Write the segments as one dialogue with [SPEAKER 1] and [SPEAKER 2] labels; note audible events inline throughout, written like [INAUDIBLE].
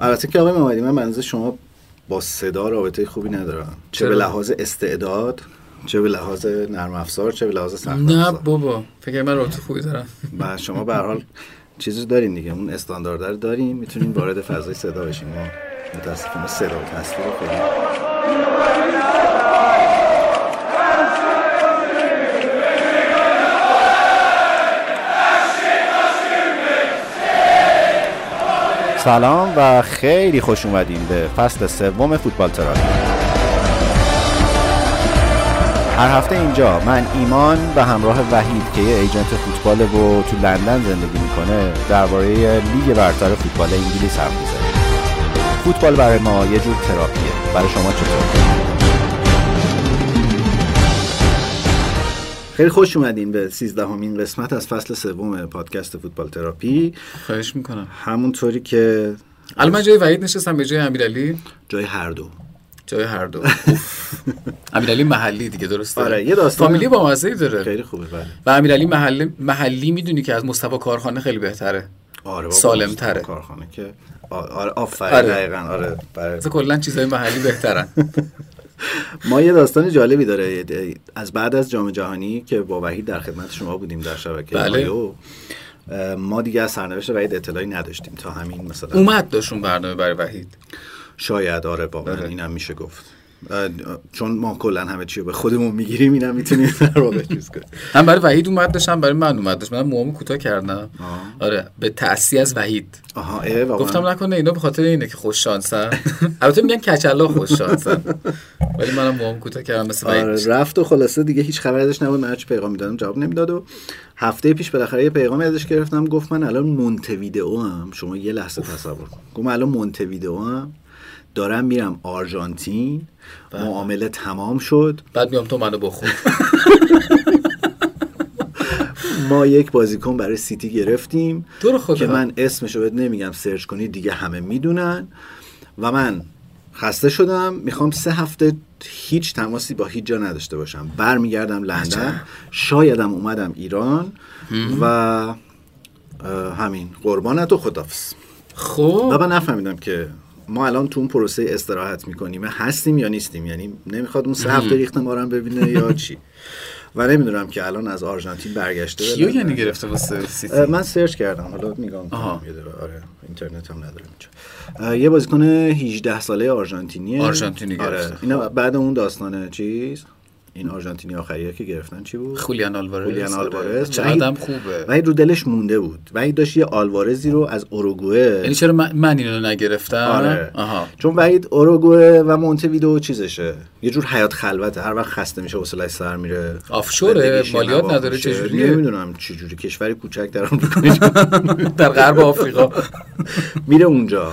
[SPEAKER 1] البته که آقای محمدی من منظور شما با صدا رابطه خوبی ندارم چه
[SPEAKER 2] چرا؟
[SPEAKER 1] به لحاظ استعداد چه به لحاظ نرم افزار چه به لحاظ سخت
[SPEAKER 2] نه
[SPEAKER 1] افزار.
[SPEAKER 2] بابا فکر من رابطه خوبی دارم
[SPEAKER 1] و شما به هر حال چیزی دارین دیگه اون استاندارد رو داریم میتونیم وارد فضای صدا بشیم ما متاسفانه صدا و تصویر خیلی
[SPEAKER 3] سلام و خیلی خوش اومدین به فصل سوم فوتبال تراک هر هفته اینجا من ایمان به همراه وحید که یه ایجنت فوتباله و تو لندن زندگی میکنه درباره لیگ برتر فوتبال انگلیس حرف میزنیم فوتبال برای ما یه جور تراپیه برای شما چطور؟
[SPEAKER 1] خیلی خوش اومدین به 13 همین قسمت از فصل سوم پادکست فوتبال تراپی
[SPEAKER 2] [LAUGHS] خواهش میکنم
[SPEAKER 1] همونطوری که
[SPEAKER 2] الان من جای وحید نشستم به جای امیرعلی
[SPEAKER 1] جای هر دو
[SPEAKER 2] جای هر دو اوف. [LAUGHS] امیرعلی محلی دیگه درسته
[SPEAKER 1] آره، یه داستان-
[SPEAKER 2] فامیلی با مزه‌ای داره
[SPEAKER 1] خیلی خوبه بله
[SPEAKER 2] و امیرعلی محل محلی میدونی که از مصطفی کارخانه خیلی بهتره
[SPEAKER 1] آره بابا،
[SPEAKER 2] سالم‌تره.
[SPEAKER 1] کارخانه که آ- آره آفرین
[SPEAKER 2] آره.
[SPEAKER 1] دقیقاً آره برای
[SPEAKER 2] از کلا چیزای محلی [LAUGHS] بهترن
[SPEAKER 1] ما یه داستان جالبی داره از بعد از جام جهانی که با وحید در خدمت شما بودیم در شبکه
[SPEAKER 2] بله.
[SPEAKER 1] رادیو، اه، ما دیگه از سرنوشت وحید اطلاعی نداشتیم تا همین مثلا
[SPEAKER 2] اومد داشون برنامه برای وحید
[SPEAKER 1] شاید آره واقعا
[SPEAKER 2] آره.
[SPEAKER 1] اینم میشه گفت اه، چون ما کلا همه چی رو به خودمون میگیریم اینم میتونیم در واقع چیز
[SPEAKER 2] [LAUGHS]
[SPEAKER 1] کنیم
[SPEAKER 2] هم برای وحید اومد داشتم برای من اومد داشت من موامو کوتاه کردم
[SPEAKER 1] آه.
[SPEAKER 2] آره به تأسی از وحید
[SPEAKER 1] آها اه واقعا
[SPEAKER 2] گفتم نکنه اینا به خاطر اینه که خوش شانسن البته میگن کچلا خوش شانسن ولی منم موام کوتاه کردم مثل
[SPEAKER 1] آره
[SPEAKER 2] وحید
[SPEAKER 1] رفت و خلاصه دیگه هیچ خبر ازش نبود من هرچی پیغام میدادم جواب نمیداد و هفته پیش بالاخره یه پیغامی ازش گرفتم گفت من الان مونتویدئو هم شما یه لحظه تصور کن گفت من الان مونتویدئو هم دارم میرم آرژانتین معامله تمام شد
[SPEAKER 2] بعد میام تو منو بخور
[SPEAKER 1] ما یک بازیکن برای سیتی گرفتیم
[SPEAKER 2] تو رو خدا.
[SPEAKER 1] که من اسمش رو بهت نمیگم سرچ کنی دیگه همه میدونن و من خسته شدم میخوام سه هفته هیچ تماسی با هیچ جا نداشته باشم برمیگردم لندن شایدم اومدم ایران و اه، همین قربانت و خدافز و
[SPEAKER 2] خب
[SPEAKER 1] من نفهمیدم که ما الان تو اون پروسه استراحت میکنیم هستیم یا نیستیم یعنی نمیخواد اون سه هفته ریخت ما رو هم ببینه یا چی و نمیدونم که الان از آرژانتین برگشته
[SPEAKER 2] کیو
[SPEAKER 1] لندن.
[SPEAKER 2] یعنی گرفته واسه
[SPEAKER 1] اه،
[SPEAKER 2] سیتی
[SPEAKER 1] من سرچ کردم حالا نگاه میکنم
[SPEAKER 2] آها.
[SPEAKER 1] یه دقیقه. آره اینترنت هم ندارم اینجا اه، یه بازیکن 18 ساله آرژانتینیه
[SPEAKER 2] آرژانتینی
[SPEAKER 1] آره.
[SPEAKER 2] گرفته.
[SPEAKER 1] اینا بعد اون داستان چیز این آرژانتینی آخریه که گرفتن چی بود
[SPEAKER 2] خولیان آلوارز
[SPEAKER 1] خولیان
[SPEAKER 2] آره.
[SPEAKER 1] آلوارز آره.
[SPEAKER 2] چه
[SPEAKER 1] وحید-
[SPEAKER 2] آدم خوبه.
[SPEAKER 1] وحید رو دلش مونده بود وحید داشت یه آلوارزی رو از اوروگوئه
[SPEAKER 2] یعنی چرا من, من اینو نگرفتم
[SPEAKER 1] آره
[SPEAKER 2] آها
[SPEAKER 1] چون وحید اوروگوئه و مونتویدو چیزشه یه جور حیات خلوته هر وقت خسته میشه حوصله‌اش سر میره
[SPEAKER 2] آفشوره؟
[SPEAKER 1] زندگیش یه
[SPEAKER 2] مالیات
[SPEAKER 1] هوا
[SPEAKER 2] نداره؟
[SPEAKER 1] خوشه.
[SPEAKER 2] چجوریه؟
[SPEAKER 1] نمیدونم چه جوری کشوری کوچک در آمریکا
[SPEAKER 2] [LAUGHS] در غرب آفریقا
[SPEAKER 1] میره اونجا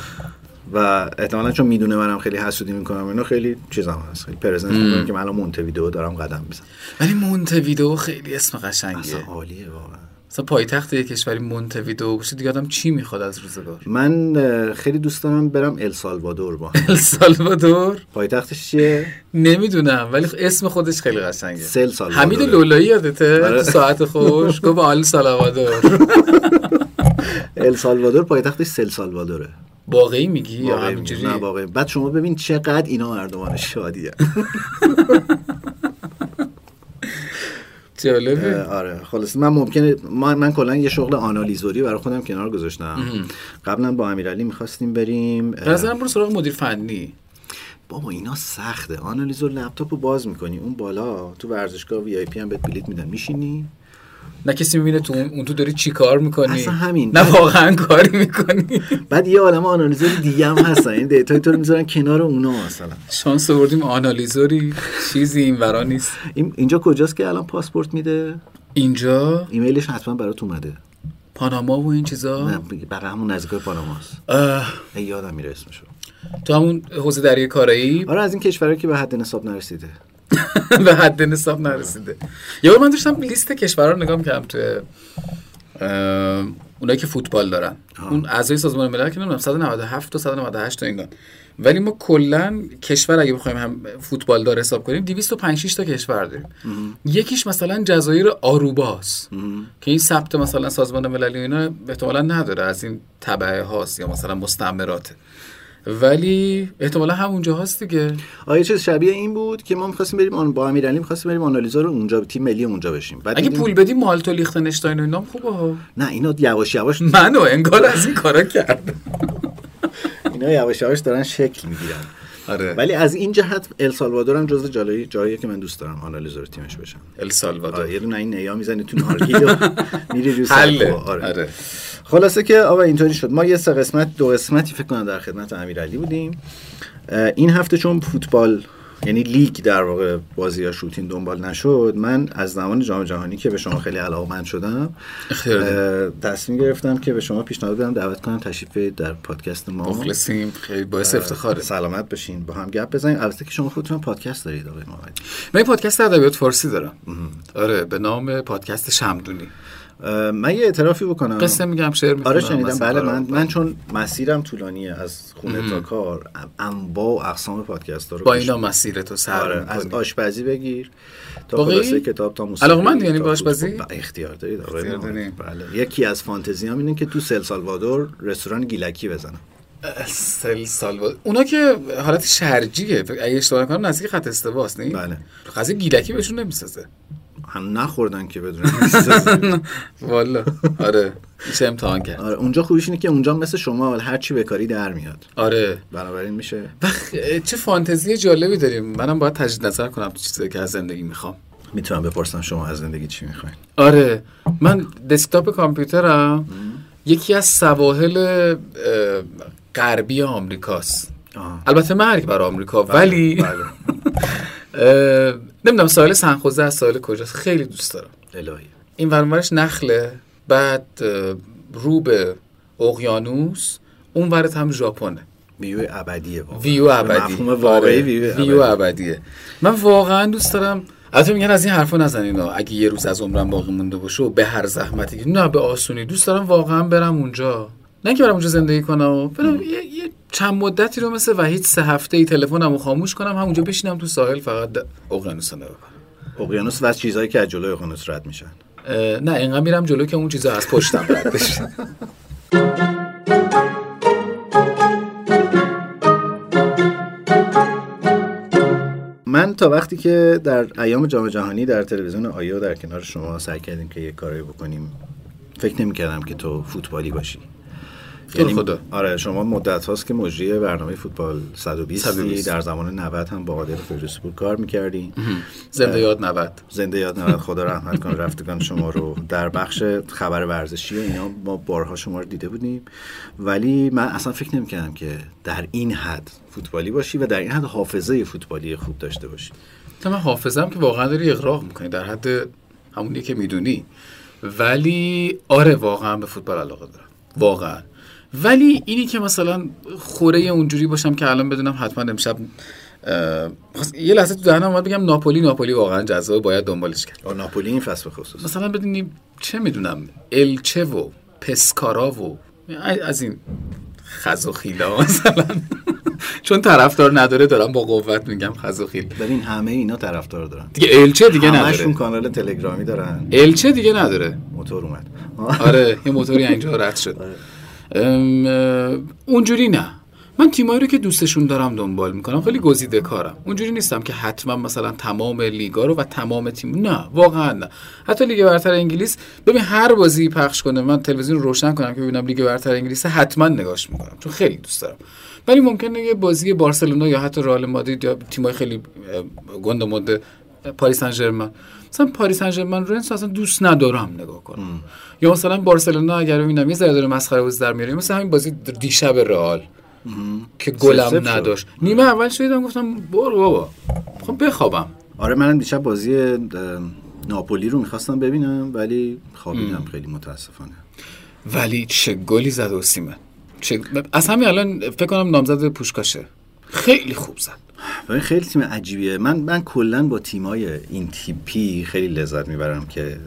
[SPEAKER 1] و احتمالا چون میدونه منم خیلی حسودی میکنم اینا خیلی چیزام هست خیلی پرزنت میکنم که من الان مونتویدو دارم قدم میزنم
[SPEAKER 2] ولی مونتویدو خیلی اسم
[SPEAKER 1] اصلا
[SPEAKER 2] قشنگیه
[SPEAKER 1] عالیه واقعا
[SPEAKER 2] مثلا پایتخت یه کشوری مونتویدو باشه دیگه آدم چی میخواد از
[SPEAKER 1] [LAUGHS]
[SPEAKER 2] روزگار
[SPEAKER 1] من اه، خیلی دوست دارم برم السالوادور
[SPEAKER 2] [LAUGHS]
[SPEAKER 1] با هم.
[SPEAKER 2] السالوادور
[SPEAKER 1] پایتختش چیه
[SPEAKER 2] نمیدونم ولی خ- اسم خودش خیلی قشنگه
[SPEAKER 1] سل سال
[SPEAKER 2] حمید
[SPEAKER 1] بالداره.
[SPEAKER 2] لولایی یادته
[SPEAKER 1] آره.
[SPEAKER 2] تو ساعت
[SPEAKER 1] [LAUGHS]
[SPEAKER 2] خوش گفت آل سالوادور
[SPEAKER 1] السالوادور پایتختش سل سالوادوره
[SPEAKER 2] واقعی میگی یا
[SPEAKER 1] واقعی
[SPEAKER 2] همینجوری
[SPEAKER 1] میگم. نه واقعی بعد شما ببین چقدر اینا مردمان
[SPEAKER 2] [LAUGHS]
[SPEAKER 1] شادیه
[SPEAKER 2] جالبه
[SPEAKER 1] اه، آره خلاص من ممکنه من, من کلا یه شغل آنالیزوری برای خودم کنار گذاشتم قبلا با امیرعلی میخواستیم بریم
[SPEAKER 2] به نظرم برو سراغ مدیر فنی
[SPEAKER 1] بابا اینا سخته آنالیزور لپتاپ رو باز میکنی اون بالا تو ورزشگاه وی آی پی هم بهت بلیت میدن میشینی
[SPEAKER 2] نه کسی میبینه تو اون اون تو داری چی کار میکنی
[SPEAKER 1] اصلا همین.
[SPEAKER 2] نه واقعا کاری میکنی
[SPEAKER 1] بعد یه عالم آنالیزور دیگه هم هستن این دیتا تو رو میذارن کنار اونا مثلا
[SPEAKER 2] شانس آوردیم آنالیزوری چیزی این ورا نیست
[SPEAKER 1] این اینجا کجاست که الان پاسپورت میده
[SPEAKER 2] اینجا
[SPEAKER 1] ایمیلش حتما برات اومده
[SPEAKER 2] پاناما و این چیزا
[SPEAKER 1] نه، بقیه همون نزدیکای پاناماست
[SPEAKER 2] اه،
[SPEAKER 1] ای یادم میره اسمشو
[SPEAKER 2] تو همون حوزه دریای کارایی
[SPEAKER 1] آره از این کشورها که به حد نصاب نرسیده
[SPEAKER 2] [LAUGHS] به حد نصاب نرسیده یا من داشتم لیست کشورها رو نگاه میکردم توی اه، اونایی که فوتبال دارن اون اعضای سازمان ملل که نمیدونم 197 تا 198 تا اینا ولی ما کلا کشور اگه بخوایم هم فوتبال دار حساب کنیم 205 6 تا کشور داریم یکیش مثلا جزایر آروباست که این ثبت مثلا سازمان ملل و اینا احتمالا نداره از این تبعه هاست یا مثلا مستعمراته ولی احتمالا همونجا هست دیگه
[SPEAKER 1] آیا چیز شبیه این بود که ما می‌خواستیم بریم آن با امیرعلی می‌خواستیم بریم آنالیزا رو اونجا تیم ملی اونجا بشیم بعد
[SPEAKER 2] اگه
[SPEAKER 1] دیدیم-
[SPEAKER 2] پول بدی مالتو لیختنشتاین و اینام خوبه ها
[SPEAKER 1] نه اینا یواش یواش
[SPEAKER 2] منو انگار از این کارا کرد
[SPEAKER 1] اینا یواش یواش دارن شکل میگیرن
[SPEAKER 2] آره
[SPEAKER 1] ولی از این جهت السالوادور هم جزو جالایی جاییه که من دوست دارم آنالیزور تیمش بشم آره
[SPEAKER 2] السالوادور
[SPEAKER 1] یه دونه این نیا میزنی تو نارگیل و میری رو
[SPEAKER 2] حله
[SPEAKER 1] سکو. آره.
[SPEAKER 2] آره
[SPEAKER 1] خلاصه که آقا اینطوری شد ما یه سه قسمت دو قسمتی فکر کنم در خدمت امیرعلی بودیم اه، این هفته چون فوتبال یعنی لیگ در واقع بازی یا شوتین دنبال نشد من از زمان جام جهانی که به شما خیلی علاقمند شدم
[SPEAKER 2] خیلی.
[SPEAKER 1] اه، تصمیم گرفتم که به شما پیشنهاد بدم دعوت کنم تشریف بیارید در پادکست ما
[SPEAKER 2] مخلصیم خیلی باعث
[SPEAKER 1] آره.
[SPEAKER 2] افتخاره
[SPEAKER 1] خب، سلامت بشین با هم گپ بزنیم البته که شما خودتون هم پادکست دارید آقای محمدی
[SPEAKER 2] من یه پادکست ادبیات فارسی دارم آره به نام پادکست شمدونی
[SPEAKER 1] اه، من یه اعترافی بکنم
[SPEAKER 2] قصه میگم شعر میگم
[SPEAKER 1] آره شنیدم بله من من چون مسیرم طولانیه از خونه تا کار ام- انواع و اقسام پادکست رو
[SPEAKER 2] با
[SPEAKER 1] گوش
[SPEAKER 2] اینا مسیر تو سر
[SPEAKER 1] آره، از
[SPEAKER 2] می‌کنی.
[SPEAKER 1] آشپزی بگیر تا
[SPEAKER 2] واقعی؟
[SPEAKER 1] خلاصه کتاب تا موسیقی
[SPEAKER 2] علاقه‌مندی یعنی
[SPEAKER 1] تا
[SPEAKER 2] به آشپزی؟
[SPEAKER 1] فوتبال. بله، اختیار دارید آقای
[SPEAKER 2] اختیار
[SPEAKER 1] محمد.
[SPEAKER 2] داریم.
[SPEAKER 1] بله یکی از فانتزی هم اینه که تو سل سالوادور رستوران گیلکی بزنم
[SPEAKER 2] سل سال اونا که حالت شرجیه اگه اشتباه نکنم نزدیک خط استواست نه
[SPEAKER 1] بله.
[SPEAKER 2] غذای گیلکی بهشون نمیسازه
[SPEAKER 1] هم نخوردن که بدونم
[SPEAKER 2] [LAUGHS] والا آره میشه امتحان کرد
[SPEAKER 1] آره اونجا خوبیش اینه که اونجا مثل شما هر چی به کاری در میاد
[SPEAKER 2] آره
[SPEAKER 1] بنابراین میشه
[SPEAKER 2] و خ- چه فانتزی جالبی داریم منم باید تجدید نظر کنم تو چیزایی که از زندگی میخوام
[SPEAKER 1] میتونم بپرسم شما از زندگی چی میخواین
[SPEAKER 2] آره من دسکتاپ کامپیوترم یکی از سواحل اه، غربی آمریکاست
[SPEAKER 1] آه.
[SPEAKER 2] البته مرگ برای آمریکا ولی
[SPEAKER 1] بله
[SPEAKER 2] نمیدونم ساحل سنخوزه از ساحل کجاست خیلی دوست دارم
[SPEAKER 1] الهی
[SPEAKER 2] این ورمارش نخله بعد اه، رو به اقیانوس اون ورت هم ژاپنه
[SPEAKER 1] ویو ابدیه واقعا.
[SPEAKER 2] ویو ابدی
[SPEAKER 1] مفهوم واقعی
[SPEAKER 2] آره،
[SPEAKER 1] ویو
[SPEAKER 2] ویو
[SPEAKER 1] ابدی.
[SPEAKER 2] ابدیه من واقعا دوست دارم البته میگن از این حرفا نزن اینا اگه یه روز از عمرم باقی مونده باشه و به هر زحمتی که نه به آسونی دوست دارم واقعا برم اونجا نه که برم اونجا زندگی کنم برم یه, یه چند مدتی رو مثل وحید سه هفته ای تلفنمو خاموش کنم همونجا بشینم تو ساحل فقط اقیانوس رو نگاه کنم
[SPEAKER 1] اقیانوس و از چیزهایی که از جلوی اقیانوس رد میشن
[SPEAKER 2] اه، نه اینقدر میرم جلو که اون چیزا از پشتم رد بشه
[SPEAKER 1] [LAUGHS] من تا وقتی که در ایام جام جهانی در تلویزیون آیا در کنار شما سعی کردیم که یه کاری بکنیم فکر نمی کردم که تو فوتبالی باشی
[SPEAKER 2] تو رو خدا.
[SPEAKER 1] آره شما مدت هاست که مجری برنامه فوتبال 120,
[SPEAKER 2] 120.
[SPEAKER 1] در زمان 90 هم با قادر فردوسیپور کار میکردی
[SPEAKER 2] زنده یاد نبود
[SPEAKER 1] زنده یاد نبود خدا رحمت کن رفتگان شما رو در بخش خبر ورزشی و اینا ما بارها شما رو دیده بودیم ولی من اصلا فکر نمیکردم که در این حد فوتبالی باشی و در این حد حافظه فوتبالی خوب داشته باشی
[SPEAKER 2] تا من حافظم که واقعا داری اغراق میکنی در حد همونی که میدونی ولی آره واقعا به فوتبال علاقه دارم واقعا ولی اینی که مثلا خوره اونجوری باشم که الان بدونم حتما امشب اه، خواست- یه لحظه تو دهنم اومد بگم ناپولی ناپولی واقعا جذابه باید دنبالش کرد
[SPEAKER 1] با ناپولی این فصل به خصوص
[SPEAKER 2] مثلا بدونیم چه میدونم الچه و پسکارا و از این خزوخیلا مثلا [LAUGHS] چون طرفدار نداره دارم با قوت میگم خزوخیل
[SPEAKER 1] ببین همه اینا طرفدار دارن
[SPEAKER 2] دیگه الچه دیگه
[SPEAKER 1] همشون
[SPEAKER 2] نداره
[SPEAKER 1] کانال تلگرامی دارن
[SPEAKER 2] الچه دیگه نداره
[SPEAKER 1] موتور اومد آه.
[SPEAKER 2] آره یه موتوری اینجا رد شد ام، اه، اونجوری نه من تیمایی رو که دوستشون دارم دنبال میکنم خیلی گزیده کارم اونجوری نیستم که حتما مثلا تمام لیگا رو و تمام تیم نه واقعا نه حتی لیگ برتر انگلیس ببین هر بازی پخش کنه من تلویزیون رو روشن کنم که ببینم لیگ برتر انگلیس حتما نگاش میکنم چون خیلی دوست دارم ولی ممکنه یه بازی بارسلونا یا حتی رئال مادرید یا تیمای خیلی اه، گند و مده پاریس سن ژرمن مثلا پاریس سن ژرمن رنس اصلا دوست ندارم نگاه کنم یا مثلا بارسلونا اگر ببینم یه ذره داره مسخره بازی در میاره مثلا همین بازی در- دیشب رئال که
[SPEAKER 1] سف
[SPEAKER 2] گلم
[SPEAKER 1] شد.
[SPEAKER 2] نداشت نیمه اول شدیدم گفتم برو بابا میخوام بخوابم
[SPEAKER 1] آره منم دیشب بازی اه، ناپولی رو میخواستم ببینم ولی خوابیدم خیلی متاسفانه
[SPEAKER 2] ولی چه گلی زد اوسیمه چه... از همین الان فکر کنم نامزد پوشکاشه خیلی خوب زد
[SPEAKER 1] ببین آره، خیلی تیم عجیبیه من من کلا با تیمای این تیپی خیلی لذت میبرم که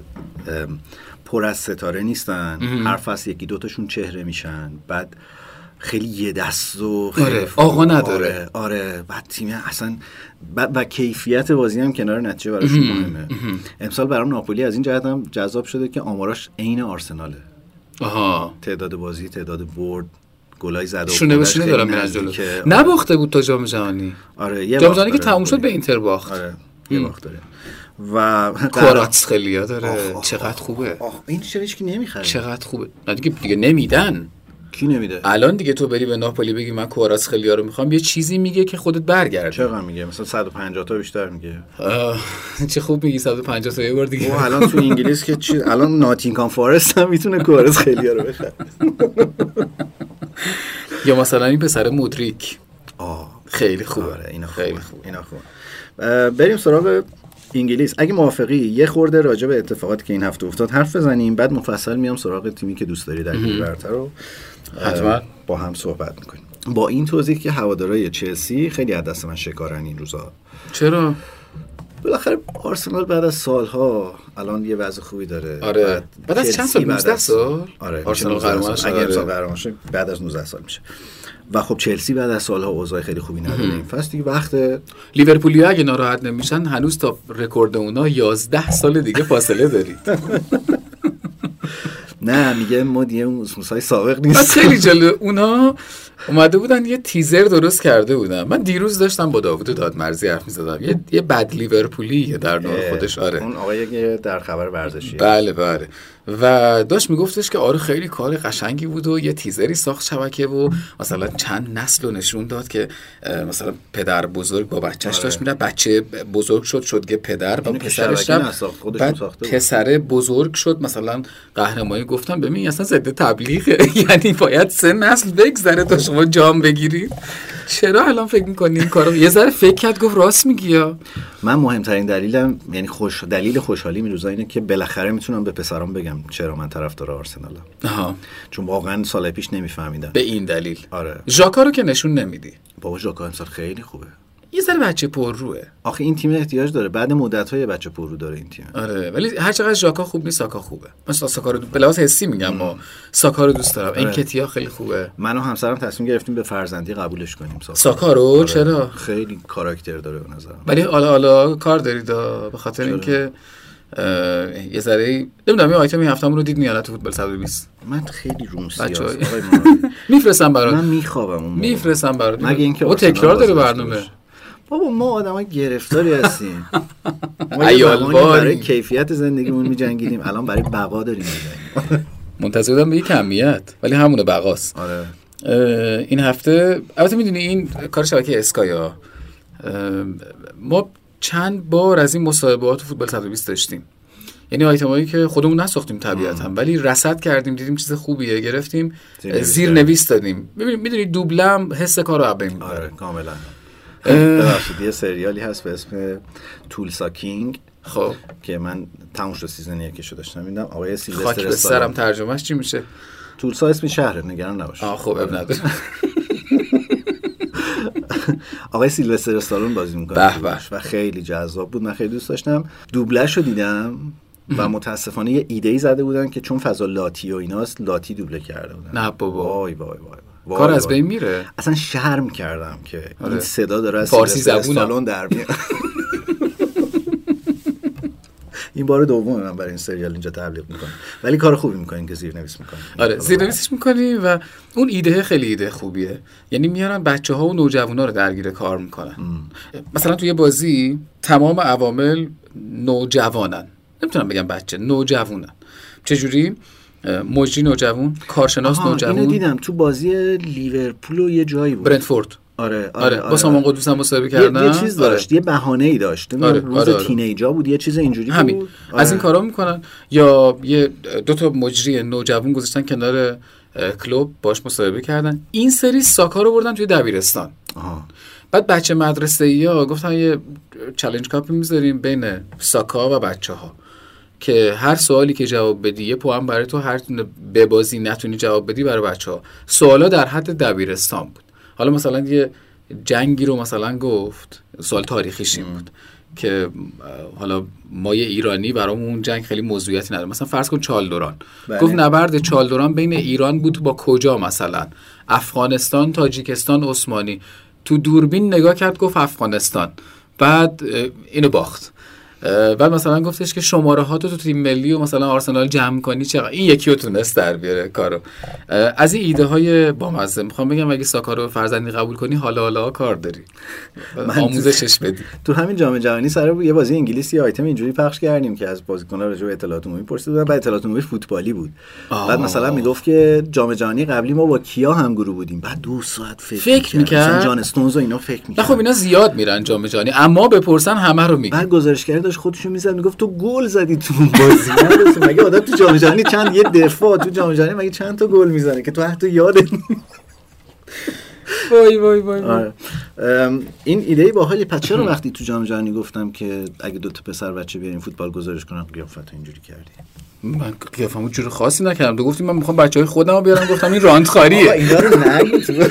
[SPEAKER 1] ام، پر از ستاره نیستن هر فصل یکی دوتاشون چهره میشن بعد خیلی یه دست و خیلی
[SPEAKER 2] آره،
[SPEAKER 1] فوق.
[SPEAKER 2] آقا نداره.
[SPEAKER 1] آره, آره بعد تیم اصلا و, و کیفیت بازی هم کنار نتیجه براشون مهمه امسال برام ناپولی از این جهت هم جذاب شده که آماراش عین آرسناله
[SPEAKER 2] آها
[SPEAKER 1] تعداد بازی تعداد برد گلای زد و
[SPEAKER 2] شونه به
[SPEAKER 1] گلش
[SPEAKER 2] شونه
[SPEAKER 1] خیلی
[SPEAKER 2] دارم میرن جلو
[SPEAKER 1] نزدیکه.
[SPEAKER 2] نباخته بود تا جام جهانی
[SPEAKER 1] آره یه
[SPEAKER 2] جام
[SPEAKER 1] باخت
[SPEAKER 2] جهانی که
[SPEAKER 1] داره.
[SPEAKER 2] تموم شد به اینتر باخت
[SPEAKER 1] آره یه باخت داره و
[SPEAKER 2] کوراتس خیلیا داره
[SPEAKER 1] آخ، آخ،
[SPEAKER 2] چقدر خوبه
[SPEAKER 1] آخ این چرا هیچ کی نمیخره
[SPEAKER 2] چقدر خوبه نه دیگه دیگه نمیدن
[SPEAKER 1] کی نمیده
[SPEAKER 2] الان دیگه تو بری به ناپولی بگی من کوراتس خیلیا رو میخوام یه چیزی میگه که خودت برگردی
[SPEAKER 1] چقدر میگه مثلا 150 تا بیشتر میگه
[SPEAKER 2] آه، چه خوب میگی 150 تا یه بار
[SPEAKER 1] او
[SPEAKER 2] دیگه
[SPEAKER 1] الان تو انگلیس که چی الان ناتینگهام فارست هم میتونه کورس خیلی رو بخره
[SPEAKER 2] یا مثلا این پسر مودریک
[SPEAKER 1] آه
[SPEAKER 2] خیلی خوبه
[SPEAKER 1] آره اینا خوبه
[SPEAKER 2] خیلی خوبه
[SPEAKER 1] اینا خوبه اه، بریم سراغ انگلیس اگه موافقی یه خورده راجع به اتفاقاتی که این هفته افتاد حرف بزنیم بعد مفصل میام سراغ تیمی که دوست داری در لیگ برتر رو اه،
[SPEAKER 2] حتما.
[SPEAKER 1] با هم صحبت میکنیم با این توضیح که هوادارای چلسی خیلی از دست من شکارن این روزا
[SPEAKER 2] چرا
[SPEAKER 1] بالاخره آرسنال بعد از سالها الان یه وضع خوبی داره
[SPEAKER 2] آره. بعد از
[SPEAKER 1] چلسی
[SPEAKER 2] چند سال؟
[SPEAKER 1] بعد
[SPEAKER 2] 19
[SPEAKER 1] از-
[SPEAKER 2] سال؟
[SPEAKER 1] آره
[SPEAKER 2] آرسنال
[SPEAKER 1] آرسنال قهرمان
[SPEAKER 2] قهرمان
[SPEAKER 1] شد
[SPEAKER 2] شد،
[SPEAKER 1] اگه امسال
[SPEAKER 2] آره.
[SPEAKER 1] قهرمان شد، بعد از 19 سال میشه و خب چلسی بعد از سالها اوضاع خیلی خوبی نداره این فصل دیگه وقت
[SPEAKER 2] لیورپولیا اگه ناراحت نمیشن هنوز تا رکورد اونا 11 سال دیگه فاصله دارید
[SPEAKER 1] نه میگه ما دیگه اون اسموسای سابق
[SPEAKER 2] بعد
[SPEAKER 1] نیست
[SPEAKER 2] خیلی جالب اونا اومده بودن یه تیزر درست کرده بودن من دیروز داشتم با داوود دادمرزی حرف می‌زدم یه یه بد لیورپولی در نوع خودش آره
[SPEAKER 1] اون آقایی که در خبر ورزشی
[SPEAKER 2] بله بله و داشت میگفتش که آره خیلی کار قشنگی بود و یه تیزری ساخت شبکه و مثلا چند نسل رو نشون داد که اه، مثلا پدر بزرگ با بچهش داشت میره بچه بزرگ شد شد که پدر و
[SPEAKER 1] آره. اینو که
[SPEAKER 2] پسرش
[SPEAKER 1] شبکه
[SPEAKER 2] هم-
[SPEAKER 1] نساخت، خودشون
[SPEAKER 2] بعد
[SPEAKER 1] ساخته بود.
[SPEAKER 2] پسره بزرگ شد مثلا قهرمانی گفتم ببین اصلا ضد تبلیغه [LAUGHS] یعنی باید سه نسل بگذره تا شما جام بگیرید چرا الان فکر میکنی این کارو یه ذره فکر کرد گفت راست میگی یا
[SPEAKER 1] من مهمترین دلیلم یعنی خوش دلیل خوشحالی این روزا اینه که بالاخره میتونم به پسرام بگم چرا من طرفدار آرسنالم
[SPEAKER 2] آها،
[SPEAKER 1] چون واقعا سال پیش نمیفهمیدن
[SPEAKER 2] به این دلیل
[SPEAKER 1] آره
[SPEAKER 2] ژاکا رو که نشون نمیدی
[SPEAKER 1] بابا ژاکا امسال خیلی خوبه
[SPEAKER 2] یه ذره بچه پر روه
[SPEAKER 1] آخه این تیم احتیاج داره بعد مدت های بچه پرو داره این تیم
[SPEAKER 2] آره ولی هر چقدر ژاکا خوب نیست ساکا خوبه من ساکا رو به لحاظ حسی میگم با ساکا رو دوست دارم
[SPEAKER 1] آره.
[SPEAKER 2] انکتیا خیلی خوبه
[SPEAKER 1] من و همسرم تصمیم گرفتیم به فرزندی قبولش کنیم ساکا,
[SPEAKER 2] ساکا رو
[SPEAKER 1] آره.
[SPEAKER 2] چرا
[SPEAKER 1] خیلی کاراکتر داره به نظرم
[SPEAKER 2] ولی حالا حالا کار دارید آه. به خاطر اینکه اه، یه ذره نمیدونم این آیتم این هفتم رو دید میانه تو فوتبال 120
[SPEAKER 1] من خیلی روم
[SPEAKER 2] بچه‌ها.
[SPEAKER 1] سیاست
[SPEAKER 2] [LAUGHS]
[SPEAKER 1] آقای مرادی.
[SPEAKER 2] میفرستم
[SPEAKER 1] من
[SPEAKER 2] برات
[SPEAKER 1] میخوابم اون موقع.
[SPEAKER 2] میفرستم برات
[SPEAKER 1] مگه اینکه
[SPEAKER 2] او
[SPEAKER 1] آرسنال
[SPEAKER 2] تکرار داره
[SPEAKER 1] بازی داشته
[SPEAKER 2] برنامه
[SPEAKER 1] باشه. بابا ما آدمای گرفتاری
[SPEAKER 2] [LAUGHS]
[SPEAKER 1] هستیم ما یه
[SPEAKER 2] عیال
[SPEAKER 1] زمانی
[SPEAKER 2] باری.
[SPEAKER 1] برای کیفیت زندگیمون میجنگیدیم الان برای بقا داریم می‌جنگیم.
[SPEAKER 2] منتظر بودم به یه کمیت ولی همونه بقاست
[SPEAKER 1] آره
[SPEAKER 2] اه، این هفته البته میدونی این کار شبکه اسکایا اه، ما چند بار از این مصاحبهات تو فوتبال 120 داشتیم یعنی آیتمایی که خودمون نساختیم طبیعتا ولی رصد کردیم دیدیم چیز خوبیه گرفتیم
[SPEAKER 1] زیرنویس
[SPEAKER 2] زیرنویس دادیم ببینید میدونی دوبلم حس کار رو عبه می‌کنه.
[SPEAKER 1] آره کاملا ببخشید یه سریالی هست به اسم تولسا کینگ
[SPEAKER 2] خب
[SPEAKER 1] که من تموم شد سیزن یکیشو داشتم میدم آقای
[SPEAKER 2] خاک
[SPEAKER 1] سیلوستر
[SPEAKER 2] به سرم
[SPEAKER 1] استالون
[SPEAKER 2] ترجمهش چی میشه
[SPEAKER 1] تولسا اسم شهره نگران نباش
[SPEAKER 2] آه خب اب نداره
[SPEAKER 1] آقای سیلوستر استالون بازی میکنه
[SPEAKER 2] به به.
[SPEAKER 1] و خیلی جذاب بود من خیلی دوست داشتم دوبلش رو دیدم و متاسفانه یه ایده ای زده بودن که چون فضا لاتی و ایناست لاتی دوبله کرده بودن
[SPEAKER 2] نه بابا.
[SPEAKER 1] وای وای وای, وای.
[SPEAKER 2] کار
[SPEAKER 1] وای
[SPEAKER 2] از
[SPEAKER 1] وای.
[SPEAKER 2] بین میره
[SPEAKER 1] اصلا شرم کردم که این صدا داره از
[SPEAKER 2] آره. فارسی
[SPEAKER 1] سیلوستر
[SPEAKER 2] زبونم.
[SPEAKER 1] استالون در میاد این بار دوم من برای این سریال اینجا تبلیغ میکنم ولی کار خوبی میکنین که زیرنویس میکنین خب.
[SPEAKER 2] آره زیرنویسش میکنی و اون ایده خیلی ایده خوبیه یعنی میارن بچه ها و نوجوان ها رو درگیر کار میکنن مثلا توی یه بازی تمام عوامل نوجوانن نمیتونم بگم بچه نوجوانن چجوری اه، مجری نوجوان کارشناس
[SPEAKER 1] آها، اینو
[SPEAKER 2] نوجوان
[SPEAKER 1] دیدم تو بازی لیورپول و یه جایی بود
[SPEAKER 2] برنتفورد
[SPEAKER 1] آره
[SPEAKER 2] آره,
[SPEAKER 1] آره, آره.
[SPEAKER 2] با سامان قدوس هم مصاحبه
[SPEAKER 1] یه,
[SPEAKER 2] کردن
[SPEAKER 1] یه چیز
[SPEAKER 2] آره.
[SPEAKER 1] داشت یه بهانه ای داشت
[SPEAKER 2] آره،
[SPEAKER 1] آره. روز
[SPEAKER 2] آره، آره.
[SPEAKER 1] تینیجا بود یه چیز اینجوری
[SPEAKER 2] همین
[SPEAKER 1] بود آره.
[SPEAKER 2] از این کارا میکنن یا یه دو تا مجری نوجوان گذاشتن کنار اه، کلوب باش مصاحبه کردن این سری ساکا رو بردن توی دبیرستان
[SPEAKER 1] آها.
[SPEAKER 2] بعد بچه مدرسه ای ها گفتن یه چلنج کاپی میذاریم بین ساکا و بچه ها که هر سوالی که جواب بدی یه پوان برای تو هر تونه ببازی نتونی جواب بدی برای بچه ها سوالا در حد دبیرستان بود حالا مثلا یه جنگی رو مثلا گفت سوال تاریخیش این بود که اه، حالا ما یه ایرانی برامون اون جنگ خیلی موضوعیتی نداره مثلا فرض کن چالدوران
[SPEAKER 1] بله.
[SPEAKER 2] گفت نبرد چالدوران بین ایران بود با کجا مثلا افغانستان تاجیکستان عثمانی تو دوربین نگاه کرد گفت افغانستان بعد اه، اینو باخت بعد مثلا گفتش که شماره ها تو تو تیم ملی و مثلا آرسنال جمع کنی چقدر این یکی رو تونست در بیاره کارو از این ایده های بامزه میخوام بگم اگه ساکا رو فرزندی قبول کنی حالا حالا کار داری آموزشش بدی
[SPEAKER 1] تو همین جام جهانی سر یه بازی انگلیسی آیتم اینجوری پخش کردیم که از بازیکن‌ها راجع به اطلاعات عمومی پرسیده بودن بعد اطلاعات عمومی فوتبالی بود آه. بعد مثلا میگفت که جام جهانی قبلی ما با کیا هم گروه بودیم بعد دو ساعت فکر,
[SPEAKER 2] فکر میکرد
[SPEAKER 1] جان استونز و اینا فکر میکرد
[SPEAKER 2] خب اینا زیاد میرن جام جهانی اما بپرسن همه رو میگن
[SPEAKER 1] بعد گزارشگر داشت خودشو میزد میگفت تو گل زدی تو بازی مگه آدم تو جام جهانی چند یه دفاع تو جام جهانی مگه چند تا گل میزنه که تو حتی یادت
[SPEAKER 2] وای وای وای, وای.
[SPEAKER 1] آره. این ایده ای باحالی پس چرا وقتی تو جام جهانی گفتم که اگه دو تا پسر بچه بیارین فوتبال گزارش کنم قیافت اینجوری کردی
[SPEAKER 2] من قیافمو جور خاصی نکردم تو گفتی من میخوام بچه های خودم رو بیارم گفتم این راندخاریه
[SPEAKER 1] اینا رو نگو تو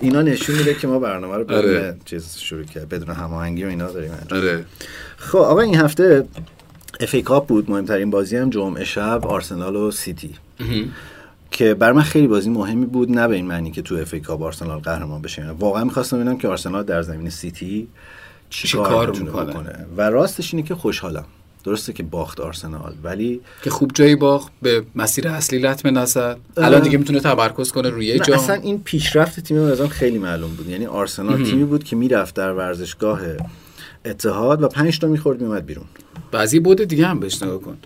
[SPEAKER 1] اینا نشون میده که ما برنامه رو بدون آره. چیز شروع کرد بدون هماهنگی و اینا داریم
[SPEAKER 2] آره.
[SPEAKER 1] خب آقا این هفته اف ای کاپ بود مهمترین بازی هم جمعه شب آرسنال و سیتی که بر من خیلی بازی مهمی بود نه به این معنی که تو اف ای کاپ آرسنال قهرمان بشه واقعا میخواستم ببینم که آرسنال در زمین سیتی چی کار میکنه بکنه. و راستش اینه که خوشحالم درسته که باخت آرسنال ولی
[SPEAKER 2] که خوب جایی باخت به مسیر اصلی لطمه نزد الان دیگه میتونه تمرکز کنه روی جام
[SPEAKER 1] آره. اصلا این پیشرفت تیم از خیلی معلوم بود یعنی آرسنال هم. تیمی بود که میرفت در ورزشگاه اتحاد و پنج تا میخورد میومد بیرون
[SPEAKER 2] بعضی بود دیگه هم بهش نگاه کن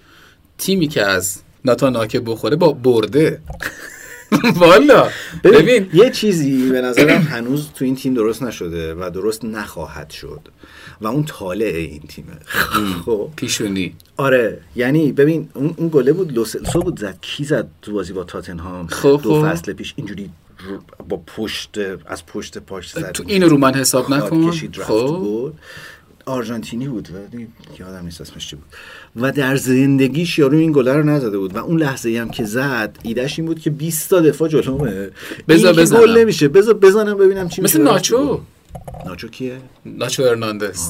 [SPEAKER 2] تیمی که از ناتا ناکه بخوره با برده [LAUGHS] والا
[SPEAKER 1] ببین, ببین یه چیزی به نظرم هنوز تو این تیم درست نشده و درست نخواهد شد و اون طالع این تیمه
[SPEAKER 2] خب پیشونی
[SPEAKER 1] آره یعنی ببین اون, اون گله بود لوسلسو بود زد کی زد تو بازی با تاتنهام خب دو فصل پیش اینجوری با پشت از پشت پاش زد
[SPEAKER 2] تو اینو رو من حساب نکن
[SPEAKER 1] کشید رفت خب آرژانتینی بود و یادم نیست اسمش چی بود و در زندگیش یارو این گله رو نزده بود و اون لحظه ای هم که زد ایدهش این بود که 20 تا دفاع جلومه
[SPEAKER 2] بزا
[SPEAKER 1] بزنم گل نمیشه بزا بزنم ببینم چی
[SPEAKER 2] مثل ناچو
[SPEAKER 1] ناچو کیه
[SPEAKER 2] ناچو هرناندز [LAUGHS]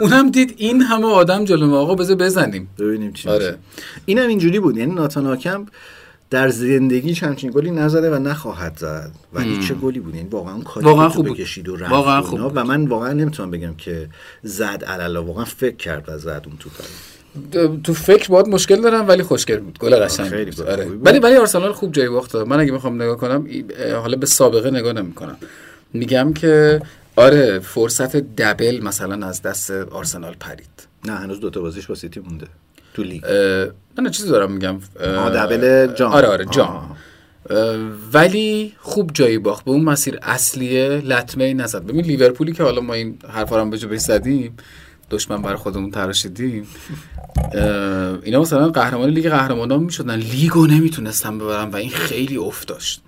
[SPEAKER 2] اونم دید این همه آدم جلومه آقا بزا بزنیم
[SPEAKER 1] ببینیم چی
[SPEAKER 2] آره
[SPEAKER 1] اینم اینجوری بود یعنی ناتاناکم در زندگیش همچین گلی نزده و نخواهد زد ولی چه گلی بود یعنی این واقعا کاری
[SPEAKER 2] واقعا خوب بود.
[SPEAKER 1] بکشید و رفت
[SPEAKER 2] واقعا خوب بود.
[SPEAKER 1] و من واقعا نمیتونم بگم که زد علالا واقعا فکر کرد و زد اون توپ
[SPEAKER 2] تو فکر باید مشکل دارم ولی خوشگل بود گل قشنگ
[SPEAKER 1] بود
[SPEAKER 2] آره. ولی ولی آرسنال خوب جای باخت من اگه میخوام نگاه کنم حالا به سابقه نگاه نمیکنم میگم که آره فرصت دبل مثلا از دست آرسنال پرید
[SPEAKER 1] نه هنوز دوتا بازیش با سیتی مونده تو لیگ
[SPEAKER 2] نه چیزی دارم میگم
[SPEAKER 1] دبل جام
[SPEAKER 2] آره آره جام آه. اه ولی خوب جایی باخت به اون مسیر اصلیه لطمه ای نزد ببین لیورپولی که حالا ما این حرفا رو به زدیم دشمن بر خودمون تراشیدیم اینا مثلا قهرمان لیگ قهرمانان میشدن لیگو نمیتونستن ببرن و این خیلی افت داشت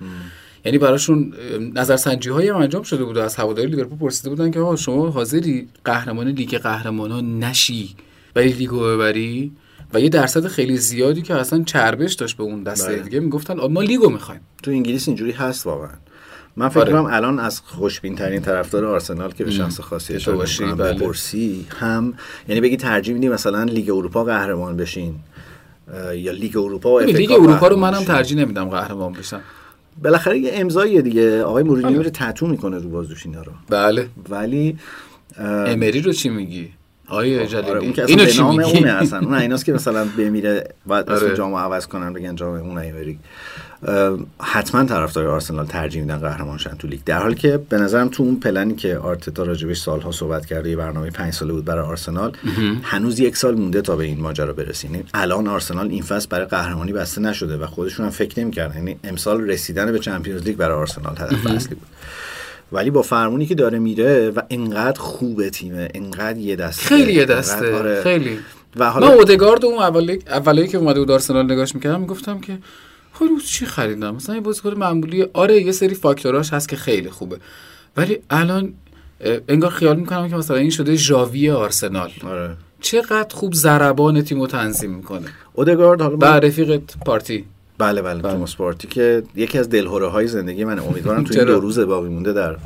[SPEAKER 2] یعنی براشون نظرسنجی هایی هم انجام شده بود و از هواداری لیورپول پرسیده بودن که آقا شما حاضری قهرمان لیگ قهرمانان نشی ولی لیگو ببری و یه درصد خیلی زیادی که اصلا چربش داشت به اون
[SPEAKER 1] بله.
[SPEAKER 2] دسته دیگه میگفتن ما لیگو میخوایم
[SPEAKER 1] تو انگلیس اینجوری هست واقعا من فکر کنم آره. الان از خوشبین ترین طرفدار آرسنال که به شخص خاصی
[SPEAKER 2] اشاره باشی
[SPEAKER 1] بله. بپرسی هم یعنی بگی ترجیح میدی مثلا لیگ اروپا قهرمان بشین یا لیگ اروپا و
[SPEAKER 2] لیگ اروپا رو منم ترجیح نمیدم قهرمان بشم
[SPEAKER 1] بالاخره یه امضایی دیگه آقای
[SPEAKER 2] آره.
[SPEAKER 1] مورینیو رو تتو میکنه رو بازوش اینا رو
[SPEAKER 2] بله
[SPEAKER 1] ولی
[SPEAKER 2] امری رو چی میگی آیه جلیلی آره
[SPEAKER 1] اون که اصلا اینو به نام اونه اصلا اون ایناست که مثلا بمیره بعد آره. اسم جامو عوض کنن بگن جام اون ایمری حتما طرفدار آرسنال ترجیح میدن قهرمان شن تو لیگ در حالی که به نظرم تو اون پلنی که آرتتا راجبش سالها صحبت کرده یه برنامه پنج ساله بود برای آرسنال هنوز یک سال مونده تا به این ماجرا برسیم یعنی الان آرسنال این فصل برای قهرمانی بسته نشده و خودشون هم فکر نمیکردن یعنی امسال رسیدن به چمپیونز لیگ برای آرسنال هدف اصلی بود ولی با فرمونی که داره میره و انقدر خوبه تیمه انقدر یه دسته
[SPEAKER 2] خیلی یه دسته آره. خیلی و حالا من اودگارد اون اولی اولی که اومده بود آرسنال نگاش میکردم میگفتم که خب چی خریدم مثلا یه بازیکن معمولی آره یه سری فاکتوراش هست که خیلی خوبه ولی الان انگار خیال میکنم که مثلا این شده ژاوی آرسنال
[SPEAKER 1] آره.
[SPEAKER 2] چقدر خوب ضربان تیمو تنظیم میکنه
[SPEAKER 1] خب اودگارد حالا
[SPEAKER 2] با رفیقت پارتی
[SPEAKER 1] بله بله, بله. توماس پارتی که یکی از دلهوره های زندگی من امیدوارم تو این دو روز باقی مونده در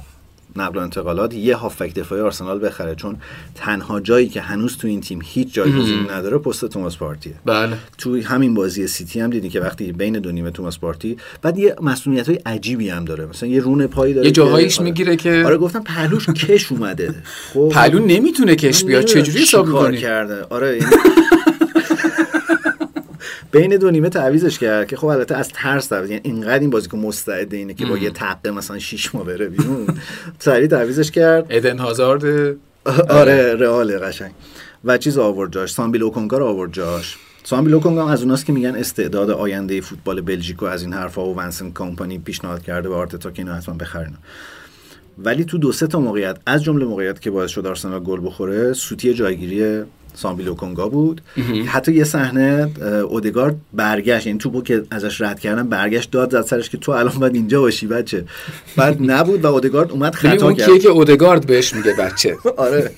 [SPEAKER 1] نقل و انتقالات یه هافک دفاعی آرسنال بخره چون تنها جایی که هنوز تو این تیم هیچ جایگزینی نداره پست توماس پارتیه
[SPEAKER 2] بله
[SPEAKER 1] توی همین بازی سیتی هم دیدی که وقتی بین دو نیمه توماس پارتی بعد یه مسئولیت های عجیبی هم داره مثلا یه رون پایی داره
[SPEAKER 2] یه جاهاییش
[SPEAKER 1] که- آره.
[SPEAKER 2] میگیره که-
[SPEAKER 1] آره گفتم پهلوش کش اومده
[SPEAKER 2] [LAUGHS]
[SPEAKER 1] خب
[SPEAKER 2] پلو نمیتونه کش بیاد
[SPEAKER 1] نمی‌دونم
[SPEAKER 2] چجوری
[SPEAKER 1] چی
[SPEAKER 2] حساب
[SPEAKER 1] کار
[SPEAKER 2] می‌کنی
[SPEAKER 1] کرده آره یعنی [LAUGHS] بین دو نیمه تعویزش کرد که خب البته از ترس تعویض یعنی اینقدر این بازیکن مستعد اینه که با یه تپه مثلا شیش ماه بره بیرون سریع تعویزش کرد
[SPEAKER 2] ادن هازارد
[SPEAKER 1] آره رئال قشنگ و چیز آورد جاش سامبی لوکونگا رو آورد جاش سامبی لوکونگا هم از اوناست که میگن استعداد آینده فوتبال بلژیک و از این حرفا و ونسن کامپانی پیشنهاد کرده به آرتتا که اینو حتما بخرین ولی تو دو سه تا موقعیت از جمله موقعیت که باعث شد آرسنال گل بخوره سوتی جایگیری سامبی لوکونگا بود حتی یه صحنه اه، اودگارد برگشت یعنی توپو که ازش رد کردن برگشت داد زد سرش که تو الان باید اینجا باشی بچه بعد نبود و اودگارد اومد
[SPEAKER 2] یعنی
[SPEAKER 1] خطا
[SPEAKER 2] اون
[SPEAKER 1] کرد
[SPEAKER 2] کیه که اودگارد بهش میگه بچه
[SPEAKER 1] [LAUGHS] آره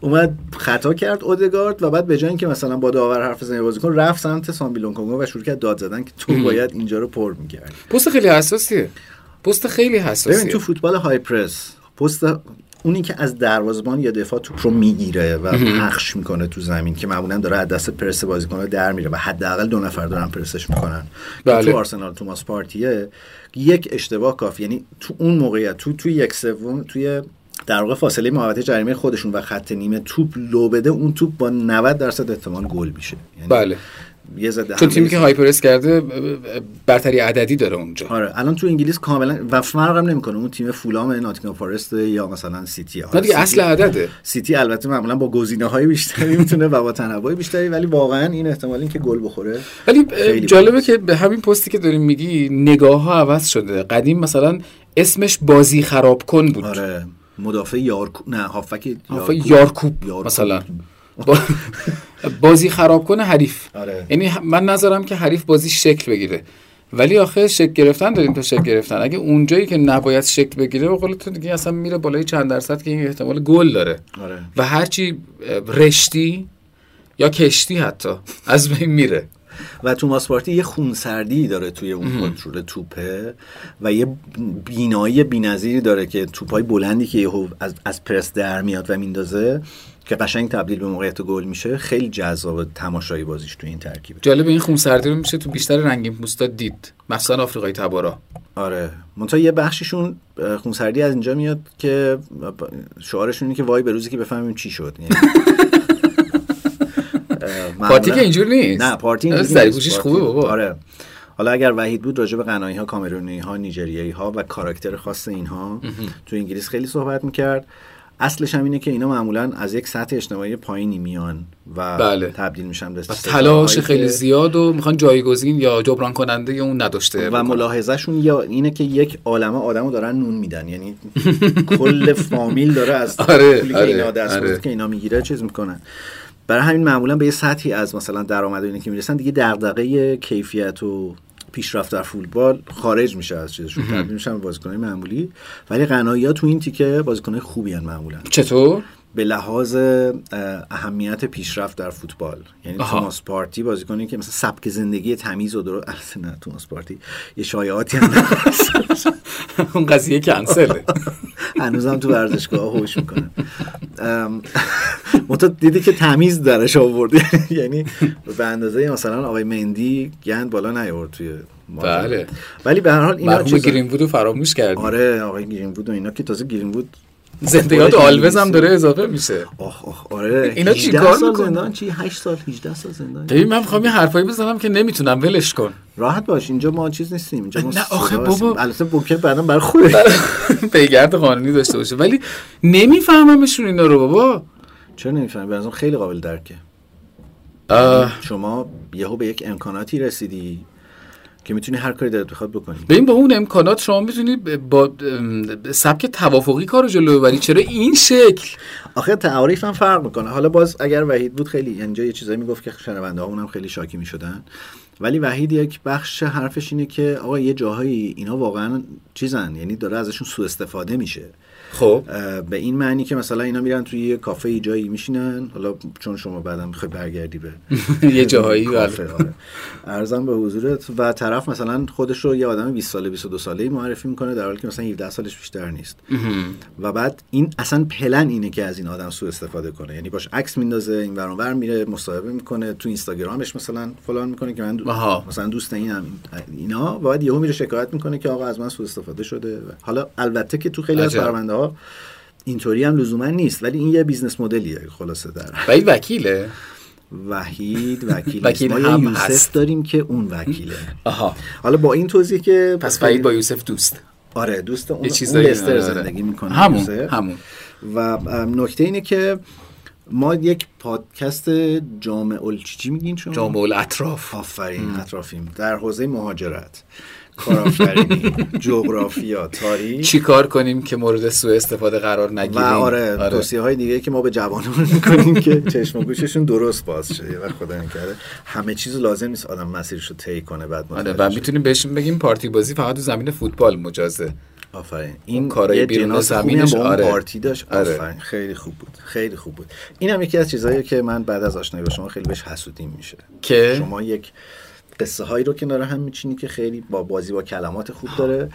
[SPEAKER 1] اومد خطا کرد اودگارد و بعد به جای اینکه مثلا با داور حرف بزنه بازیکن رفت سمت سامبی لونکونگا و شروع کرد داد زدن که تو باید اینجا رو پر می‌کردی
[SPEAKER 2] پست خیلی حساسیه پست خیلی
[SPEAKER 1] ببین
[SPEAKER 2] حساسیه
[SPEAKER 1] تو فوتبال های پرس پست اونی که از دروازبان یا دفاع توپ رو میگیره و پخش میکنه تو زمین که معمولا داره از دست پرس بازیکن در میره و حداقل دو نفر دارن پرسش میکنن
[SPEAKER 2] بله.
[SPEAKER 1] که تو آرسنال توماس پارتیه یک اشتباه کافی یعنی تو اون موقعیت تو توی یک سوم توی در واقع فاصله محوطه جریمه خودشون و خط نیمه توپ لو بده اون توپ با 90 درصد احتمال گل میشه یعنی
[SPEAKER 2] بله
[SPEAKER 1] یه ضد
[SPEAKER 2] چون
[SPEAKER 1] حمله
[SPEAKER 2] تیمی که هایپرس کرده ب- ب- برتری عددی داره اونجا
[SPEAKER 1] آره الان تو انگلیس کاملا و فرقم نمیکنه اون تیم فولام ناتینگهام فارست یا مثلا سیتی آره
[SPEAKER 2] نه دیگه
[SPEAKER 1] سیتی-
[SPEAKER 2] اصل عدده
[SPEAKER 1] سیتی البته معمولا با گزینه های بیشتری میتونه و با تنوع بیشتری ولی واقعا این احتمال این که گل بخوره
[SPEAKER 2] ولی اه،
[SPEAKER 1] خیلی
[SPEAKER 2] جالبه
[SPEAKER 1] بالاست.
[SPEAKER 2] که به همین پستی که داریم میگی نگاه ها عوض شده قدیم مثلا اسمش بازی خراب کن بود
[SPEAKER 1] آره مدافع یارکو نه هافک
[SPEAKER 2] حرف یارکوب,
[SPEAKER 1] یارکوب.
[SPEAKER 2] مثلا با- [LAUGHS] بازی خراب کنه حریف
[SPEAKER 1] آره.
[SPEAKER 2] یعنی ه- من نظرم که حریف بازی شکل بگیره ولی آخه شکل گرفتن داریم تا شکل گرفتن اگه اونجایی که نباید شکل بگیره به قول تو دیگه اصلا میره بالای چند درصد که این احتمال گل داره
[SPEAKER 1] آره.
[SPEAKER 2] و هرچی اه، رشتی یا کشتی حتی از بین میره
[SPEAKER 1] و توماس پارتی یه خونسردی داره توی اون کنترل توپه و یه بینایی بی‌نظیری داره که توپای بلندی که یهو از, از پرس در میاد و میندازه که قشنگ تبدیل به موقعیت گل میشه خیلی جذاب تماشایی بازیش تو این ترکیبه
[SPEAKER 2] جالب این خونسردی رو میشه تو بیشتر رنگین پوستا دید مثلا آفریقای تبارا
[SPEAKER 1] آره منتها یه بخششون اه، خونسردی از اینجا میاد که شعارشون اینه که وای به روزی که بفهمیم چی شد
[SPEAKER 2] [LAUGHS]
[SPEAKER 1] یعنی- اه، معمولا-
[SPEAKER 2] پارتی که اینجور نیست
[SPEAKER 1] نه پارتی اینجوری
[SPEAKER 2] سری
[SPEAKER 1] نیست.
[SPEAKER 2] گوشیش
[SPEAKER 1] پارتی-
[SPEAKER 2] خوبه بابا
[SPEAKER 1] آره حالا اگر وحید بود راجع به قنایی ها کامرونی ها نیجریایی ها و کاراکتر خاص اینها تو انگلیس خیلی صحبت میکرد اصلش هم اینه که اینا معمولا از یک سطح اجتماعی پایینی میان و
[SPEAKER 2] بله.
[SPEAKER 1] تبدیل میشن به
[SPEAKER 2] تلاش
[SPEAKER 1] ستاره‌هایی
[SPEAKER 2] خیلی
[SPEAKER 1] که-
[SPEAKER 2] زیاد و میخوان جایگزین یا جبران کننده اون نداشته
[SPEAKER 1] و
[SPEAKER 2] بکنن.
[SPEAKER 1] ملاحظهشون یا اینه که یک عالمه آدمو دارن نون میدن یعنی کل فامیل داره از
[SPEAKER 2] [LAUGHS] آره،
[SPEAKER 1] پولی
[SPEAKER 2] آره،
[SPEAKER 1] که اینا دست
[SPEAKER 2] آره.
[SPEAKER 1] که اینا میگیره چیز میکنن برای همین معمولا به یه سطحی از مثلا درآمد و اینا که میرسن دیگه دغدغه کیفیت و پیشرفت در فوتبال خارج میشه از چیزشون تبدیل میشن به بازیکن‌های معمولی ولی قنایی ها تو این تیکه بازیکن‌های خوبی ان معمولا
[SPEAKER 2] چطور
[SPEAKER 1] [LAUGHS] به لحاظ اه، اهمیت پیشرفت در فوتبال یعنی
[SPEAKER 2] آها.
[SPEAKER 1] توماس پارتی بازیکنی که مثلا سبک زندگی تمیز و درست البته نه توماس پارتی یه شایعاتی هم هست.
[SPEAKER 2] اون قضیه [LAUGHS] کنسله
[SPEAKER 1] هنوزم تو ورزشگاه هوش میکنه منتها دیدی که تمیز درش آورد [LAUGHS] یعنی به اندازه مثلا آقای مندی گند بالا نیاورد توی ماجرا.
[SPEAKER 2] بله.
[SPEAKER 1] ولی به هر حال اینا
[SPEAKER 2] مرحوم
[SPEAKER 1] چیزا-
[SPEAKER 2] گرین رو فراموش کردیم
[SPEAKER 1] آره آقای گیرین بود و اینا که تازه گیرین بود
[SPEAKER 2] زنده یاد
[SPEAKER 1] خودش
[SPEAKER 2] آلوز هم
[SPEAKER 1] انگلیسی.
[SPEAKER 2] داره اضافه میشه
[SPEAKER 1] آه آه آره
[SPEAKER 2] اینا چی
[SPEAKER 1] 18
[SPEAKER 2] کار
[SPEAKER 1] سال
[SPEAKER 2] می‌کنن؟
[SPEAKER 1] زندان چی 8 سال 18 سال زندان
[SPEAKER 2] ببین من میخوام یه حرفایی بزنم که نمیتونم ولش کن
[SPEAKER 1] راحت باش اینجا ما چیز نیستیم اینجا ما
[SPEAKER 2] نه، آخه
[SPEAKER 1] صدا
[SPEAKER 2] بابا.
[SPEAKER 1] هستیم. البته بوکر بعدا برای خودت
[SPEAKER 2] بله. [LAUGHS] پیگرد قانونی داشته باشه ولی نمیفهممشون اینا رو بابا
[SPEAKER 1] چرا نمیفهمی به نظرم خیلی قابل درکه
[SPEAKER 2] آه.
[SPEAKER 1] شما یهو به یک امکاناتی رسیدی که میتونی هر کاری دلت بخواد بکنی
[SPEAKER 2] ببین با اون امکانات شما میتونی با ام، سبک توافقی کار رو جلو ببری چرا این شکل
[SPEAKER 1] آخه تعاریف هم فرق میکنه حالا باز اگر وحید بود خیلی اینجا یه چیزایی میگفت که شنونده هامون هم خیلی شاکی میشدن ولی وحید یک بخش حرفش اینه که آقا یه جاهایی اینا واقعا چیزن یعنی داره ازشون سوء استفاده میشه
[SPEAKER 2] خب
[SPEAKER 1] به این معنی که مثلا اینا میرن توی یه کافه ای جایی میشینن حالا چون شما بعدا میخوای برگردی به
[SPEAKER 2] یه جاهایی
[SPEAKER 1] کافه آره. ارزم به حضورت و طرف مثلا خودش رو یه آدم 20 ساله 22 ساله معرفی میکنه در حالی که مثلا 17 سالش بیشتر نیست و بعد این اصلا پلن اینه که از این آدم سوء استفاده کنه یعنی باش عکس میندازه این ور بر میره مصاحبه میکنه تو اینستاگرامش مثلا فلان میکنه که من دو... مثلا دوست اینم اینا بعد یهو میره شکایت میکنه که آقا از من سوء استفاده شده حالا البته که تو خیلی از پرونده ها اینطوری هم لزوما نیست ولی این یه بیزنس مدلیه خلاصه در
[SPEAKER 2] وحید وکیله [LAUGHS]
[SPEAKER 1] وحید وکیل وکیل ما هم یوسف هست. داریم که اون وکیله
[SPEAKER 2] آها
[SPEAKER 1] حالا با این توضیح که
[SPEAKER 2] پس وحید با یوسف دوست
[SPEAKER 1] آره دوست اون, اون لستر زندگی میکنه
[SPEAKER 2] همون یوسف. همون
[SPEAKER 1] و نکته اینه که ما یک پادکست جامع ال چی میگین شما
[SPEAKER 2] جامع الاطراف
[SPEAKER 1] آفرین اطرافیم در حوزه مهاجرت کارآفرینی
[SPEAKER 2] [LAUGHS]
[SPEAKER 1] جغرافیا تاریخ
[SPEAKER 2] چی کار کنیم که مورد سوء استفاده قرار نگیریم و
[SPEAKER 1] آره, آره. توصیه های دیگه که ما به جوانان [LAUGHS] میکنیم که چشم و گوششون درست باز شه و خدا نکرده همه چیز لازم نیست آدم مسیرش رو طی کنه بعد
[SPEAKER 2] آره و میتونیم بهشون بگیم پارتی بازی فقط تو زمین فوتبال مجازه
[SPEAKER 1] آفرین
[SPEAKER 2] این کارهای بیرون زمینش
[SPEAKER 1] آره پارتی داشت آفرین آره. خیلی خوب بود خیلی خوب بود این هم یکی از چیزهایی که من بعد از آشنایی با شما خیلی بهش حسودیم میشه
[SPEAKER 2] که
[SPEAKER 1] شما یک قصه هایی رو کنار هم میچینی که خیلی با بازی با کلمات خوب داره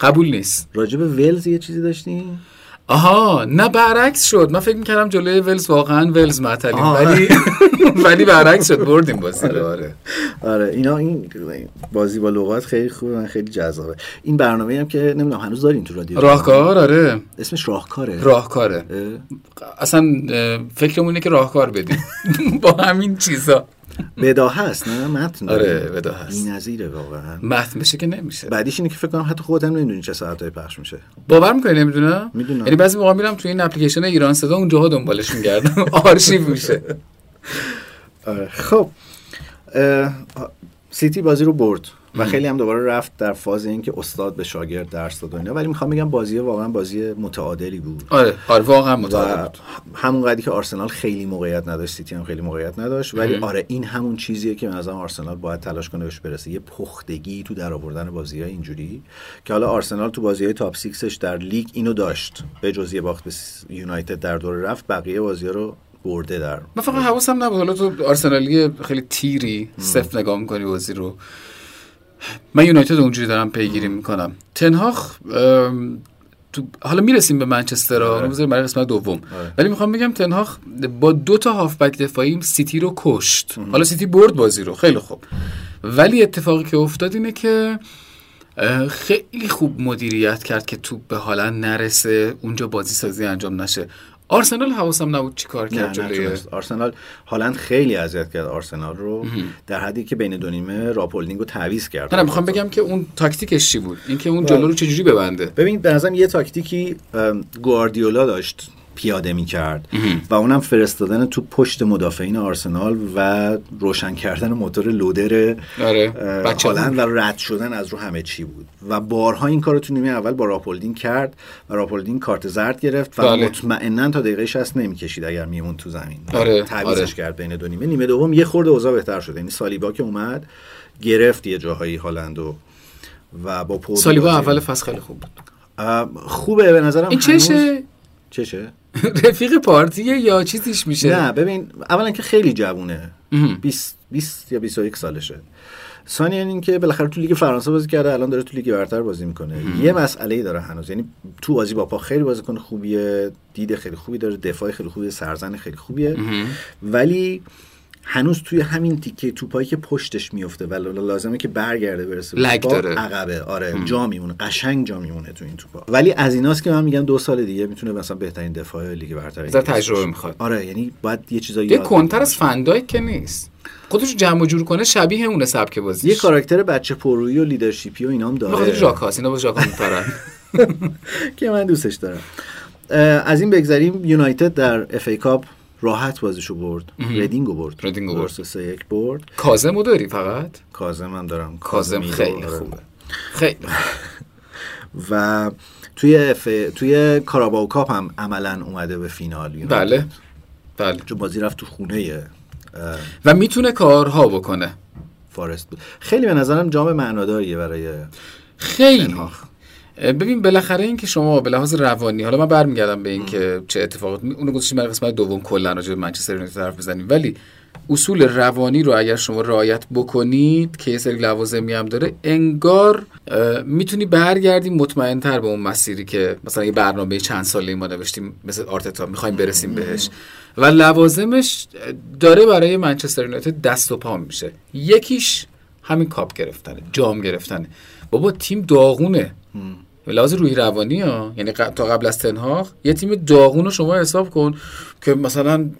[SPEAKER 2] قبول نیست
[SPEAKER 1] راجب ولز یه چیزی داشتی؟
[SPEAKER 2] آها نه برعکس شد من فکر میکردم جلوی ولز واقعا ولز معطلیم ولی [LAUGHS] ولی برعکس شد بردیم بازی
[SPEAKER 1] آره. آره آره اینا این بازی با لغات خیلی خوبه من خیلی جذابه این برنامه هم که نمیدونم هنوز دارین تو رادیو
[SPEAKER 2] راهکار آره
[SPEAKER 1] اسمش راهکاره
[SPEAKER 2] راهکاره اصلا فکرمون اینه که راهکار بدیم [LAUGHS] با همین چیزا
[SPEAKER 1] بدا هست نه متن
[SPEAKER 2] آره بدا هست
[SPEAKER 1] این نظیره واقعا
[SPEAKER 2] متن بشه که نمیشه
[SPEAKER 1] بعدیش اینه که فکر کنم حتی خودت هم نمیدونی چه ساعتای پخش میشه
[SPEAKER 2] باور میکنی نمیدونم
[SPEAKER 1] میدونم
[SPEAKER 2] یعنی بعضی موقع میرم توی این اپلیکیشن ایران صدا اونجاها دنبالش میگردم [LAUGHS] آرشیو میشه
[SPEAKER 1] آره خب سیتی بازی رو برد و خیلی هم دوباره رفت در فاز اینکه استاد به شاگرد درس داد و اینا ولی میخوام بگم بازی واقعا بازی متعادلی بود
[SPEAKER 2] آره آره واقعا متعادل بود
[SPEAKER 1] همون قدری که آرسنال خیلی موقعیت نداشت سیتی هم خیلی موقعیت نداشت ولی ام. آره این همون چیزیه که مثلا آرسنال باید تلاش کنه بهش برسه یه پختگی تو در آوردن بازی های اینجوری که حالا آرسنال تو بازی های تاپ 6 در لیگ اینو داشت به جز یه باخت به یونایتد در دور رفت بقیه بازی ها رو برده در
[SPEAKER 2] من فقط حواسم نبود حالا تو آرسنالی خیلی تیری صفر نگاه میکنی بازی رو من یونایتد اونجوری دارم پیگیری میکنم تنهاخ تو حالا میرسیم به منچستر رو بذاریم برای قسمت دوم ولی میخوام بگم تنهاخ با دو تا هافبک دفاعی سیتی رو کشت حالا سیتی برد بازی رو خیلی خوب ولی اتفاقی که افتاد اینه که خیلی خوب مدیریت کرد که توپ به حالا نرسه اونجا بازی سازی انجام نشه آرسنال حواسم نبود چی کار کرد جلوی
[SPEAKER 1] آرسنال هالند خیلی اذیت کرد آرسنال رو در حدی که بین دو نیمه راپولینگ رو تعویض کرد
[SPEAKER 2] نه میخوام بگم که اون تاکتیکش چی بود اینکه اون جلو رو چجوری ببنده
[SPEAKER 1] ببین به نظرم یه تاکتیکی گواردیولا داشت پیاده می کرد و اونم فرستادن تو پشت مدافعین آرسنال و روشن کردن موتور لودر
[SPEAKER 2] آره.
[SPEAKER 1] هالند و رد شدن از رو همه چی بود و بارها این کار تو نیمه اول با راپولدین کرد و راپولدین کارت زرد گرفت و
[SPEAKER 2] بله.
[SPEAKER 1] مطمئنا تا دقیقه 60 نمیکشید اگر میمون تو زمین
[SPEAKER 2] آره.
[SPEAKER 1] تعویزش
[SPEAKER 2] آره.
[SPEAKER 1] کرد بین دو نیمه نیمه دوم یه خورده اوضاع بهتر شد یعنی سالیبا که اومد گرفت یه جاهایی هالندو و با
[SPEAKER 2] سالیبا اول فصل خیلی خوب بود
[SPEAKER 1] خوبه به نظرم
[SPEAKER 2] این چشه
[SPEAKER 1] چشه
[SPEAKER 2] [LAUGHS] رفیق پارتیه یا چیزیش میشه
[SPEAKER 1] نه ببین اولا که خیلی جوونه 20 20 یا 21 سالشه ثانیا این که بالاخره تو لیگ فرانسه بازی کرده الان داره تو لیگ برتر بازی میکنه یه مسئله ای داره هنوز یعنی تو بازی با پا خیلی بازیکن خوبیه دید خیلی خوبی داره دفاع خیلی خوبیه سرزن خیلی خوبیه ولی هنوز توی همین تیکه توپایی که پشتش میفته و لازمه که برگرده برسه
[SPEAKER 2] لگ داره
[SPEAKER 1] عقبه آره هم. جا میمونه قشنگ جا میمونه تو این توپا ولی از ایناست که من میگم دو سال دیگه میتونه مثلا بهترین دفاع لیگ برتر
[SPEAKER 2] تجربه میخواد
[SPEAKER 1] آره یعنی باید یه چیزایی
[SPEAKER 2] یه کنتر از فندای که نیست خودش جمع و جور کنه شبیه اون سبک بازی
[SPEAKER 1] یه کاراکتر بچه پرویی و لیدرشپی و اینام داره
[SPEAKER 2] بخاطر ژاکاس اینا با ژاکا میپرن [LAUGHS]
[SPEAKER 1] که من دوستش دارم از این بگذریم یونایتد در اف ای کاپ راحت بازیشو برد ردینگو برد
[SPEAKER 2] ردینگو برد
[SPEAKER 1] سه یک برد
[SPEAKER 2] کازمو داری فقط
[SPEAKER 1] کازم هم دارم
[SPEAKER 2] کازم خیلی خوبه خیلی
[SPEAKER 1] و توی اف... توی کاراباو کاپ هم عملا اومده به فینال
[SPEAKER 2] بله بله
[SPEAKER 1] چون بازی رفت تو خونه
[SPEAKER 2] و میتونه کارها بکنه
[SPEAKER 1] فارست بود خیلی به نظرم جام معناداریه برای
[SPEAKER 2] خیلی ببین بالاخره این که شما به لحاظ روانی حالا من برمیگردم به این که چه اتفاقات اونو گذاشتیم برای قسمت دوم کلا راجع به منچستر یونایتد حرف بزنیم ولی اصول روانی رو اگر شما رعایت بکنید که یه سری لوازمی هم داره انگار میتونی برگردیم مطمئن تر به اون مسیری که مثلا یه برنامه چند ساله ما نوشتیم مثل آرتتا میخوایم برسیم بهش و لوازمش داره برای منچستر یونایتد دست و پا میشه یکیش همین کاپ گرفتنه جام گرفتنه بابا تیم داغونه لحاظ روی روانی ها یعنی ق... تا قبل از تنهاق یه تیم داغون رو شما حساب کن که مثلا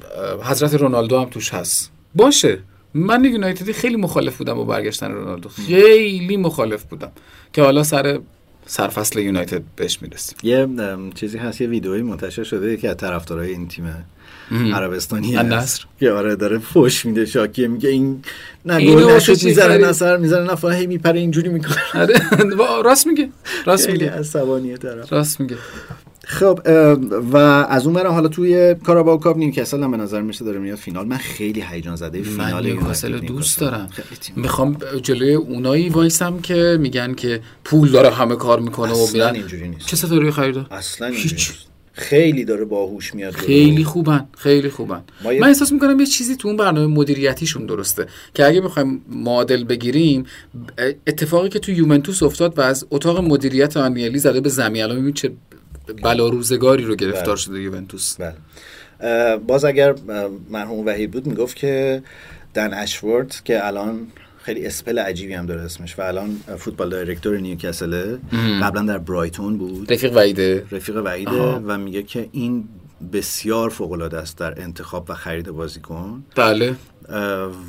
[SPEAKER 2] حضرت رونالدو هم توش هست باشه من یونایتدی خیلی مخالف بودم با برگشتن رونالدو خیلی مخالف بودم که حالا سر سرفصل یونایتد بهش میرسیم
[SPEAKER 1] یه چیزی هست یه ویدئویی منتشر شده که از طرفدارای این تیم عربستانی
[SPEAKER 2] النصر
[SPEAKER 1] که آره داره فوش میده شاکیه میگه این نه گل نشد میزنه نه سر میزنه نه فاهی میپره اینجوری میکنه
[SPEAKER 2] آره [LAUGHS] راست میگه راست میگه
[SPEAKER 1] عصبانیه طرف
[SPEAKER 2] راست میگه
[SPEAKER 1] خب و از اون برم حالا توی کاراباو کاپ نیوکاسل هم به نظر میشه داره میاد فینال من خیلی هیجان زده فینال
[SPEAKER 2] نیوکاسل دوست دارم میخوام جلوی اونایی وایسم که میگن که پول داره همه کار میکنه
[SPEAKER 1] اصلا و میرن اینجوری نیست آره.
[SPEAKER 2] چه ستاره خریده
[SPEAKER 1] اصلا هیچ خیلی داره باهوش میاد
[SPEAKER 2] خیلی خوبن خیلی خوبن من احساس میکنم یه چیزی تو اون برنامه مدیریتیشون درسته که اگه بخوایم معادل بگیریم اتفاقی که تو یومنتوس افتاد و از اتاق مدیریت آنیلی زده به زمین الان ببین چه بلا روزگاری رو گرفتار بله. شده یوونتوس
[SPEAKER 1] بله. باز اگر مرحوم وحید بود میگفت که دن اشورد که الان خیلی اسپل عجیبی هم داره اسمش و الان فوتبال دایرکتور نیوکاسله قبلا در برایتون بود
[SPEAKER 2] رفیق وعیده
[SPEAKER 1] رفیق وعیده آها. و میگه که این بسیار فوق العاده است در انتخاب و خرید بازیکن
[SPEAKER 2] بله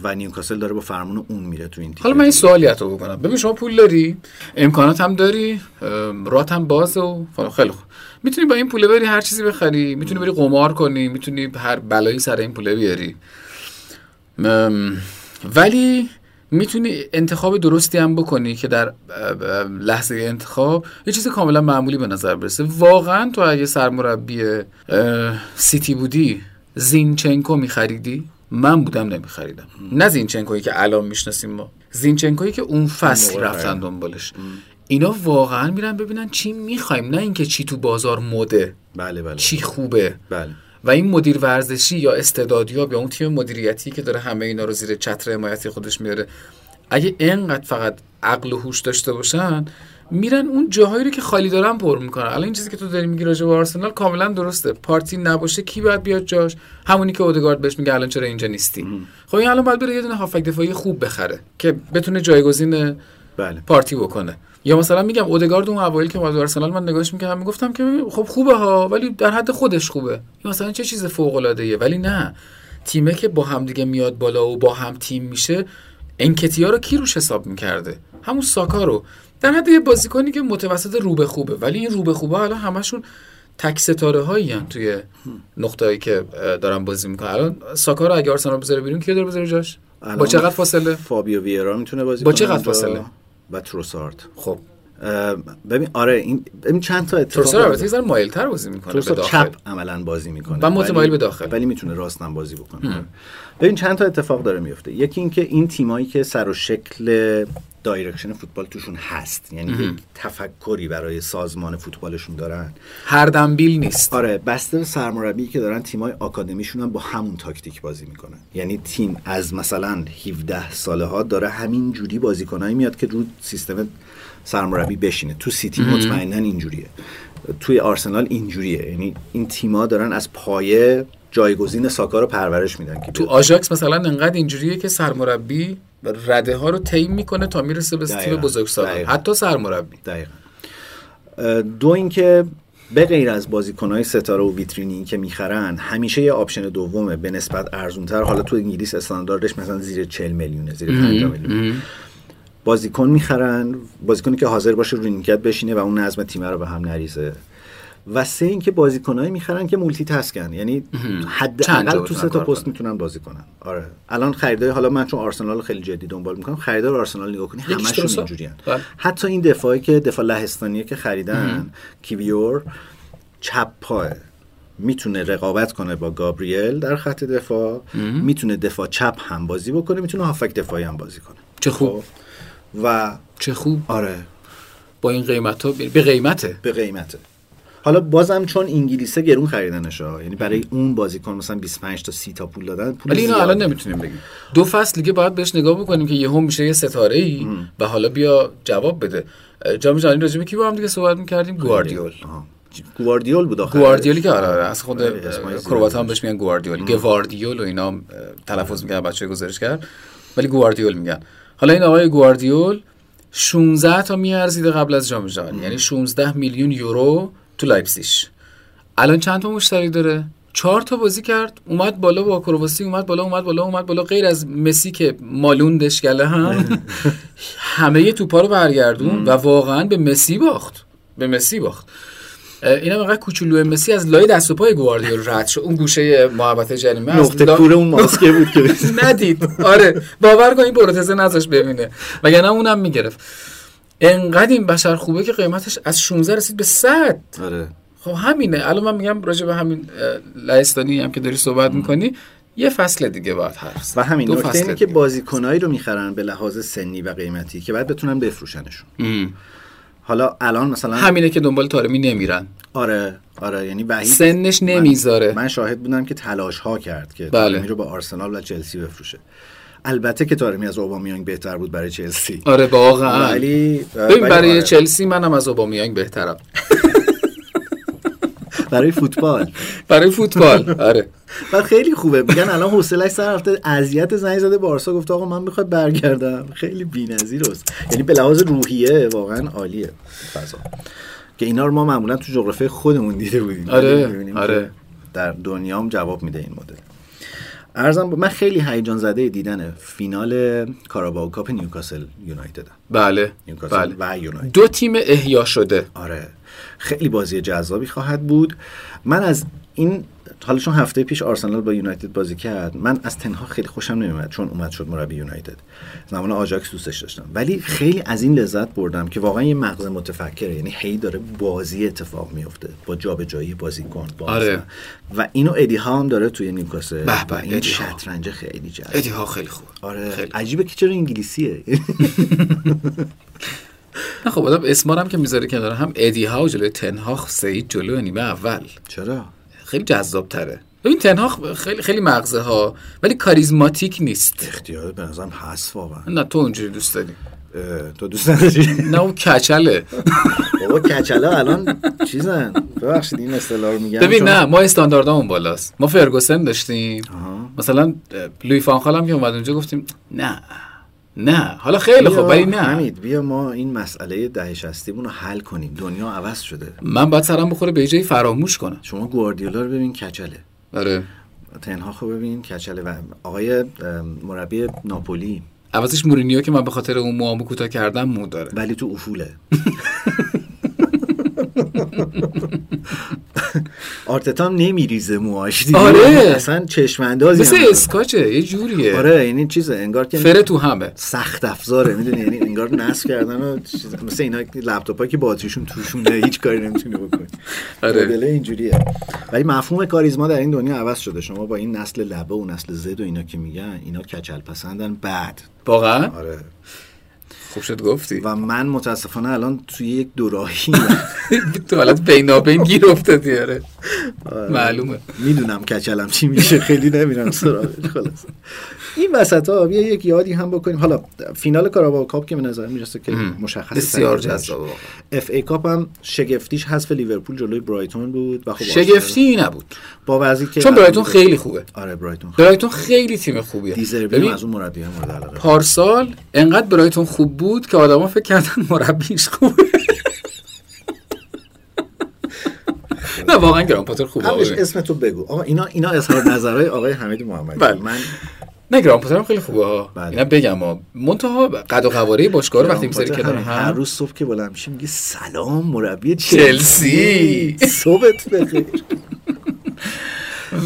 [SPEAKER 1] و نیوکاسل داره با فرمون اون میره تو این تیم
[SPEAKER 2] حالا من این سوالی رو بکنم ببین شما پول داری امکانات هم داری رات هم باز و خب، خیلی خوب میتونی با این پوله بری هر چیزی بخری میتونی بری قمار کنی میتونی هر بلایی سر این پوله بیاری ولی میتونی انتخاب درستی هم بکنی که در لحظه انتخاب یه چیز کاملا معمولی به نظر برسه واقعا تو اگه سرمربی سیتی بودی زینچنکو میخریدی من بودم نمیخریدم نه زینچنکویی که الان میشناسیم ما زینچنکویی که اون فصل رفتن دنبالش اینا واقعا میرن ببینن چی میخوایم نه اینکه چی تو بازار مده
[SPEAKER 1] بله بله
[SPEAKER 2] چی خوبه
[SPEAKER 1] بله
[SPEAKER 2] و این مدیر ورزشی یا استعدادیاب یا اون تیم مدیریتی که داره همه اینا رو زیر چتر حمایتی خودش میاره اگه اینقدر فقط عقل و هوش داشته باشن میرن اون جاهایی رو که خالی دارن پر میکنن الان این چیزی که تو داری میگی راجع به آرسنال کاملا درسته پارتی نباشه کی باید بیاد جاش همونی که اودگارد بهش میگه الان چرا اینجا نیستی خب این الان باید بره یه دونه هافک دفاعی خوب بخره که بتونه جایگزین
[SPEAKER 1] بله.
[SPEAKER 2] پارتی بکنه یا مثلا میگم اودگارد اون اوایل که اومد آرسنال من نگاش میکردم میگفتم که خب خوبه ها ولی در حد خودش خوبه یا مثلا چه چیز فوق العاده ولی نه تیمه که با هم دیگه میاد بالا و با هم تیم میشه انکتیا رو کی روش حساب میکرده همون ساکا رو در حد یه بازیکنی که متوسط روبه خوبه ولی این روبه خوبه الان همشون تک ستاره هایی هم توی نقطه‌ای که دارن بازی میکنن الان ساکا رو اگه آرسنال بذاره بیرون کی داره بذاره جاش با چقدر فاصله
[SPEAKER 1] فابیو ویرا میتونه بازی
[SPEAKER 2] با چقدر فاصله
[SPEAKER 1] و تروسارد
[SPEAKER 2] خب
[SPEAKER 1] ببین آره این ببین چند تا اتفاق
[SPEAKER 2] تروسارد البته یه مایل‌تر بازی میکنه
[SPEAKER 1] به داخل چپ عملا بازی میکنه
[SPEAKER 2] و متمایل به داخل
[SPEAKER 1] ولی میتونه راست هم بازی بکنه هم. ببین چند تا اتفاق داره میفته یکی اینکه این تیمایی که سر و شکل دایرکشن فوتبال توشون هست یعنی یک تفکری برای سازمان فوتبالشون دارن
[SPEAKER 2] هر دنبیل نیست
[SPEAKER 1] آره بسته به سرمربی که دارن تیمای آکادمیشون هم با همون تاکتیک بازی میکنن یعنی تیم از مثلا 17 ساله ها داره همین جوری بازیکنایی میاد که رو سیستم سرمربی بشینه تو سیتی مطمئنا اینجوریه توی آرسنال اینجوریه یعنی این تیما دارن از پایه جایگزین ساکا رو پرورش میدن که
[SPEAKER 2] تو آژاکس مثلا انقدر اینجوریه که سرمربی رده ها رو طی میکنه تا میرسه به تیم بزرگسالان حتی سرمربی
[SPEAKER 1] دقیقا دو اینکه به غیر از بازیکنهای ستاره و ویترینی که میخرن همیشه یه آپشن دومه به نسبت ارزونتر حالا تو انگلیس استانداردش مثلا زیر 40 میلیونه زیر 50 میلیون بازیکن میخرن بازیکنی که حاضر باشه رو نیمکت بشینه و اون نظم تیم رو به هم نریزه و سه اینکه بازیکنایی میخرن که مولتی تاسکن یعنی حداقل تو سه تا پست میتونن بازی کنن آره الان خریدای حالا من چون آرسنال خیلی جدی دنبال میکنم خریدار آرسنال نگاه کنی همشون اینجوریان
[SPEAKER 2] بله.
[SPEAKER 1] حتی این دفاعی که دفاع لهستانیه که خریدن کیویور چپ پاه میتونه رقابت کنه با گابریل در خط دفاع میتونه دفاع چپ هم بازی بکنه میتونه هافک دفاعی هم بازی کنه
[SPEAKER 2] چه خوب
[SPEAKER 1] و
[SPEAKER 2] چه خوب
[SPEAKER 1] آره
[SPEAKER 2] با این قیمت ها به قیمته
[SPEAKER 1] به قیمته حالا بازم چون انگلیسه گرون خریدنش ها یعنی برای اون بازیکن مثلا 25 تا 30 تا پول دادن پول
[SPEAKER 2] ولی اینو
[SPEAKER 1] زیاده.
[SPEAKER 2] الان نمیتونیم بگیم دو فصل دیگه باید بهش نگاه بکنیم که یهو میشه یه ستاره ای و حالا بیا جواب بده اه، جام جهانی راجع به کی با هم دیگه صحبت میکردیم گواردیول
[SPEAKER 1] آها. گواردیول بود آخرش.
[SPEAKER 2] گواردیولی که آره آره، از خود
[SPEAKER 1] آره، اسمای زیادی
[SPEAKER 2] کروات هم بهش میگن گواردیولی گواردیول و اینا هم، اه، تلفظ میکنن بچه گزارش کرد ولی گواردیول میگن حالا این آقای گواردیول 16 تا میارزیده قبل از جام جهانی یعنی 16 میلیون یورو تو لایپسیش الان چند تا مشتری داره چهار تا بازی کرد اومد بالا با کرواسی اومد بالا اومد بالا اومد بالا غیر از مسی که مالوندش گله هم [LAUGHS] همه توپا رو برگردون و واقعا به مسی باخت به مسی باخت این هم اینقدر کوچولو مسی از لای دست و پای گواردیول رد شد اون گوشه محبت جریمه از
[SPEAKER 1] نقطه
[SPEAKER 2] لا-
[SPEAKER 1] کور اون ماسکه بود که
[SPEAKER 2] [LAUGHS]
[SPEAKER 1] [LAUGHS]
[SPEAKER 2] ندید آره باور کن این پروتزه نذاش ببینه وگرنه اونم میگرفت انقدر این بشر خوبه که قیمتش از 16 رسید به 100
[SPEAKER 1] آره
[SPEAKER 2] خب همینه الان من میگم راجع به همین اه، لهستانی هم که داری صحبت میکنی یه فصل دیگه باید حرف زد.
[SPEAKER 1] و همین
[SPEAKER 2] دو
[SPEAKER 1] نکته
[SPEAKER 2] فصل
[SPEAKER 1] اینه که
[SPEAKER 2] دیگه.
[SPEAKER 1] بازیکنایی رو میخرن به لحاظ سنی و قیمتی که بعد بتونن بفروشنشون
[SPEAKER 2] ام.
[SPEAKER 1] حالا الان مثلا
[SPEAKER 2] همینه که دنبال تارمی نمیرن
[SPEAKER 1] آره آره یعنی وحید
[SPEAKER 2] سنش نمیذاره
[SPEAKER 1] من شاهد بودم که تلاش ها کرد که
[SPEAKER 2] بله.
[SPEAKER 1] تارمی رو با آرسنال و چلسی بفروشه البته که تارمی از اوبامیانگ بهتر بود برای چلسی
[SPEAKER 2] آره واقعا
[SPEAKER 1] ولی ولی
[SPEAKER 2] ببین برای
[SPEAKER 1] آره.
[SPEAKER 2] چلسی منم از اوبامیانگ بهترم
[SPEAKER 1] برای فوتبال
[SPEAKER 2] برای فوتبال آره
[SPEAKER 1] بعد خیلی خوبه میگن الان حوصله‌اش سر رفته اذیت زنگ زده بارسا گفته آقا من میخواد برگردم خیلی بی‌نظیر است یعنی به لحاظ روحیه واقعا عالیه فضا که اینا رو ما معمولا تو جغرافیه خودمون دیده بودیم
[SPEAKER 2] آره،
[SPEAKER 1] ولی می‌بینیم که
[SPEAKER 2] آره.
[SPEAKER 1] در دنیا هم جواب میده این مدل ارزم من خیلی هیجان زده دیدن فینال کاراباو کاپ نیوکاسل یونایتد
[SPEAKER 2] بله
[SPEAKER 1] نیوکاسل
[SPEAKER 2] بله
[SPEAKER 1] و یونایتد
[SPEAKER 2] دو تیم احیا شده
[SPEAKER 1] آره خیلی بازی جذابی خواهد بود من از این حالا چون هفته پیش آرسنال با یونایتد بازی کرد من از تنها خیلی خوشم نمیومد چون اومد شد مربی یونایتد زمان آجاکس دوستش داشتم ولی خیلی از این لذت بردم که واقعا یه مغز متفکره یعنی هی داره بازی اتفاق میفته با جابجایی بازیکن با
[SPEAKER 2] آره.
[SPEAKER 1] آرسنال. و اینو ادی ها هم داره توی نیوکاسل
[SPEAKER 2] به به،
[SPEAKER 1] و این
[SPEAKER 2] ادی ها.
[SPEAKER 1] شطرنج خیلی جذاب
[SPEAKER 2] ادی ها خیلی خوب
[SPEAKER 1] آره
[SPEAKER 2] خیلی.
[SPEAKER 1] عجیبه که چرا انگلیسیه
[SPEAKER 2] نه خب آدم اسمارم که میذاره کنار هم ادی ها و جلوی تنهاخ سعید جلو نیمه اول
[SPEAKER 1] [LAUGHS] چرا
[SPEAKER 2] خیلی جذاب تره ببین تنهاخ خیلی خیلی مغزه ها ولی کاریزماتیک نیست
[SPEAKER 1] اختیار به نظرم هست واقعا
[SPEAKER 2] نه تو اونجوری دوست داری
[SPEAKER 1] اه، تو دوست نداری
[SPEAKER 2] نه اون کچله
[SPEAKER 1] بابا کچلا الان چیزن ببخشید این اصطلاح رو میگم
[SPEAKER 2] ببین
[SPEAKER 1] چون-
[SPEAKER 2] نه ما استانداردامون بالاست ما فرگوسن داشتیم
[SPEAKER 1] آها.
[SPEAKER 2] مثلا اه، لوی فانخال هم که اومد اونجا گفتیم نه نه حالا خیلی
[SPEAKER 1] بیا،
[SPEAKER 2] خوب ولی نه
[SPEAKER 1] حمید بیا ما این مسئله دهه شستیمون رو حل کنیم دنیا عوض شده
[SPEAKER 2] من باید سرم بخوره به یه جایی فراموش کنم
[SPEAKER 1] شما گواردیولا رو ببین کچله
[SPEAKER 2] آره
[SPEAKER 1] تنها خب ببین کچله و آقای ام، مربی ناپولی
[SPEAKER 2] عوضش مورینیو که من به خاطر اون موامو کوتاه کردم مو داره
[SPEAKER 1] ولی تو
[SPEAKER 2] [LAUGHS]
[SPEAKER 1] افوله آرتتا هم نمیریزه موهاش دیدی؟
[SPEAKER 2] آره.
[SPEAKER 1] اصلا چشم اندازی
[SPEAKER 2] مثل
[SPEAKER 1] هم نداره.
[SPEAKER 2] اسکاچه یه جوریه
[SPEAKER 1] آره یعنی چیزه انگار که
[SPEAKER 2] فره تو همه
[SPEAKER 1] سخت افزاره میدونی یعنی انگار نصب کردن و چیز- مثل اینا لپتاپ که باتریشون توشونه هیچ کاری نمیتونی بکنی
[SPEAKER 2] آره.
[SPEAKER 1] مدل اینجوریه ولی مفهوم کاریزما در این دنیا عوض شده شما با این نسل لبه و نسل زد و اینا که میگن اینا کچل پسندن بعد
[SPEAKER 2] واقعا
[SPEAKER 1] آره
[SPEAKER 2] خوب شد گفتی
[SPEAKER 1] و من متاسفانه الان توی یک دوراهی
[SPEAKER 2] [LAUGHS]
[SPEAKER 1] [LAUGHS]
[SPEAKER 2] تو حالت بینابین گیر افتادی آره معلومه
[SPEAKER 1] میدونم کچلم چی میشه خیلی نمیرم سراغش خلاص این وسط ها بیا یک یادی هم بکنیم حالا فینال کاراباو کاپ که به نظر میرسه که مشخص
[SPEAKER 2] بسیار جذاب واقعا.
[SPEAKER 1] اف ای کاپ هم شگفتیش حذف لیورپول جلوی برایتون بود و خب
[SPEAKER 2] شگفتی نبود
[SPEAKER 1] آرسنال با وضعی که
[SPEAKER 2] چون
[SPEAKER 1] قبل
[SPEAKER 2] برایتون
[SPEAKER 1] بود.
[SPEAKER 2] خیلی خوبه
[SPEAKER 1] آره برایتون خیلی
[SPEAKER 2] برایتون خیلی تیم خوبیه
[SPEAKER 1] دیزربی هم
[SPEAKER 2] ببین،
[SPEAKER 1] از اون مربی مورد علاقه
[SPEAKER 2] پارسال انقدر برایتون خوب بود که آدما فکر کردن مربیش
[SPEAKER 1] [LAUGHS]
[SPEAKER 2] خوبه نه واقعا گران پاتر خوبه آره.
[SPEAKER 1] قبلش
[SPEAKER 2] آقای.
[SPEAKER 1] اسم تو بگو آقا اینا اینا اظهار نظرهای آقای حمید محمدی
[SPEAKER 2] بله.
[SPEAKER 1] من
[SPEAKER 2] نه گران پاتر هم خیلی خوبه ها
[SPEAKER 1] بله.
[SPEAKER 2] اینا بگم ها منتها قد و قواره باشگاه رو وقتی میذاری
[SPEAKER 1] پاتر
[SPEAKER 2] کنار
[SPEAKER 1] همین. بله، هر
[SPEAKER 2] هم
[SPEAKER 1] روز صبح که بلند میشی میگه سلام مربی
[SPEAKER 2] چلسی.
[SPEAKER 1] چلسی صبحت بخیر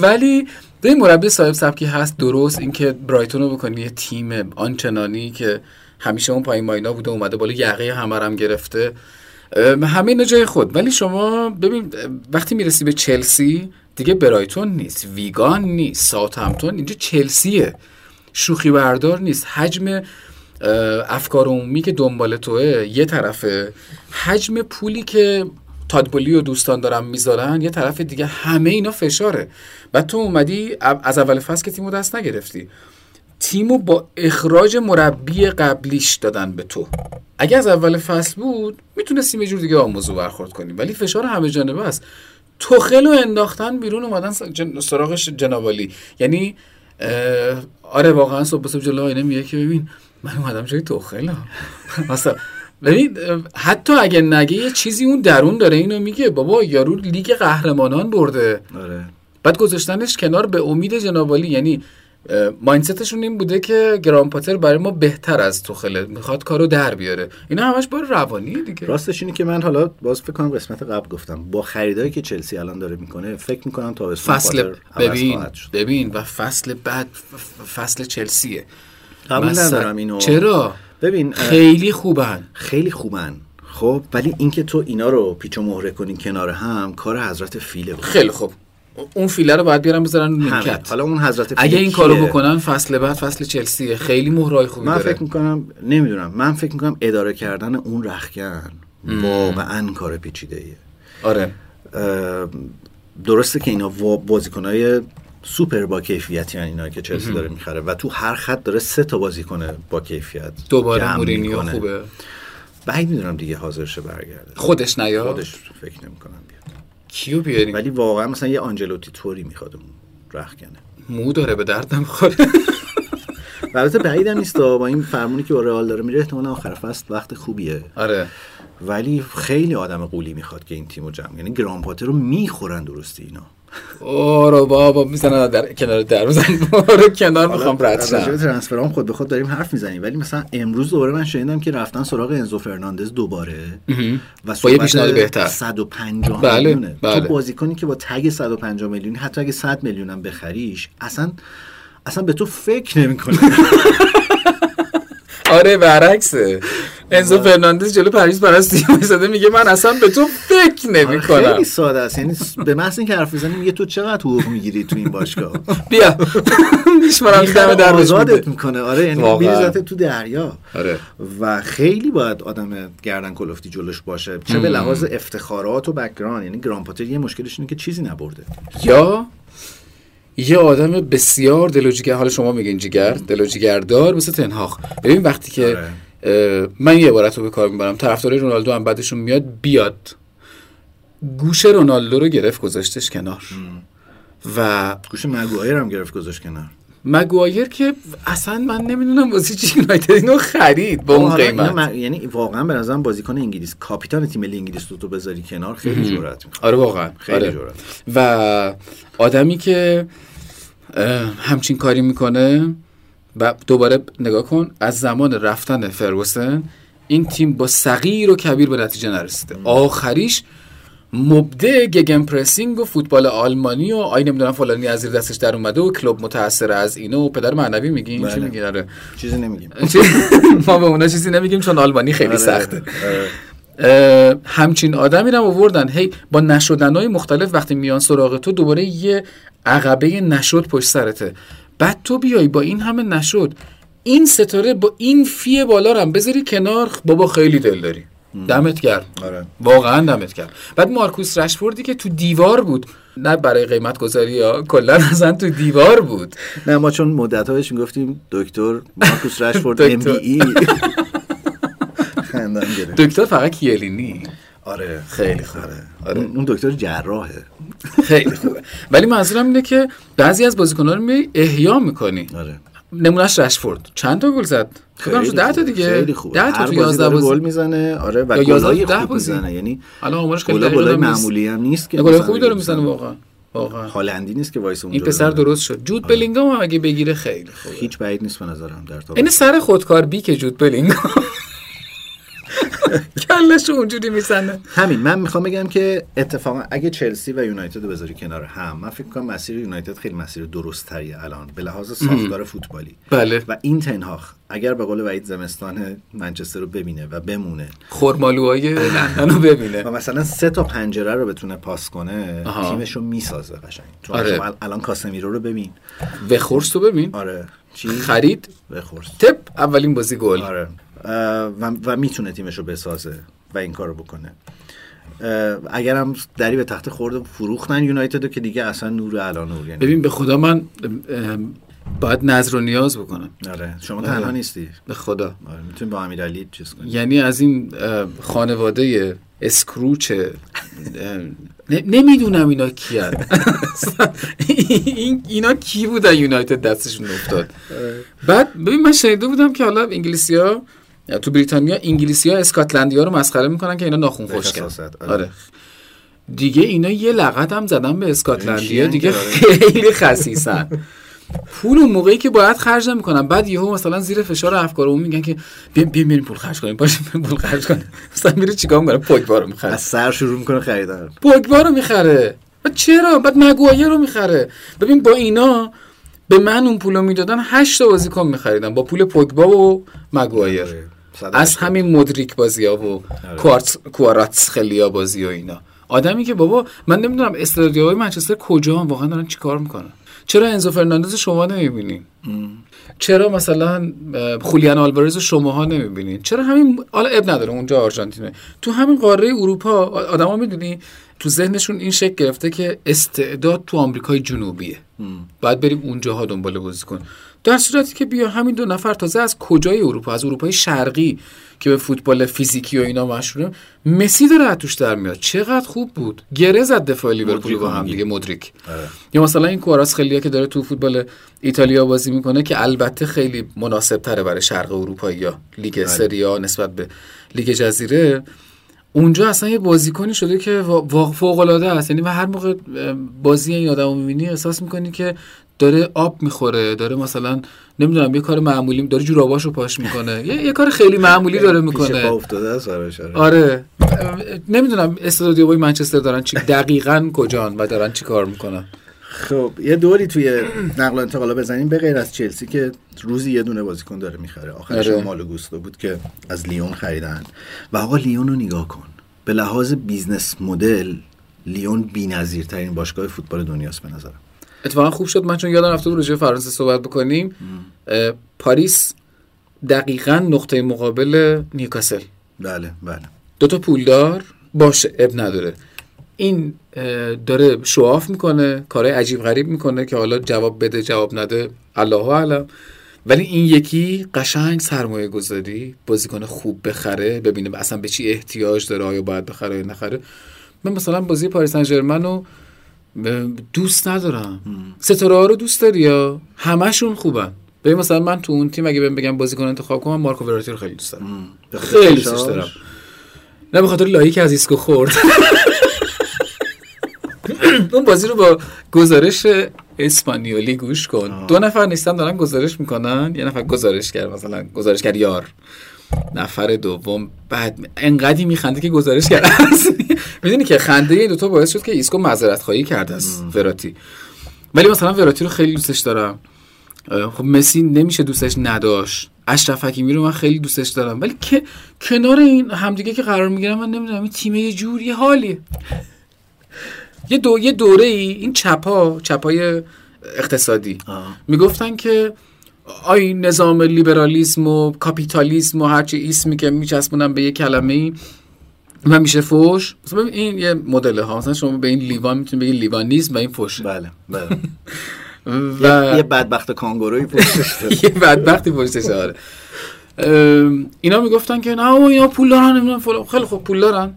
[SPEAKER 2] ولی این مربی صاحب سبکی هست درست اینکه برایتون رو بکنی یه تیم آنچنانی که همیشه اون پایین ماینا بوده اومده بالا یقه همه رو هم گرفته ام، همه اینا جای خود ولی شما ببین ام، وقتی میرسی به چلسی دیگه برایتون نیست ویگان نیست ساوت همتون اینجا چلسیه شوخی بردار نیست حجم افکار عمومی که دنبال توه یه طرفه حجم پولی که تادبولی و دوستان دارن میذارن یه طرف دیگه همه اینا فشاره و تو اومدی از اول فصل که تیمو دست نگرفتی تیمو با اخراج مربی قبلیش دادن به تو اگه از اول فصل بود میتونستیم یه جور دیگه با موضوع برخورد کنیم ولی فشار همه جانبه است تخلو انداختن بیرون اومدن سراغش جنابالی یعنی آره واقعا صبح صبح جلو آینه میگه که ببین من اومدم جای توخلا [LAUGHS] مثلا ببین حتی اگه نگه یه چیزی اون درون داره اینو میگه بابا یارو لیگ قهرمانان برده
[SPEAKER 1] آره.
[SPEAKER 2] بعد گذاشتنش کنار به امید جنابالی یعنی ماینستشون این بوده که گرام پاتر برای ما بهتر از توخله میخواد کارو در بیاره اینا همش بار روانی دیگه
[SPEAKER 1] راستش اینه که من حالا باز فکر کنم قسمت قبل گفتم با خریدایی که چلسی الان داره میکنه فکر میکنم تا
[SPEAKER 2] فصل ببین ببین و فصل بعد فصل چلسیه
[SPEAKER 1] قبول ندارم اینو
[SPEAKER 2] چرا
[SPEAKER 1] ببین
[SPEAKER 2] خیلی خوبن
[SPEAKER 1] خیلی خوبن خب ولی اینکه تو اینا رو پیچ و مهره کنین کنار هم کار حضرت فیله بود
[SPEAKER 2] خیلی خوب اون فیله رو باید بیارن بذارن نیمکت
[SPEAKER 1] حالا اون حضرت فیله
[SPEAKER 2] اگه این کارو بکنن فصل بعد فصل چلسیه خیلی مهرای خوبی
[SPEAKER 1] من
[SPEAKER 2] داره
[SPEAKER 1] فکر میکنم نمیدونم من فکر میکنم اداره کردن اون رخکن واقعا کار پیچیده ایه
[SPEAKER 2] آره
[SPEAKER 1] اه، درسته که اینا وا- بازیکنای سوپر با کیفیتی هن اینا که چلسی داره میخره و تو هر خط داره سه تا بازیکن با کیفیت
[SPEAKER 2] دوباره
[SPEAKER 1] جمع
[SPEAKER 2] مورینیو
[SPEAKER 1] می‌کنه.
[SPEAKER 2] خوبه خب.
[SPEAKER 1] بعید میدونم دیگه حاضر شه برگرده
[SPEAKER 2] خودش نیاد
[SPEAKER 1] خودش فکر نمیکنم بیاد
[SPEAKER 2] کیو بیاریم
[SPEAKER 1] ولی واقعا مثلا یه آنجلوتی توری میخواد اون رخ کنه
[SPEAKER 2] مو داره به درد نمیخوره
[SPEAKER 1] و البته بعید هم نیست با این فرمونی که با رئال داره میره احتمالا آخر فصل وقت خوبیه
[SPEAKER 2] آره
[SPEAKER 1] ولی خیلی آدم قولی میخواد که این تیمو جمع یعنی گرام پاتر رو میخورن درستی اینا
[SPEAKER 2] او رو آره بابا میزنن در کنار در میزنن رو کنار میخوام
[SPEAKER 1] حالا
[SPEAKER 2] رد
[SPEAKER 1] از راجع به
[SPEAKER 2] شم
[SPEAKER 1] ترنسفر هم خود به خود داریم حرف میزنیم ولی مثلا امروز دوباره من شنیدم که رفتن سراغ انزو فرناندز دوباره و
[SPEAKER 2] با یه پیشنهاد بهتر.
[SPEAKER 1] 150
[SPEAKER 2] بله،
[SPEAKER 1] میلیونه
[SPEAKER 2] بله.
[SPEAKER 1] تو بازیکنی که با تگ 150 میلیونی حتی اگه 100 میلیونم بخریش اصلا اصلا به تو فکر نمیکنه
[SPEAKER 2] آره برعکسه انزو
[SPEAKER 1] آره.
[SPEAKER 2] فرناندز جلو پریز پرستی میزده میگه من اصلا به تو فکر نمی کنم
[SPEAKER 1] آره، خیلی ساده است یعنی س- به محض اینکه حرف بزنیم میگه تو چقدر حقوق میگیری تو این
[SPEAKER 2] [LAUGHS]
[SPEAKER 1] باشگاه
[SPEAKER 2] بیا میشمارم دم در بهش
[SPEAKER 1] آزادت
[SPEAKER 2] می‌ده.
[SPEAKER 1] میکنه آره یعنی
[SPEAKER 2] واقعاً.
[SPEAKER 1] میریزت تو دریا
[SPEAKER 2] آره.
[SPEAKER 1] و خیلی باید آدم گردن کلفتی جلوش باشه چه به لحاظ افتخارات و بکگراند یعنی گرامپاتر یه مشکلش اینه که چیزی نبرده
[SPEAKER 2] یا یه آدم بسیار دل و جیگر حالا شما میگین جیگر دل و جیگردار مثل تنهاخ ببین وقتی که اه، من یه عبارت رو به کار میبرم طرفدارای رونالدو هم بعدشون میاد بیاد گوش رونالدو رو گرفت گذاشتش کنار و
[SPEAKER 1] گوش مگوایر هم گرفت گذاشت کنار
[SPEAKER 2] مگوایر که اصلا من نمیدونم واسه چی یونایتد اینو خرید با اون
[SPEAKER 1] حالا اینا
[SPEAKER 2] قیمت
[SPEAKER 1] من- یعنی واقعا به نظرم بازیکن انگلیس کاپیتان تیم ملی انگلیس رو تو بذاری کنار خیلی جرأت می‌کنه
[SPEAKER 2] آره واقعا
[SPEAKER 1] خیلی
[SPEAKER 2] آره.
[SPEAKER 1] جرأت.
[SPEAKER 2] و آدمی که اه، همچین کاری میکنه و دوباره نگاه کن از زمان رفتن فرگوسن این تیم با صغیر و کبیر به نتیجه نرسیده آخریش مبده گگن پرسینگ و فوتبال آلمانی و آی نمیدونم فلانی از زیر دستش در اومده و کلوب متاثر از اینه و پدر معنوی میگین چی
[SPEAKER 1] بله.
[SPEAKER 2] میگین آره
[SPEAKER 1] چیزی نمیگیم آره،
[SPEAKER 2] چی- ما به اونا چیزی نمیگیم چون آلمانی خیلی سخته اه، همچین آدمی رو هم آوردن هی با نشدنهای مختلف وقتی میان سراغ تو دوباره یه عقبه نشد پشت سرته بعد تو بیای با این همه نشد این ستاره با این فی بالا رو هم بذاری کنار بابا خیلی دل داری دمت کرد
[SPEAKER 1] آره.
[SPEAKER 2] واقعا دمت کرد بعد مارکوس رشفوردی که تو دیوار بود نه برای قیمت گذاری ها کلا اصلا تو دیوار بود
[SPEAKER 1] نه ما چون مدت هایش میگفتیم دکتر مارکوس رشفورد ام
[SPEAKER 2] دکتر.
[SPEAKER 1] بی ای
[SPEAKER 2] [LAUGHS]
[SPEAKER 1] خندم گرفت
[SPEAKER 2] دکتر فقط کیلینی
[SPEAKER 1] آره
[SPEAKER 2] خیلی خوبه آره.
[SPEAKER 1] اون اون دکتر جراحه
[SPEAKER 2] خیلی خوبه ولی منظورم اینه که بعضی از بازیکن‌ها رو می احیا میکنی
[SPEAKER 1] آره
[SPEAKER 2] نمونهش رشفورد چند تا گل زد فکرم شد 10 تا
[SPEAKER 1] خوبه.
[SPEAKER 2] دیگه
[SPEAKER 1] خیلی خوبه
[SPEAKER 2] 10 تا
[SPEAKER 1] هر
[SPEAKER 2] تو
[SPEAKER 1] بازی
[SPEAKER 2] 11
[SPEAKER 1] داره گل
[SPEAKER 2] بازی
[SPEAKER 1] میزنه آره
[SPEAKER 2] یا
[SPEAKER 1] و
[SPEAKER 2] 11
[SPEAKER 1] گلای
[SPEAKER 2] ده
[SPEAKER 1] خوب
[SPEAKER 2] بازی.
[SPEAKER 1] میزنه یعنی
[SPEAKER 2] الان عمرش خیلی
[SPEAKER 1] گلا
[SPEAKER 2] دقیق
[SPEAKER 1] گلای
[SPEAKER 2] آدم نیست.
[SPEAKER 1] معمولی هم نیست که
[SPEAKER 2] نه، گلای
[SPEAKER 1] مثلا
[SPEAKER 2] خوبی داره
[SPEAKER 1] بگی
[SPEAKER 2] میزنه
[SPEAKER 1] مثلا
[SPEAKER 2] واقعا واقعا
[SPEAKER 1] هالندی نیست که وایس اونجا
[SPEAKER 2] این پسر
[SPEAKER 1] بزنه.
[SPEAKER 2] درست شد جود بلینگام هم اگه بگیره خیلی خوبه
[SPEAKER 1] هیچ بعید نیست به نظرم در تا
[SPEAKER 2] این سر خودکار بی که جود بلینگام [LAUGHS] کلش رو اونجوری میسنه
[SPEAKER 1] همین من میخوام بگم که اتفاقا اگه چلسی و یونایتد رو بذاری کنار هم من فکر کنم مسیر یونایتد خیلی مسیر درست تریه الان به لحاظ ساختار فوتبالی
[SPEAKER 2] بله
[SPEAKER 1] و این تنهاخ اگر به قول وحید زمستان منچستر رو ببینه و بمونه
[SPEAKER 2] خورمالوهای لندن رو ببینه
[SPEAKER 1] و مثلا سه تا پنجره رو بتونه پاس کنه
[SPEAKER 2] آها.
[SPEAKER 1] تیمش رو میسازه قشنگ چون
[SPEAKER 2] آره.
[SPEAKER 1] شما الان کاسمیرو رو ببین
[SPEAKER 2] وخورس رو ببین
[SPEAKER 1] آره چی
[SPEAKER 2] خرید
[SPEAKER 1] بخورس
[SPEAKER 2] تپ اولین بازی گل
[SPEAKER 1] آره اه، و, و میتونه تیمش رو بسازه و این کارو بکنه اه، اگرم دری به تخت خورد فروختن یونایتد رو که دیگه اصلا نور الان نور یعنی
[SPEAKER 2] ببین به خدا من ام، باید نظر و نیاز بکنم
[SPEAKER 1] آره شما تنها نیستی
[SPEAKER 2] به خدا
[SPEAKER 1] آره میتونی با امیرعلی چیز کنی
[SPEAKER 2] یعنی از این اه، خانواده اسکروچ اه، ن- نمیدونم اینا کیان [LAUGHS] این اینا کی بودن یونایتد دستشون افتاد
[SPEAKER 1] آره.
[SPEAKER 2] بعد ببین من شنیده بودم که حالا انگلیسی ها تو بریتانیا انگلیسی ها اسکاتلندی ها رو مسخره میکنن که اینا ناخون
[SPEAKER 1] به
[SPEAKER 2] خوشگل
[SPEAKER 1] خساست، آره.
[SPEAKER 2] آره دیگه اینا یه لغت هم زدن به اسکاتلندی ها
[SPEAKER 1] کیان
[SPEAKER 2] دیگه
[SPEAKER 1] که آره.
[SPEAKER 2] خیلی خسیسن پول اون موقعی که باید خرج نمیکنن بعد یهو مثلا زیر فشار افکار اون میگن که بیایم بیایم بریم پول خرج کنیم باشه بریم پول خرج کنیم [LAUGHS] مثلا میره چیکار میکنه پوگبا رو میخره
[SPEAKER 1] از سر شروع میکنه خریدن
[SPEAKER 2] پوگبا رو میخره و چرا بعد مگوایر رو میخره ببین با اینا به من اون پولو میدادن 8 تا بازیکن میخریدم با پول پوگبا و مگوایر
[SPEAKER 1] صد
[SPEAKER 2] از
[SPEAKER 1] هشتاد.
[SPEAKER 2] همین مدریک بازی ها و کوارتس کواراتس خلیا بازی و اینا آدمی که بابا من نمیدونم استادیوهای منچستر کجا هم واقعا دارن چیکار میکنن چرا انزو فرناندز شما نمیبینین چرا مثلا اه، خولیان آلوارز شماها نمیبینین چرا همین حالا اب نداره اونجا آرژانتینه تو همین قاره اروپا آ- آدما میدونی تو ذهنشون این شکل گرفته که استعداد تو آمریکای جنوبیه باید بریم اونجاها دنبال بازی کن در صورتی که بیا همین دو نفر تازه از کجای اروپا از اروپای شرقی که به فوتبال فیزیکی و اینا مشهوره مسی داره از توش در میاد چقدر خوب بود گره زد دفاع لیورپول
[SPEAKER 1] مدریک
[SPEAKER 2] با
[SPEAKER 1] رو
[SPEAKER 2] هم
[SPEAKER 1] میگی.
[SPEAKER 2] دیگه مدریک آره. یا مثلا این کوراس خلیا که داره تو فوتبال ایتالیا بازی میکنه که البته خیلی مناسب تره برای شرق اروپایی یا لیگ سریا نسبت به لیگ جزیره اونجا اصلا یه بازیکنی شده که فوق العاده است یعنی و هر موقع اه، بازی این آدمو میبینی احساس میکنی که داره آب میخوره داره مثلا نمیدونم یه کار معمولی داره جوراباشو پاش میکنه یه،, یه کار خیلی معمولی داره
[SPEAKER 1] پیش
[SPEAKER 2] میکنه
[SPEAKER 1] پا افتاده است آره آره.
[SPEAKER 2] آره نمیدونم استادیوهای منچستر دارن چی دقیقا کجان و دارن چی کار میکنن
[SPEAKER 1] خب یه دوری توی نقل و انتقالا بزنیم به غیر از چلسی که روزی یه دونه بازیکن داره میخره آخرش
[SPEAKER 2] آره.
[SPEAKER 1] هم مالو گوستو بود که از لیون خریدن و آقا لیون رو نگاه کن به لحاظ بیزنس مدل لیون بی‌نظیرترین باشگاه فوتبال دنیاست به نظرم
[SPEAKER 2] اتفاقا خوب شد من چون یادم رفته بود راجع به فرانسه صحبت بکنیم اه، پاریس دقیقا نقطه مقابل نیوکاسل
[SPEAKER 1] بله بله
[SPEAKER 2] دو تا پولدار باشه اب نداره این اه، داره شواف میکنه کارهای عجیب غریب میکنه که حالا جواب بده جواب نده الله اعلم ولی این یکی قشنگ سرمایه گذاری بازیکن خوب بخره ببینه اصلا به چی احتیاج داره آیا باید بخره یا نخره من مثلا بازی پاریس سن ژرمن رو اه، دوست ندارم ستاره ها رو دوست داری یا همشون خوبن ببین مثلا من تو اون تیم اگه بهم بگم بازیکن انتخاب کنم مارکو وراتی رو خیلی دوست دارم
[SPEAKER 1] به خاطر
[SPEAKER 2] خیلی دوستش
[SPEAKER 1] فشارش.
[SPEAKER 2] دارم نه به خاطر لایی که از ایسکو خورد [LAUGHS] اون بازی رو با گزارش اسپانیولی گوش کن دو نفر نیستن دارن گزارش میکنن یه نفر گزارشگر مثلا گزارشگر یار نفر دوم بعد انقدی میخنده که گزارش کرد [LAUGHS] میدونی که خنده این دوتا باعث شد که ایسکو معذرت خواهی کرده از وراتی ولی مثلا وراتی رو خیلی دوستش دارم اه، خب مسی نمیشه دوستش نداشت اشرف حکیمی رو من خیلی دوستش دارم ولی که کنار این همدیگه که قرار میگیرم من نمیدونم این تیم یه جور یه حالی یه دو یه دوره ای این چپا چپای اقتصادی
[SPEAKER 1] آه.
[SPEAKER 2] میگفتن که آی نظام لیبرالیسم و کاپیتالیسم و هرچی اسمی که میچسبونن به یه کلمه ای و میشه فوش مثلا ببین این یه مدل ها مثلا شما به این لیوان میتونید بگید لیوانیسم و این فوش
[SPEAKER 1] بله
[SPEAKER 2] [LAUGHS]
[SPEAKER 1] بله
[SPEAKER 2] و
[SPEAKER 1] یه بدبخت کانگوروی پشتش داره.
[SPEAKER 2] [LAUGHS] یه بدبختی پشتش آره ام، اینا میگفتن که نه بابا اینا پول دارن نمیدونم فلان خیلی خوب پول دارن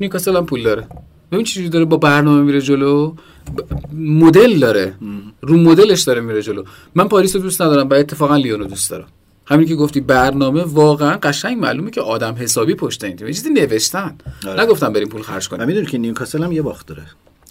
[SPEAKER 2] نیوکاسل هم پول داره ببین چجوری داره با برنامه میره جلو ب- مدل داره رو مدلش داره میره جلو من پاریس رو دوست ندارم و اتفاقا لیون رو دوست دارم همین که گفتی برنامه واقعا قشنگ معلومه که آدم حسابی پشت این تیم یه چیزی نوشتن
[SPEAKER 1] آره.
[SPEAKER 2] نگفتم بریم پول خرج
[SPEAKER 1] و
[SPEAKER 2] کنیم
[SPEAKER 1] میدونی که نیوکاسل هم یه باخت داره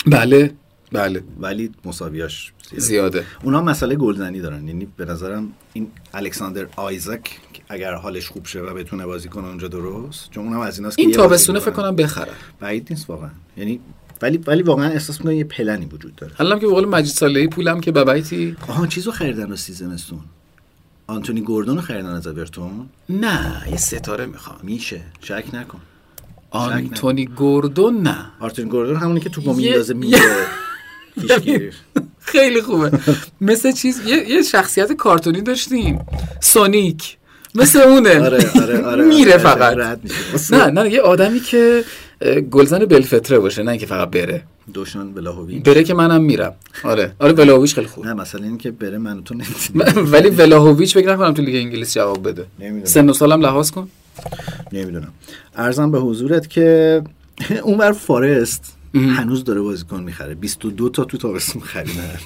[SPEAKER 2] بله بله
[SPEAKER 1] ولی مساویاش زیاده.
[SPEAKER 2] زیاده
[SPEAKER 1] اونا مسئله گلزنی دارن یعنی به نظرم این الکساندر آیزک که اگر حالش خوب شه و بتونه بازی کنه اونجا درست چون اونم از ایناست که
[SPEAKER 2] این
[SPEAKER 1] یه بازی
[SPEAKER 2] تابستونه فکر
[SPEAKER 1] می‌کنن.
[SPEAKER 2] کنم بخرن
[SPEAKER 1] بعید نیست واقعا یعنی ولی ولی واقعا احساس میکنم یه پلنی وجود داره
[SPEAKER 2] الانم که به قول مجید صالحی پولم که ببیتی
[SPEAKER 1] آها چیزو خریدن رو سیزمستون آنتونی گوردون رو خریدن از اورتون
[SPEAKER 2] نه یه ستاره میخوام
[SPEAKER 1] میشه شک نکن
[SPEAKER 2] آنتونی گوردون نه
[SPEAKER 1] آرتون گوردون همونی که توپو
[SPEAKER 2] یه-
[SPEAKER 1] میندازه
[SPEAKER 2] یه- [LAUGHS]
[SPEAKER 1] میره پیشگیری.
[SPEAKER 2] خیلی خوبه مثل چیز یه, یه شخصیت کارتونی داشتیم سونیک مثل اونه
[SPEAKER 1] آره آره آره
[SPEAKER 2] میره
[SPEAKER 1] آره،
[SPEAKER 2] فقط
[SPEAKER 1] رد میشه
[SPEAKER 2] نه نه یه آدمی که اه، گلزن بلفتره باشه نه اینکه فقط بره
[SPEAKER 1] دوشان بلاهوی
[SPEAKER 2] بره که منم میرم آره آره ولاهویچ خیلی خوب
[SPEAKER 1] نه مثلا این که بره من و تو نمی‌تونیم.
[SPEAKER 2] ولی ولاهویچ فکر نکنم تو لیگ انگلیس جواب بده
[SPEAKER 1] نمی‌دونم.
[SPEAKER 2] سن و سالم لحاظ کن
[SPEAKER 1] نمیدونم ارزم به حضورت که [LAUGHS] اونور فارست هنوز داره بازیکن میخره 22 تا تو تابستون خریدن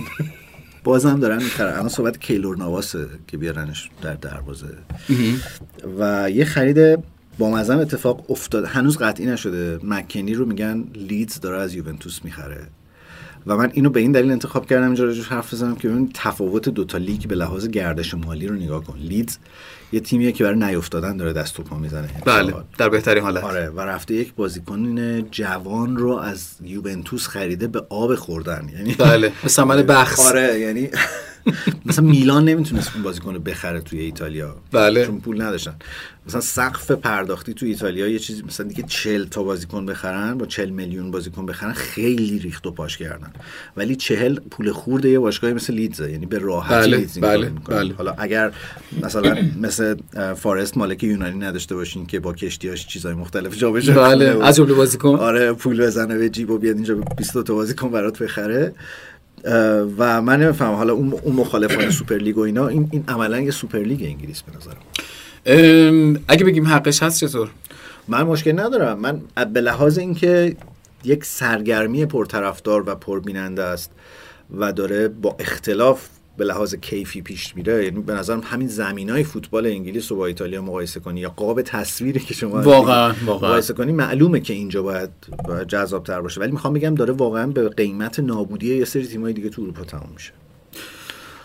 [SPEAKER 1] بازم دارن میخرن الان صحبت کیلور نواسه که بیارنش در دروازه و یه خرید با مزم اتفاق افتاد هنوز قطعی نشده مکنی رو میگن لیدز داره از یوونتوس میخره و من اینو به این دلیل انتخاب کردم اینجا راجعش حرف بزنم که ببین تفاوت دوتا لیگ به لحاظ گردش مالی رو نگاه کن لیدز یه تیمیه که برای نیافتادن داره دست و پا میزنه
[SPEAKER 2] بله در بهترین حالت
[SPEAKER 1] آره و رفته یک بازیکن جوان رو از یوونتوس خریده به آب خوردن یعنی
[SPEAKER 2] بله به ثمن بخش
[SPEAKER 1] آره یعنی [LAUGHS] مثلا میلان نمیتونست اون بازیکن رو بخره توی ایتالیا
[SPEAKER 2] بله.
[SPEAKER 1] چون پول نداشتن مثلا سقف پرداختی توی ایتالیا یه چیزی مثلا دیگه 40 تا بازیکن بخرن با 40 میلیون بازیکن بخرن خیلی ریخت و پاش کردن ولی 40 پول خورده یه باشگاهی مثل لیدز یعنی به راحتی
[SPEAKER 2] بله،
[SPEAKER 1] لیدز این کارو
[SPEAKER 2] بله،
[SPEAKER 1] می‌کنه.
[SPEAKER 2] بله.
[SPEAKER 1] حالا اگر مثلا مثل اه، فارست مالک یونانی نداشته باشین که با کشتیاش چیزای مختلف جا بشه
[SPEAKER 2] بله از جمله بازیکن
[SPEAKER 1] آره پول بزنه به جیب و بیاد اینجا 22 تا بازیکن برات بخره اه، و من نمیفهمم حالا اون اون مخالفان سوپرلیگ و اینا این این عملا یه سوپرلیگ انگلیس به نظرم
[SPEAKER 2] ام، اگه بگیم حقش هست چطور
[SPEAKER 1] من مشکل ندارم من به لحاظ اینکه یک سرگرمی پرطرفدار و پربیننده است و داره با اختلاف به لحاظ کیفی پیش میره یعنی به نظرم همین زمین های فوتبال انگلیس رو با ایتالیا مقایسه کنی یا قاب تصویری که شما
[SPEAKER 2] واقعاً، واقعاً.
[SPEAKER 1] مقایسه کنی معلومه که اینجا باید, باید جذاب تر باشه ولی میخوام بگم داره واقعا به قیمت نابودی یه سری تیمای دیگه تو اروپا تموم میشه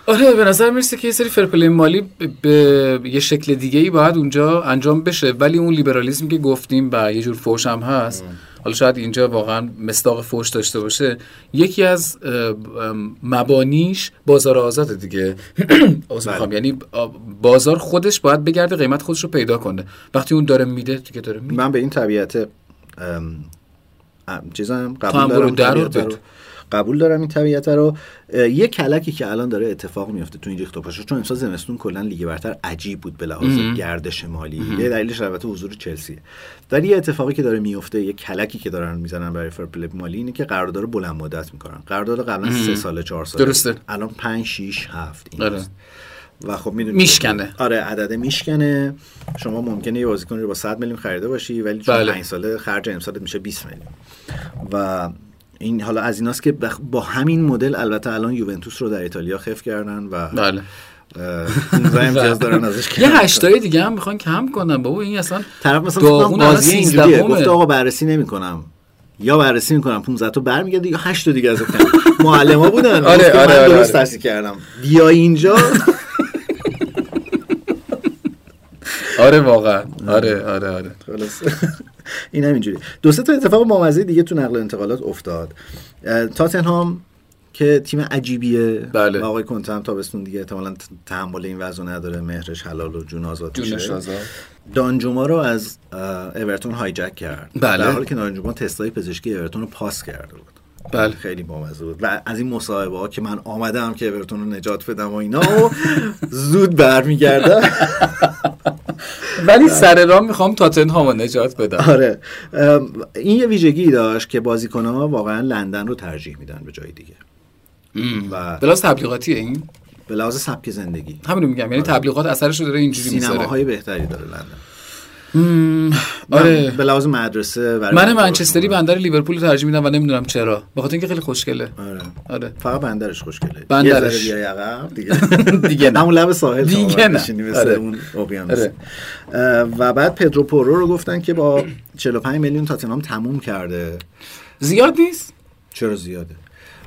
[SPEAKER 2] آره به نظر میرسه که یه سری فرپلی مالی ب- به یه شکل دیگه ای باید اونجا انجام بشه ولی اون لیبرالیسم که گفتیم و یه جور فوش هم هست حالا شاید اینجا واقعا مصداق فوش داشته باشه یکی از اه، ب- ام، مبانیش بازار آزاد
[SPEAKER 1] [COUGHS]
[SPEAKER 2] دیگه
[SPEAKER 1] بله.
[SPEAKER 2] عذر میخوام. یعنی آ، بازار خودش باید بگرده قیمت خودش رو پیدا کنه وقتی اون داره میده دیگه داره میده
[SPEAKER 1] من به این طبیعت ام، ام، چیزم
[SPEAKER 2] هم
[SPEAKER 1] قبول
[SPEAKER 2] برو
[SPEAKER 1] دارم
[SPEAKER 2] در
[SPEAKER 1] طبیعت
[SPEAKER 2] رو بده.
[SPEAKER 1] رو قبول دارم این طبیعت رو اه، یه کلکی که الان داره اتفاق میفته تو این ریخت و پاشه چون امسال زمستون کلا لیگ برتر عجیب بود به لحاظ گردش مالی یه دلیلش البته حضور چلسیه ولی یه اتفاقی که داره میفته یه کلکی که دارن میزنن برای فرپل مالی اینه که قرارداد بلند مدت میکنن قرارداد قبلا سه ساله چهار ساله
[SPEAKER 2] درسته.
[SPEAKER 1] بود. الان 5 6 7 این
[SPEAKER 2] آره.
[SPEAKER 1] است. و خب میدونی
[SPEAKER 2] میشکنه.
[SPEAKER 1] آره عدده میشکنه شما ممکنه یه بازیکن رو با 100 میلیون خریده باشی ولی چون
[SPEAKER 2] بله.
[SPEAKER 1] پنج ساله خرج امسالت میشه 20 میلیون و این حالا از ایناست که بخ- با همین مدل البته الان یوونتوس رو در ایتالیا خف کردن و
[SPEAKER 2] بله
[SPEAKER 1] اه، 15 امتیاز دارن ازش کم
[SPEAKER 2] یه
[SPEAKER 1] می‌کنن.
[SPEAKER 2] هشتای دیگه هم میخوان کم کنن بابا این اصلا
[SPEAKER 1] طرف مثلا فکر کنم
[SPEAKER 2] داغون
[SPEAKER 1] بازی
[SPEAKER 2] الان
[SPEAKER 1] اینجوریه
[SPEAKER 2] 13
[SPEAKER 1] گفت آقا بررسی نمیکنم یا بررسی میکنم 15 تا برمیگرده یا 8 تا دیگه از کم معلما بودن
[SPEAKER 2] آره،
[SPEAKER 1] گفت که
[SPEAKER 2] آره،
[SPEAKER 1] من
[SPEAKER 2] آره،
[SPEAKER 1] درست
[SPEAKER 2] آره.
[SPEAKER 1] تحصیل کردم بیا اینجا
[SPEAKER 2] آره واقعا آره آره آره
[SPEAKER 1] خلاص [LAUGHS] این هم اینجوری دو سه تا اتفاق بامزه دیگه تو نقل و انتقالات افتاد اه، تاتنهام که تیم عجیبیه
[SPEAKER 2] بله.
[SPEAKER 1] و آقای کنته هم تابستون دیگه احتمالا ت- تحمل این وضع رو نداره مهرش حلال و جون آزاد
[SPEAKER 2] جونش
[SPEAKER 1] میشه
[SPEAKER 2] آزاد.
[SPEAKER 1] دانجوما رو از اه، اورتون هایجک کرد
[SPEAKER 2] بله.
[SPEAKER 1] در حالی که دانجوما تستای پزشکی اورتون رو پاس کرده بود
[SPEAKER 2] بله
[SPEAKER 1] خیلی بامزه بود و از این مصاحبه ها که من آمدم که اورتون رو نجات بدم و اینا
[SPEAKER 2] [LAUGHS]
[SPEAKER 1] و زود برمیگردم
[SPEAKER 2] ولی سر راه میخوام تاتنهام رو نجات بدم
[SPEAKER 1] آره ام، این یه ویژگی داشت که بازیکن‌ها واقعا لندن رو ترجیح میدن به جای دیگه و
[SPEAKER 2] بلاس تبلیغاتیه این
[SPEAKER 1] به لحاظ سبک زندگی
[SPEAKER 2] همین رو میگم یعنی تبلیغات اثرش رو داره اینجوری میذاره
[SPEAKER 1] سینماهای بهتری داره لندن
[SPEAKER 2] آره
[SPEAKER 1] من به لحاظ مدرسه برای
[SPEAKER 2] من
[SPEAKER 1] بچه‌ها
[SPEAKER 2] منچستری
[SPEAKER 1] شما-
[SPEAKER 2] بندر لیورپول رو ترجیح میدم و نمیدونم چرا به خاطر اینکه خیلی خوشگله
[SPEAKER 1] آره.
[SPEAKER 2] آره
[SPEAKER 1] فقط بندرش خوشگله
[SPEAKER 2] بندرش.
[SPEAKER 1] یه ذره بیای عقب دیگه
[SPEAKER 2] [LAUGHS] دیگه نه.
[SPEAKER 1] همون لب ساحل شما
[SPEAKER 2] دیگه
[SPEAKER 1] باید
[SPEAKER 2] نه.
[SPEAKER 1] بشینی مثل
[SPEAKER 2] آره.
[SPEAKER 1] اون اقیانوس
[SPEAKER 2] آره.
[SPEAKER 1] اه، و بعد پدرو پورو رو گفتن که با 45 میلیون تاتنهام تموم کرده
[SPEAKER 2] زیاد نیست
[SPEAKER 1] چرا زیاده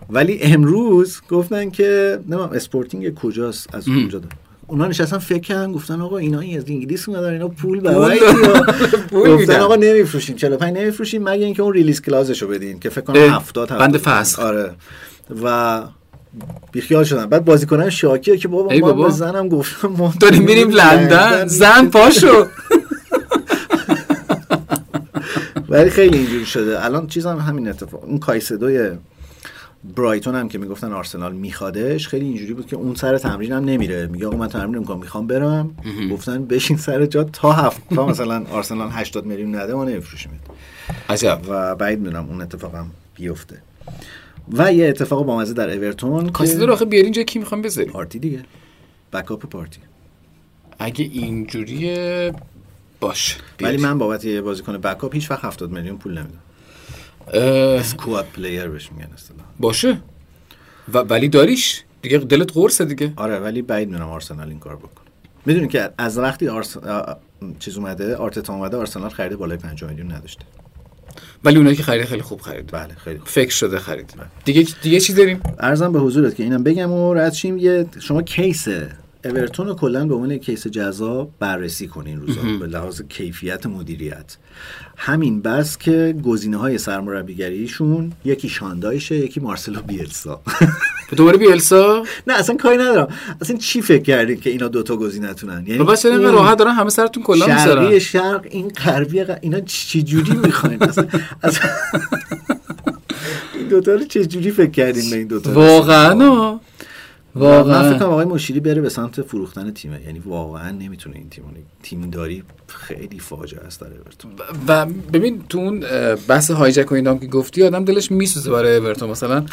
[SPEAKER 1] ولی امروز گفتن که نمیدونم اسپورتینگ کجاست از اونجا دارم اونا نشستن فکر کردن گفتن آقا اینا از انگلیس اومدن اینا پول برای
[SPEAKER 2] [LAUGHS]
[SPEAKER 1] گفتن آقا نمیفروشیم 45 نمیفروشیم مگه اینکه اون ریلیز کلازشو بدین که فکر کنم 70
[SPEAKER 2] بند فصل
[SPEAKER 1] آره و بیخیال شدن بعد بازیکنان شاکیه که بابا, بابا. ما بزنم گفتم ما
[SPEAKER 2] داریم میریم لندن زن پاشو
[SPEAKER 1] ولی خیلی اینجوری شده الان چیز هم همین اتفاق اون کایسدوی برایتون هم که میگفتن آرسنال میخوادش خیلی اینجوری بود که اون سر تمرین هم نمیره میگه آقا من تمرین نمیکنم میخوام برم گفتن بشین سر جا تا هفت تا مثلا آرسنال 80 میلیون نده ما نمیفروشیم
[SPEAKER 2] عجب
[SPEAKER 1] و بعید میدونم اون اتفاقم بیفته و یه اتفاق با مزه در اورتون
[SPEAKER 2] کاسیدو رو آخه بیارین جای کی میخوام بذاریم
[SPEAKER 1] پارتی دیگه بکاپ پارتی
[SPEAKER 2] اگه اینجوریه باش
[SPEAKER 1] ولی من بابت یه بازیکن بکاپ هیچ وقت 70 میلیون پول نمیدم اسکواد پلیر بهش میگن اصطلاحا
[SPEAKER 2] باشه و ولی داریش دیگه دلت قرصه دیگه
[SPEAKER 1] آره ولی بعید میدونم آرسنال این کار بکنه میدونی که از وقتی آرس... آ... چیز اومده آرتتا اومده آرسنال خرید بالای 5 میلیون نداشته
[SPEAKER 2] ولی اونایی که خرید خیلی خوب خرید
[SPEAKER 1] بله خیلی خوب.
[SPEAKER 2] فکر شده خرید بله. دیگه دیگه چی داریم
[SPEAKER 1] ارزم به حضورت که اینم بگم و رد شیم یه شما کیس اورتون رو کلا به عنوان کیس جذاب بررسی کنین روزا به لحاظ کیفیت مدیریت همین بس که گزینه های سرمربیگریشون یکی شاندایشه یکی مارسلو بیلسا [LAUGHS]
[SPEAKER 2] دوباره بیلسا
[SPEAKER 1] نه اصلا کاری ندارم اصلا چی فکر کردین که اینا دوتا گزینه‌تونن
[SPEAKER 2] یعنی بس اینا راحت دارن همه سرتون کلا میذارن
[SPEAKER 1] شرقی شرق این غربی اینا چه جوری
[SPEAKER 2] [LAUGHS]
[SPEAKER 1] میخواین اصلا, اصلا این دوتا رو چه جوری فکر کردین به این دوتا
[SPEAKER 2] واقعا واقعا
[SPEAKER 1] من فکر کنم آقای مشیری بره به سمت فروختن تیمه یعنی واقعا نمیتونه این تیم تیم داری خیلی فاجعه است در اورتون
[SPEAKER 2] و ببین تو اون بحث هایجک و اینام که گفتی آدم دلش میسوزه برای اورتون مثلا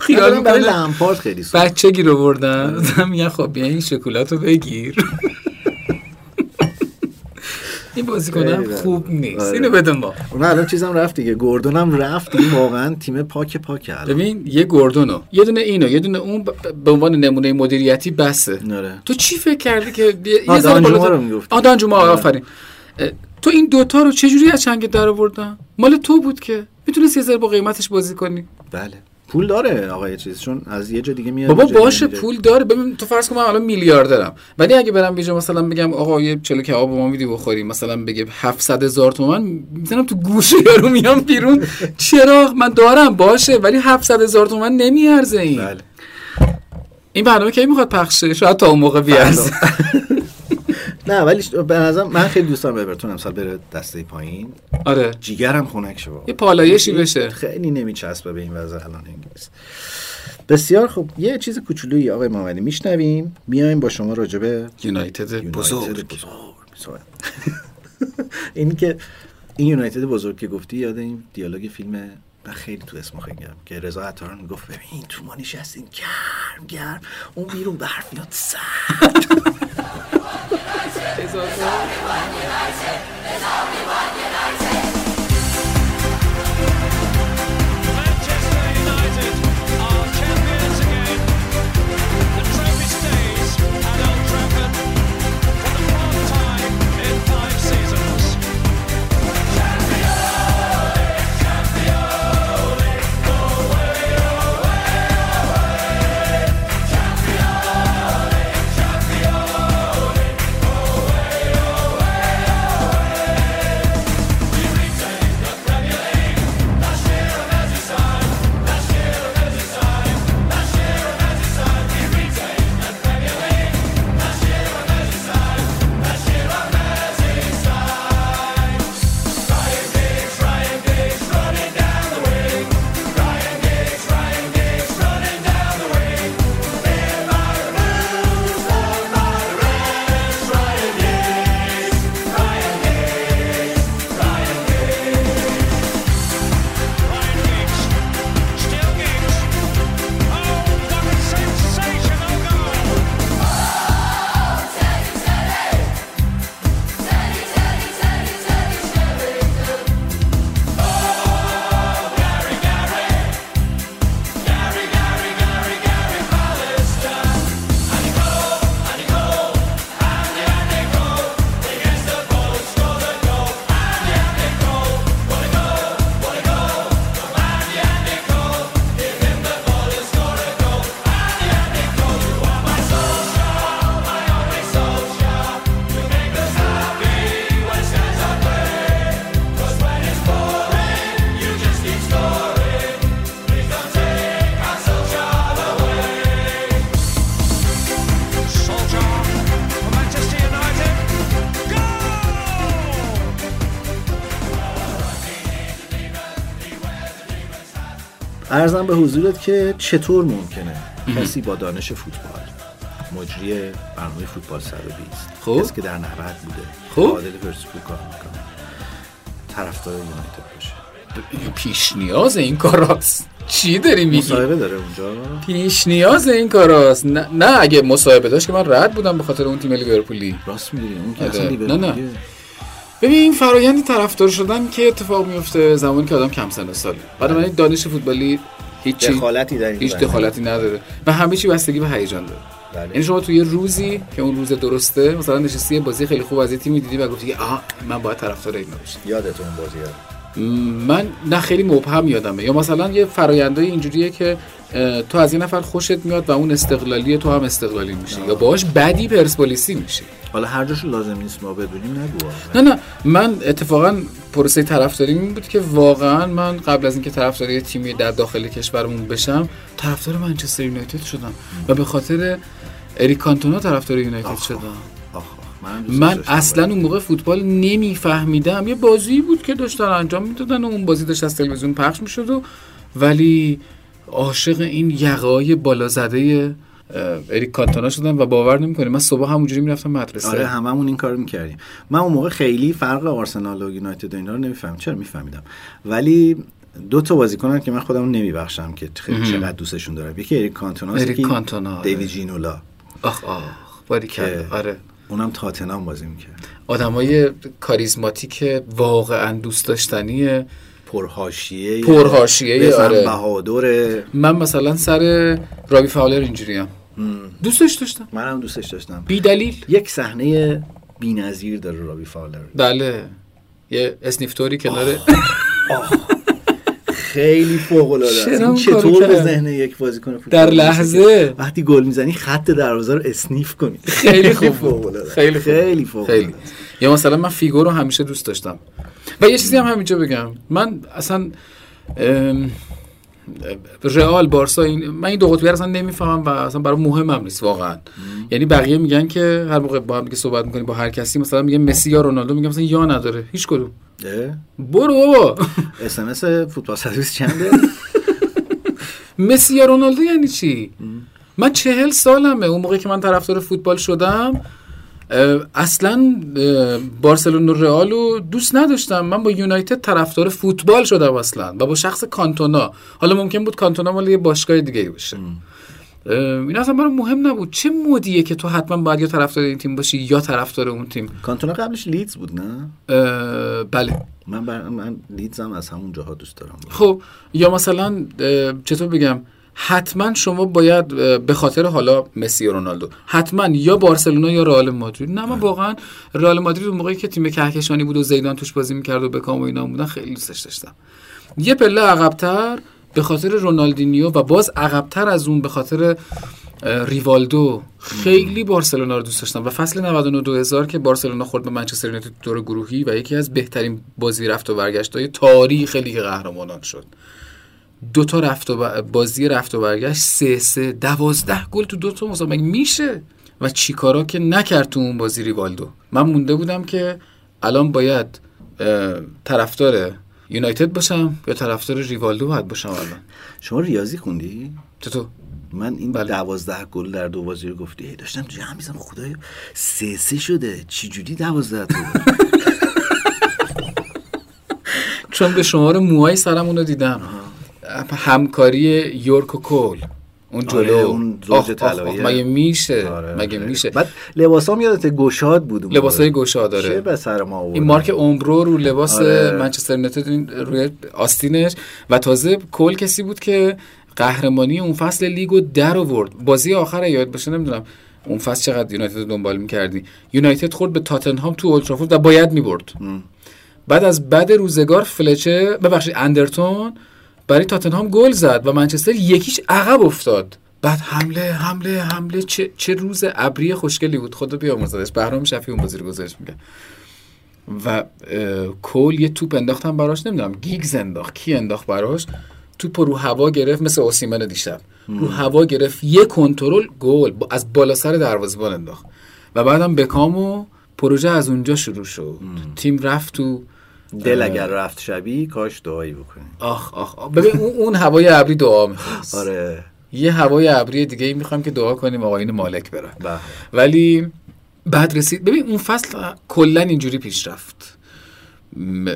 [SPEAKER 1] خیال برای لامپارد خیلی
[SPEAKER 2] سوزه بچه گیر آوردن
[SPEAKER 1] آره.
[SPEAKER 2] میگن خب بیا این شکلات رو بگیر این بازیکنم خوب نیست
[SPEAKER 1] آره.
[SPEAKER 2] اینو بده ما
[SPEAKER 1] اون الان چیزم رفت دیگه گوردونم رفت دیگه واقعا تیم پاک پاک الان
[SPEAKER 2] ببین یه گوردونو یه دونه اینو یه دونه اون به عنوان نمونه مدیریتی بسه
[SPEAKER 1] نره.
[SPEAKER 2] تو چی فکر کردی که یه سال بالا رو آفرین تو این دوتا رو چجوری از چنگ در آوردن مال تو بود که میتونستی یه ذره با قیمتش بازی کنی
[SPEAKER 1] بله پول داره آقای چیز چون از یه جا دیگه میاد
[SPEAKER 2] بابا باشه پول داره ببین تو فرض کن من الان میلیاردرم ولی اگه برم یه مثلا بگم آقا یه چلو کباب ما میدی بخوری مثلا بگه 700 هزار تومان میزنم تو گوش یارو میام بیرون چرا من دارم باشه ولی 700 هزار تومان نمیارزه این بله. این برنامه کی میخواد پخشه شاید تا اون موقع بیارزه
[SPEAKER 1] نه ولی به نظرم من خیلی دوست دارم اورتون امسال بره دسته پایین
[SPEAKER 2] آره
[SPEAKER 1] جیگرم خنک شه
[SPEAKER 2] یه پالایشی بشه
[SPEAKER 1] خیلی نمیچسبه به این وضع الان انگلیس بسیار خوب یه چیز کوچولویی آقای محمدی میشنویم میایم با شما راجبه
[SPEAKER 2] یونایتد بزرگ
[SPEAKER 1] [LAUGHS] این که این یونایتد بزرگ که گفتی یاد این دیالوگ فیلم من خیلی تو اسمو خیلی گرم که رضا عطاران میگفت ببین تو ما نشستین گرم گرم اون بیرون برف میاد سرد ارزم به حضورت که چطور ممکنه کسی با دانش فوتبال مجری برنامه فوتبال 120
[SPEAKER 2] خب.
[SPEAKER 1] کسی که در 90 بوده
[SPEAKER 2] خب.
[SPEAKER 1] عادل پرسپولیس کار میکنه طرفدار یونایتد باشه
[SPEAKER 2] پیش نیاز این کاراست چی داری میگی
[SPEAKER 1] مصاحبه داره اونجا
[SPEAKER 2] پیش نیاز این کاراست نه, نه اگه مصاحبه داشت که من رد بودم به خاطر اون تیم لیورپولی
[SPEAKER 1] راست میدونی اون که
[SPEAKER 2] آره.
[SPEAKER 1] اصلا
[SPEAKER 2] نه،
[SPEAKER 1] لیبرال
[SPEAKER 2] نه.
[SPEAKER 1] میگه.
[SPEAKER 2] ببین این فرایند طرفدار شدن که اتفاق میفته زمانی که آدم کم سن و ساله برای من دانش فوتبالی هیچی
[SPEAKER 1] دخالتی در این
[SPEAKER 2] هیچ
[SPEAKER 1] بحث.
[SPEAKER 2] دخالتی نداره و همه چی بستگی به هیجان داره
[SPEAKER 1] بله.
[SPEAKER 2] یعنی شما توی یه روزی که اون روز درسته مثلا نشستی یه بازی خیلی خوب از یه تیمی دیدی و گفتی که آها من باید طرفدار این باشم
[SPEAKER 1] یادتون اون بازی
[SPEAKER 2] من نه خیلی مبهم یادمه یا مثلا یه فرایندای اینجوریه که اه، تو از یه نفر خوشت میاد و اون استقلالیه تو هم استقلالی میشی یا باهاش بدی پرسپولیسی میشی
[SPEAKER 1] حالا هر جاشو لازم نیست ما بدونیم نگو
[SPEAKER 2] نه نه من اتفاقا پروسه طرفداری این بود که واقعا من قبل از اینکه طرفدار یه تیمی در داخل کشورمون بشم طرفدار منچستر یونایتد شدم و به خاطر اریک کانتونا طرفدار یونایتد
[SPEAKER 1] آخ.
[SPEAKER 2] شدم
[SPEAKER 1] آخ آخ، منم دوست
[SPEAKER 2] من
[SPEAKER 1] داشتم
[SPEAKER 2] اصلا اون موقع فوتبال نمیفهمیدم یه بازی بود که داشتن انجام میدادن و اون بازی داشت از تلویزیون پخش میشد و ولی عاشق این یقای بالا زده اه، اریک کانتونا شدم و باور نمیکنی من صبح همونجوری میرفتم مدرسه
[SPEAKER 1] آره هممون این کارو میکردیم من اون موقع خیلی فرق آرسنال و یونایتد و اینا رو نمیفهمم چرا میفهمیدم ولی دو تا بازیکنن که من خودم نمیبخشم که خیلی چقدر دوستشون دارم یکی اریک کانتونا
[SPEAKER 2] اریک کانتونا، آره.
[SPEAKER 1] دیوید جینولا
[SPEAKER 2] آخ آخ باریکلا
[SPEAKER 1] که-
[SPEAKER 2] آره
[SPEAKER 1] اونم تاتنام بازی میکرد
[SPEAKER 2] آدمای کاریزماتیک واقعا دوست داشتنیه
[SPEAKER 1] پرهاشیه
[SPEAKER 2] پرحاشیه‌ای،
[SPEAKER 1] بزن
[SPEAKER 2] آره.
[SPEAKER 1] بهادر
[SPEAKER 2] من مثلا سر رابی فاولر اینجوریم دوستش داشتم
[SPEAKER 1] منم دوستش داشتم
[SPEAKER 2] بی دلیل
[SPEAKER 1] یک صحنه بی‌نظیر داره رابی فاولر
[SPEAKER 2] بله یه اسنیفتوری کنار
[SPEAKER 1] خیلی فوق العاده
[SPEAKER 2] چرا
[SPEAKER 1] این
[SPEAKER 2] اون کارو
[SPEAKER 1] چطور به
[SPEAKER 2] کرد؟
[SPEAKER 1] ذهن یک بازیکن فوتبال
[SPEAKER 2] در
[SPEAKER 1] می‌رسه
[SPEAKER 2] لحظه.
[SPEAKER 1] که وقتی گل میزنی خط دروازه رو اسنیف کنی
[SPEAKER 2] خیلی خوب
[SPEAKER 1] فوق
[SPEAKER 2] بود
[SPEAKER 1] العاده
[SPEAKER 2] خیلی خوب.
[SPEAKER 1] خیلی فوق
[SPEAKER 2] خیلی
[SPEAKER 1] العاده است.
[SPEAKER 2] یا مثلا من فیگو رو همیشه دوست داشتم و یه چیزی هم همینجا بگم من اصلا ام، رئال بارسا این من این دو قطبی رو اصلا نمیفهمم و اصلا برای مهمم نیست واقعا یعنی بقیه میگن که هر موقع با هم دیگه صحبت میکنیم با هر کسی مثلا میگه مسی یا رونالدو میگم مثلا یا نداره هیچ کدوم
[SPEAKER 1] اه؟
[SPEAKER 2] برو بابا
[SPEAKER 1] اس ام اس فوتبال سرویس چنده
[SPEAKER 2] مسی یا رونالدو یعنی چی من چهل سالمه اون موقع که من طرفدار فوتبال شدم اه، اصلا اه، بارسلون و رئال رو دوست نداشتم من با یونایتد طرفدار فوتبال شدم اصلا و با شخص کانتونا حالا ممکن بود کانتونا مال یه باشگاه دیگه باشه اه، این اصلا برام مهم نبود چه مدیه که تو حتما باید یا طرفدار این تیم باشی یا طرفدار اون تیم
[SPEAKER 1] کانتونا قبلش لیدز بود نه
[SPEAKER 2] اه، بله
[SPEAKER 1] من بر... من لیدز هم از همون جاها دوست دارم
[SPEAKER 2] خب یا مثلا اه، چطور بگم حتما شما باید اه، به خاطر حالا مسی و رونالدو حتما یا بارسلونا یا رئال مادرید نه من واقعا رئال مادرید اون موقعی که تیم کهکشانی بود و زیدان توش بازی میکرد و بکام و اینا بودن خیلی دوستش داشتم یه پله عقبتر به خاطر رونالدینیو و باز عقبتر از اون به خاطر اه، ریوالدو خیلی بارسلونا رو دوست داشتم و فصل 99 2000 که بارسلونا خورد به منچستر یونایتد تو دور گروهی و یکی از بهترین بازی رفت و برگشت‌های تاریخ لیگ قهرمانان شد دو تا رفت و بر- بازی رفت و برگشت سه سه دوازده گل تو دو تا مسابقه مگه میشه و چیکارا که نکرد تو اون بازی ریوالدو من مونده بودم که الان باید اه، طرفدار یونایتد باشم یا طرفدار ریوالدو باید باشم الان
[SPEAKER 1] شما ریاضی خوندی
[SPEAKER 2] چطور
[SPEAKER 1] من این
[SPEAKER 2] بله.
[SPEAKER 1] دوازده گل در دو بازی رو گفتی هی داشتم تو هم میزم خدایا سه سه شده چی جوری دوازده تا بود؟
[SPEAKER 2] چون به شمار موهای سرمون رو دیدم همکاری یورک و کل
[SPEAKER 1] آره،
[SPEAKER 2] اون جلو
[SPEAKER 1] اون زوج
[SPEAKER 2] آخ، آخ، آخ،
[SPEAKER 1] طلاییه.
[SPEAKER 2] مگه میشه
[SPEAKER 1] آره،
[SPEAKER 2] [LAUGHS] مگه
[SPEAKER 1] آره.
[SPEAKER 2] میشه
[SPEAKER 1] بعد لباسام یادت گشاد بود اون
[SPEAKER 2] لباسای
[SPEAKER 1] موقع.
[SPEAKER 2] گشاد، آره.
[SPEAKER 1] چه به سر ما آوردن.
[SPEAKER 2] این مارک اومبرو رو لباس
[SPEAKER 1] آره.
[SPEAKER 2] منچستر یونایتد این روی آستینش و تازه کل کسی بود که قهرمانی اون فصل لیگو در آورد بازی آخر یاد باشه نمیدونم اون فصل چقدر یونایتد رو دنبال میکردی یونایتد خورد به تاتنهام تو اولترافورد و باید میبرد بعد از بد روزگار فلچه ببخشید اندرتون برای تاتنهام گل زد و منچستر یکیش عقب افتاد بعد حمله حمله حمله چه, چه روز ابری خوشگلی بود خدا بیامرزدش بهرام شفیع اون بازی رو گزارش میکرد و اه، کل یه توپ انداختم براش نمیدونم گیگز انداخت کی انداخت براش توپ رو هوا گرفت مثل اوسیمن دیشب رو هوا گرفت یه کنترل گل با- از بالا سر دروازه‌بان انداخت و بعدم بکام و پروژه از اونجا شروع شد تیم رفت تو
[SPEAKER 1] دل اگر رفت شبی کاش دعایی بکنیم
[SPEAKER 2] آخ آخ, آخ. ببین اون, اون هوای ابری دعا میخواست
[SPEAKER 1] آره
[SPEAKER 2] یه هوای ابری دیگه ای میخوام که دعا کنیم آقایون مالک برن
[SPEAKER 1] بله.
[SPEAKER 2] ولی بعد رسید ببین اون فصل کلا اینجوری پیش رفت م-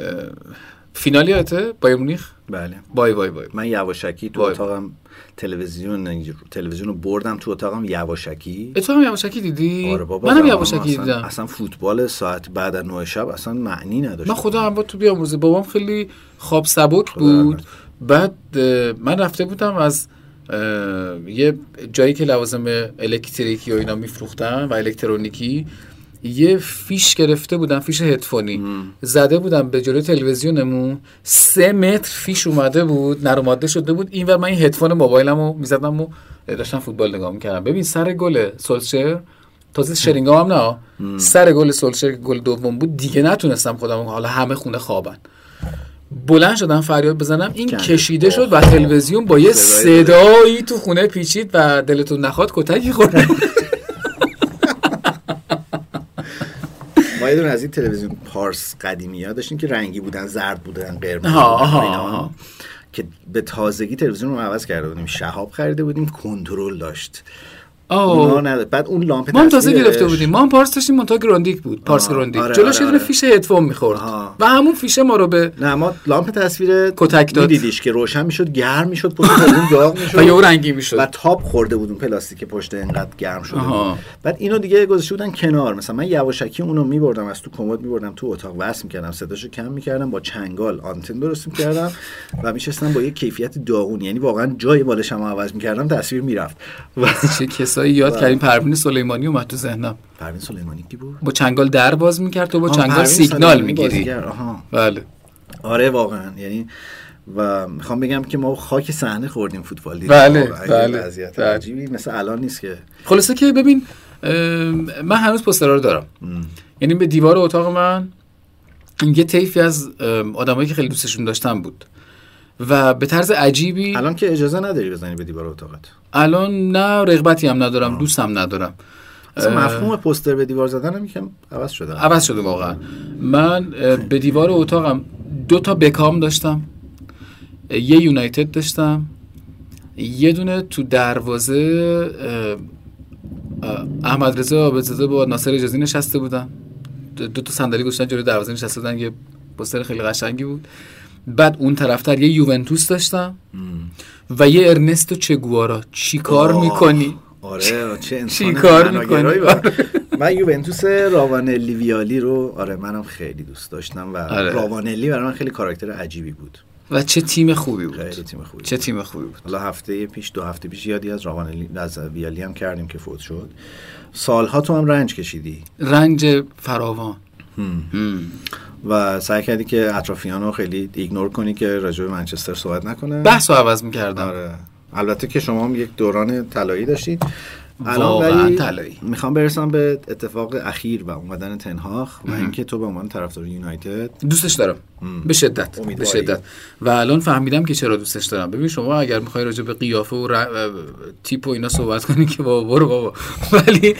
[SPEAKER 2] فینالی آته بایر مونیخ
[SPEAKER 1] بله
[SPEAKER 2] بای بای بای
[SPEAKER 1] من یواشکی تو
[SPEAKER 2] وای.
[SPEAKER 1] اتاقم تلویزیون تلویزیون رو بردم تو اتاقم یواشکی
[SPEAKER 2] تو هم یواشکی دیدی
[SPEAKER 1] آره بابا
[SPEAKER 2] منم
[SPEAKER 1] زمان
[SPEAKER 2] یواشکی
[SPEAKER 1] اصلا-
[SPEAKER 2] دیدم
[SPEAKER 1] اصلا فوتبال ساعت بعد از نه شب اصلا معنی نداشت
[SPEAKER 2] من خدا هم با تو بیاموزه بابام خیلی خواب سبک
[SPEAKER 1] رحمت
[SPEAKER 2] بود بعد اه، من رفته بودم از اه، یه جایی که لوازم الکتریکی و اینا میفروختن و الکترونیکی یه فیش گرفته بودم فیش هدفونی زده بودم به جلوی تلویزیونمون سه متر فیش اومده بود نرماده شده بود این و من این هدفون موبایلم رو میزدم و داشتم فوتبال نگاه میکردم ببین سر گل سولشر تازه شرینگا هم نه سر گل سولشر که گل دوم بود دیگه نتونستم خودم حالا همه خونه خوابن بلند شدم فریاد بزنم این
[SPEAKER 1] کندید.
[SPEAKER 2] کشیده شد و تلویزیون با یه
[SPEAKER 1] صدای
[SPEAKER 2] صدایی تو خونه پیچید و دلتون نخواد کتکی خورد
[SPEAKER 1] [LAUGHS] ما یه دونه از این تلویزیون پارس قدیمی ها داشتیم که رنگی بودن زرد بودن قرمز
[SPEAKER 2] آها،
[SPEAKER 1] بودن،
[SPEAKER 2] آها،
[SPEAKER 1] اینا.
[SPEAKER 2] آها.
[SPEAKER 1] که به تازگی تلویزیون رو عوض کرده بودیم شهاب خریده بودیم کنترل داشت اونا
[SPEAKER 2] آه.
[SPEAKER 1] ند- بعد اون لامپ
[SPEAKER 2] ما هم تازه
[SPEAKER 1] تصویرش-
[SPEAKER 2] گرفته بودیم ما هم پارس داشتیم منتها گراندیک بود پارس
[SPEAKER 1] آه،
[SPEAKER 2] گراندیک
[SPEAKER 1] آره،
[SPEAKER 2] جلوش
[SPEAKER 1] آره،
[SPEAKER 2] یه دونه
[SPEAKER 1] آره.
[SPEAKER 2] فیش هدفون میخورد
[SPEAKER 1] آها.
[SPEAKER 2] و همون فیشه ما رو به
[SPEAKER 1] نه ما لامپ تصویر
[SPEAKER 2] کتک داد.
[SPEAKER 1] میدیدیش که روشن میشد گرم میشد پشت اون داغ میشد
[SPEAKER 2] [LAUGHS] و یهو رنگی میشد
[SPEAKER 1] و تاب خورده بود اون پلاستیک پشت انقدر گرم شده
[SPEAKER 2] آها.
[SPEAKER 1] بود. بعد اینو دیگه گذاشته بودن کنار مثلا من یواشکی اونو میبردم از تو کمد میبردم تو اتاق وصل میکردم صداشو کم میکردم با چنگال آنتن درست میکردم و میشستم با یه کیفیت داغون یعنی واقعا جای بالش هم عوض میکردم تصویر میرفت
[SPEAKER 2] [LAUGHS]
[SPEAKER 1] و
[SPEAKER 2] چه کسایی یاد کردیم پروین سلیمانی اومد تو ذهنم
[SPEAKER 1] پروین سلیمانی کی بود
[SPEAKER 2] با چنگال در باز میکرد تو با
[SPEAKER 1] آه،
[SPEAKER 2] چنگال
[SPEAKER 1] پروین
[SPEAKER 2] سیگنال
[SPEAKER 1] سلیمانی
[SPEAKER 2] میگیری
[SPEAKER 1] بازیگر، آها.
[SPEAKER 2] بله
[SPEAKER 1] آره واقعا یعنی و میخوام بگم که ما خاک صحنه خوردیم فوتبال دیدیم
[SPEAKER 2] بله،
[SPEAKER 1] واقعا یه
[SPEAKER 2] بله،
[SPEAKER 1] وضعیت
[SPEAKER 2] بله.
[SPEAKER 1] عجیبی مثل الان نیست که
[SPEAKER 2] خلاصه که ببین ام، من هنوز پوسترها رو دارم یعنی به دیوار اتاق من یه طیفی از ام، آدمایی که خیلی دوستشون داشتم بود و به طرز عجیبی
[SPEAKER 1] الان که اجازه نداری بزنی به دیوار اتاقت
[SPEAKER 2] الان نه رغبتی هم ندارم دوستم ندارم
[SPEAKER 1] اصلا
[SPEAKER 2] اه.
[SPEAKER 1] مفهوم پوستر به دیوار زدن هم یکم عوض شده
[SPEAKER 2] عوض شده واقعا من اه،
[SPEAKER 1] خب.
[SPEAKER 2] به دیوار اتاقم دو تا بکام داشتم اه، یه یونایتد داشتم یه دونه تو دروازه اه، اه، احمد رضا عابدزاده با ناصر اجازی نشسته بودن دو دو تا صندلی گذاشتن جلوی دروازه نشسته بودن یه پوستر خیلی قشنگی بود بعد اون طرفتر یه یوونتوس داشتم و یه ارنستو چگوارا چی کار
[SPEAKER 1] آه.
[SPEAKER 2] میکنی
[SPEAKER 1] آره چه انسان
[SPEAKER 2] چی کار می‌کنی؟ آره.
[SPEAKER 1] مناگرایی با- من یوونتوس راوانلی ویالی رو آره منم خیلی دوست داشتم و
[SPEAKER 2] آره.
[SPEAKER 1] راوانلی برای من خیلی کاراکتر عجیبی بود
[SPEAKER 2] و چه تیم خوبی بود
[SPEAKER 1] خیلی تیم خوبی
[SPEAKER 2] چه تیم خوبی بود
[SPEAKER 1] حالا هفته پیش دو هفته پیش یادی از راوانلی از ویالی هم کردیم که فوت شد سالها تو هم رنج کشیدی
[SPEAKER 2] رنج فراوان
[SPEAKER 1] و سعی کردی که اطرافیان رو خیلی ایگنور کنی که راجع به منچستر صحبت نکنن
[SPEAKER 2] بحث رو عوض میکردم
[SPEAKER 1] آره البته که شما هم یک دوران طلایی داشتید
[SPEAKER 2] واقعاً
[SPEAKER 1] ولی
[SPEAKER 2] طلایی.
[SPEAKER 1] میخوام برسم به اتفاق اخیر و اومدن تنهاخ و اینکه تو به عنوان طرفدار یونایتد
[SPEAKER 2] دوستش دارم به شدت به
[SPEAKER 1] امیدواری.
[SPEAKER 2] شدت و الان فهمیدم که چرا دوستش دارم ببین شما اگر میخوای راجع به قیافه و ر- و تیپ و اینا صحبت کنی که بابا برو بابا [LAUGHS] ولی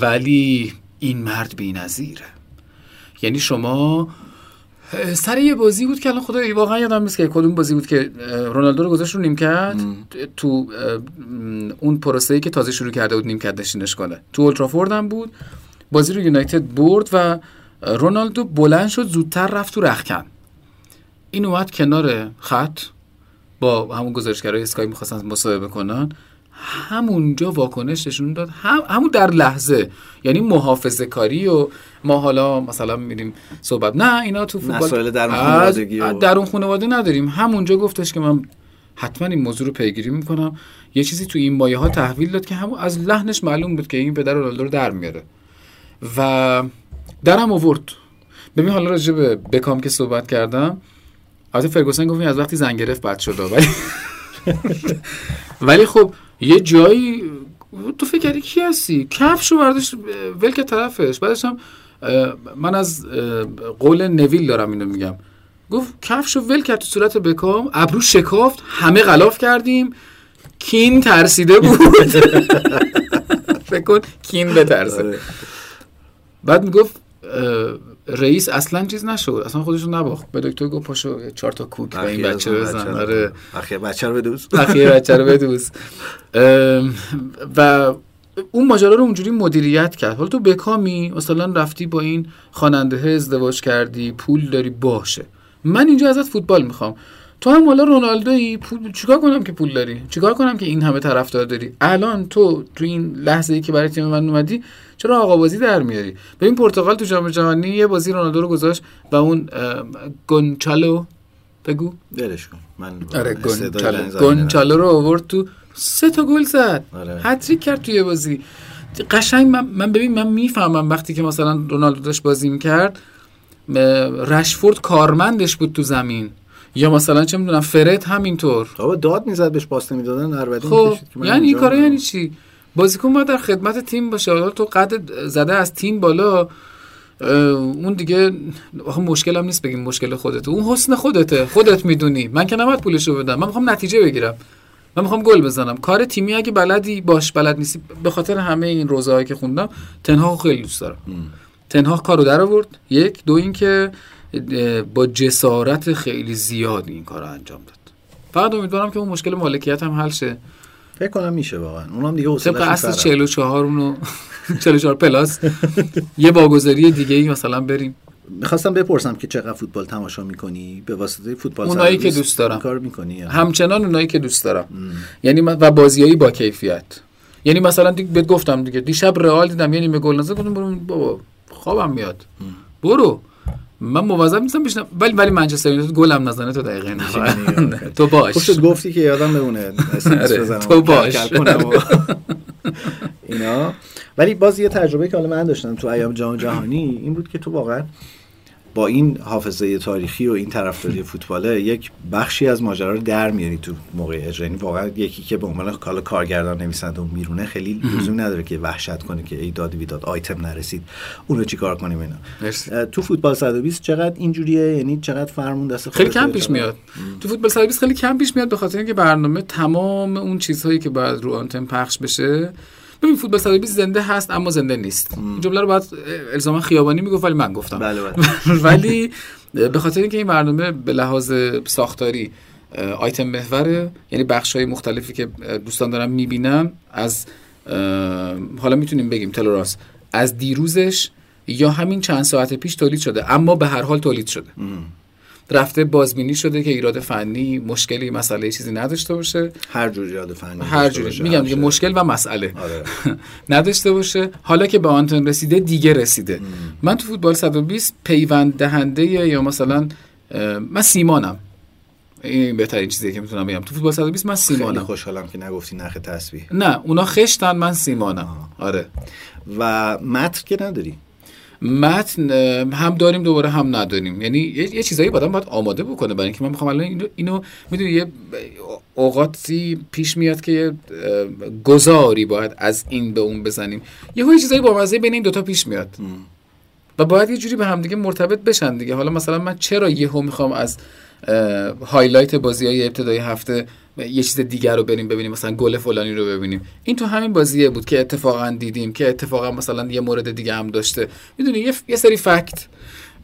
[SPEAKER 2] ولی این مرد بی‌نظیره یعنی شما سر یه بازی بود که الان خدا واقعا یادم نیست که کدوم بازی بود که اه، رونالدو رو گذاشت رو نیمکت تو اه، م، اون پروسه ای که تازه شروع کرده بود نیمکت نشینش کنه تو اولترافورد هم بود بازی رو یونایتد برد و اه، رونالدو بلند شد زودتر رفت تو رخکن این اومد کنار خط با همون گزارشگرای اسکای میخواستن مصاحبه کنن همونجا واکنش نشون داد هم همون در لحظه یعنی محافظه کاری و ما حالا مثلا میریم صحبت نه اینا تو فوتبال
[SPEAKER 1] مسائل درون
[SPEAKER 2] از-
[SPEAKER 1] خانوادگی و-
[SPEAKER 2] در اون خانواده نداریم همونجا گفتش که من حتما این موضوع رو پیگیری میکنم یه چیزی تو این مایه ها تحویل داد که همون از لحنش معلوم بود که این پدر رونالدو رو در میاره و درم آورد ببین حالا راجع به بکام که صحبت کردم البته فرگوسن گفت این از وقتی زنگ گرفت بد شد ولی ولی خب یه جایی تو فکر کردی کی هستی کفشو برداشت ول که طرفش بعدش هم اه، من از اه، قول نویل دارم اینو میگم گفت کفشو ول کرد تو صورت بکام ابرو شکافت همه غلاف کردیم کین ترسیده بود [LAUGHS] فکر کن کین بترسه بعد میگفت اه، رئیس اصلا چیز نشد اصلا خودشون نباخت به دکتر گفت پاشو چهار تا کوک به این بچه بزن آره
[SPEAKER 1] بخیه بچه رو بدوز
[SPEAKER 2] بخیه بچه رو بدوز ام، و اون ماجرا رو اونجوری مدیریت کرد حالا تو بکامی مثلا رفتی با این خواننده ازدواج کردی پول داری باشه من اینجا ازت فوتبال میخوام تو هم حالا رونالدویی پول چیکار کنم که پول داری چیکار کنم که این همه طرفدار داری الان تو تو این لحظه ای که برای تیم من اومدی چرا آقا بازی در میاری ببین پرتغال تو جام جهانی یه بازی رونالدو رو گذاشت و اون ام، گونچالو بگو
[SPEAKER 1] دلش کن من
[SPEAKER 2] آره
[SPEAKER 1] استعداد
[SPEAKER 2] گونچالو
[SPEAKER 1] زنگ
[SPEAKER 2] گونچالو رو آورد تو سه تا گل زد
[SPEAKER 1] آره.
[SPEAKER 2] هتریک کرد توی بازی قشنگ من, من ببین من میفهمم وقتی که مثلا رونالدو داشت بازی میکرد رشفورد کارمندش بود تو زمین یا مثلا چه میدونم فرد همینطور
[SPEAKER 1] بابا داد میزد بهش پاس نمیدادن ارودین
[SPEAKER 2] خب یعنی این کارا یعنی چی بازیکن باید در خدمت تیم باشه حالا تو قد زده از تیم بالا اه، اون دیگه آخه مشکل هم نیست بگیم مشکل خودته اون حسن خودته خودت میدونی من که نباید پولشو بدم من میخوام نتیجه بگیرم من میخوام گل بزنم کار تیمی اگه بلدی باش بلد نیستی به خاطر همه این روزهایی که خوندم تنها خیلی دوست دارم تنها کارو در آورد یک دو اینکه اه، با جسارت خیلی زیادی این کار رو انجام داد فقط امیدوارم که اون مشکل مالکیت هم حل شه
[SPEAKER 1] فکر کنم میشه واقعا اونام دیگه
[SPEAKER 2] طبق
[SPEAKER 1] حوصله‌اش
[SPEAKER 2] اصل
[SPEAKER 1] سر
[SPEAKER 2] 44 اونو [LAUGHS] 44 پلاس یه واگذاری دیگه ای مثلا بریم
[SPEAKER 1] میخواستم بپرسم که چقدر فوتبال تماشا میکنی به واسطه فوتبال
[SPEAKER 2] اونایی
[SPEAKER 1] سرویس
[SPEAKER 2] که دوست دارم.
[SPEAKER 1] این کار میکنی
[SPEAKER 2] همچنان اونایی که دوست دارم یعنی من- و بازیایی با کیفیت یعنی مثلا دیگه بهت گفتم دیگه دیشب رئال دیدم یعنی به گل نزد گفتم برو بابا خوابم میاد برو من موظف نیستم بشنم ولی ولی منچستر یونایتد گلم نزنه تو دقیقه نه [LAUGHS] تو
[SPEAKER 1] خوب
[SPEAKER 2] باش
[SPEAKER 1] شد گفتی که یادم بمونه اسمس
[SPEAKER 2] آره،
[SPEAKER 1] بزنم
[SPEAKER 2] تو
[SPEAKER 1] و
[SPEAKER 2] باش.
[SPEAKER 1] کل- کل کنم و اینا ولی باز یه تجربه که حالا من داشتم تو ایام جام جهانی این بود که تو واقعا با این حافظه تاریخی و این طرفداری فوتباله یک بخشی از ماجرا رو در میاری تو موقع اجرا یعنی واقعا یکی که به عنوان کالا کارگردان نویسنده و میرونه خیلی لزوم نداره که وحشت کنه که ای داد بیداد آیتم نرسید اون رو چیکار کنیم اینا
[SPEAKER 2] مرسی.
[SPEAKER 1] اه، تو فوتبال 120 چقدر اینجوریه یعنی چقدر فرمون دست
[SPEAKER 2] خیلی
[SPEAKER 1] خودته؟
[SPEAKER 2] کم پیش
[SPEAKER 1] چقدر-
[SPEAKER 2] میاد تو فوتبال سرویس خیلی کم پیش میاد به خاطر اینکه برنامه تمام اون چیزهایی که باید رو آنتن پخش بشه ببین فوتبال سرویس زنده هست اما زنده نیست این جمله رو باید الزاما خیابانی میگفت ولی من گفتم
[SPEAKER 1] بله بله
[SPEAKER 2] [LAUGHS] ولی به خاطر اینکه این برنامه به لحاظ ساختاری اه، آیتم محوره یعنی بخش های مختلفی که اه، دوستان دارم میبینم از اه، حالا میتونیم بگیم تلوراس از دیروزش یا همین چند ساعت پیش تولید شده اما به هر حال تولید شده رفته بازبینی شده که ایراد فنی مشکلی مسئله چیزی نداشته باشه
[SPEAKER 1] هر جور ایراد فنی
[SPEAKER 2] هر
[SPEAKER 1] داشته
[SPEAKER 2] جوری
[SPEAKER 1] باشه، خب،
[SPEAKER 2] میگم
[SPEAKER 1] هر
[SPEAKER 2] دیگه
[SPEAKER 1] چه.
[SPEAKER 2] مشکل و مسئله
[SPEAKER 1] آره.
[SPEAKER 2] [LAUGHS] نداشته باشه حالا که به آنتن رسیده دیگه رسیده من تو فوتبال 120 پیوند دهنده یا مثلا اه، من سیمانم این بهترین چیزی که میتونم بگم تو فوتبال 120 من
[SPEAKER 1] خیلی
[SPEAKER 2] سیمانم
[SPEAKER 1] خوشحالم که نگفتی نخ تسبیح
[SPEAKER 2] نه اونا خشتن من سیمانم آره
[SPEAKER 1] و متر که نداری
[SPEAKER 2] متن اه، هم داریم دوباره هم نداریم یعنی یه, یه چیزایی آدم باید آماده بکنه برای اینکه من میخوام الان اینو, اینو میدونی یه اوقاتی پیش میاد که یه اه، گذاری باید از این به اون بزنیم یه یه چیزایی با مزه بین این دوتا پیش میاد و باید یه جوری به همدیگه مرتبط بشن دیگه حالا مثلا من چرا یهو میخوام از اه، هایلایت بازی های ابتدای هفته یه چیز دیگر رو بریم ببینیم مثلا گل فلانی رو ببینیم این تو همین بازیه بود که اتفاقا دیدیم که اتفاقا مثلا یه مورد دیگه هم داشته میدونی یه, یه سری فکت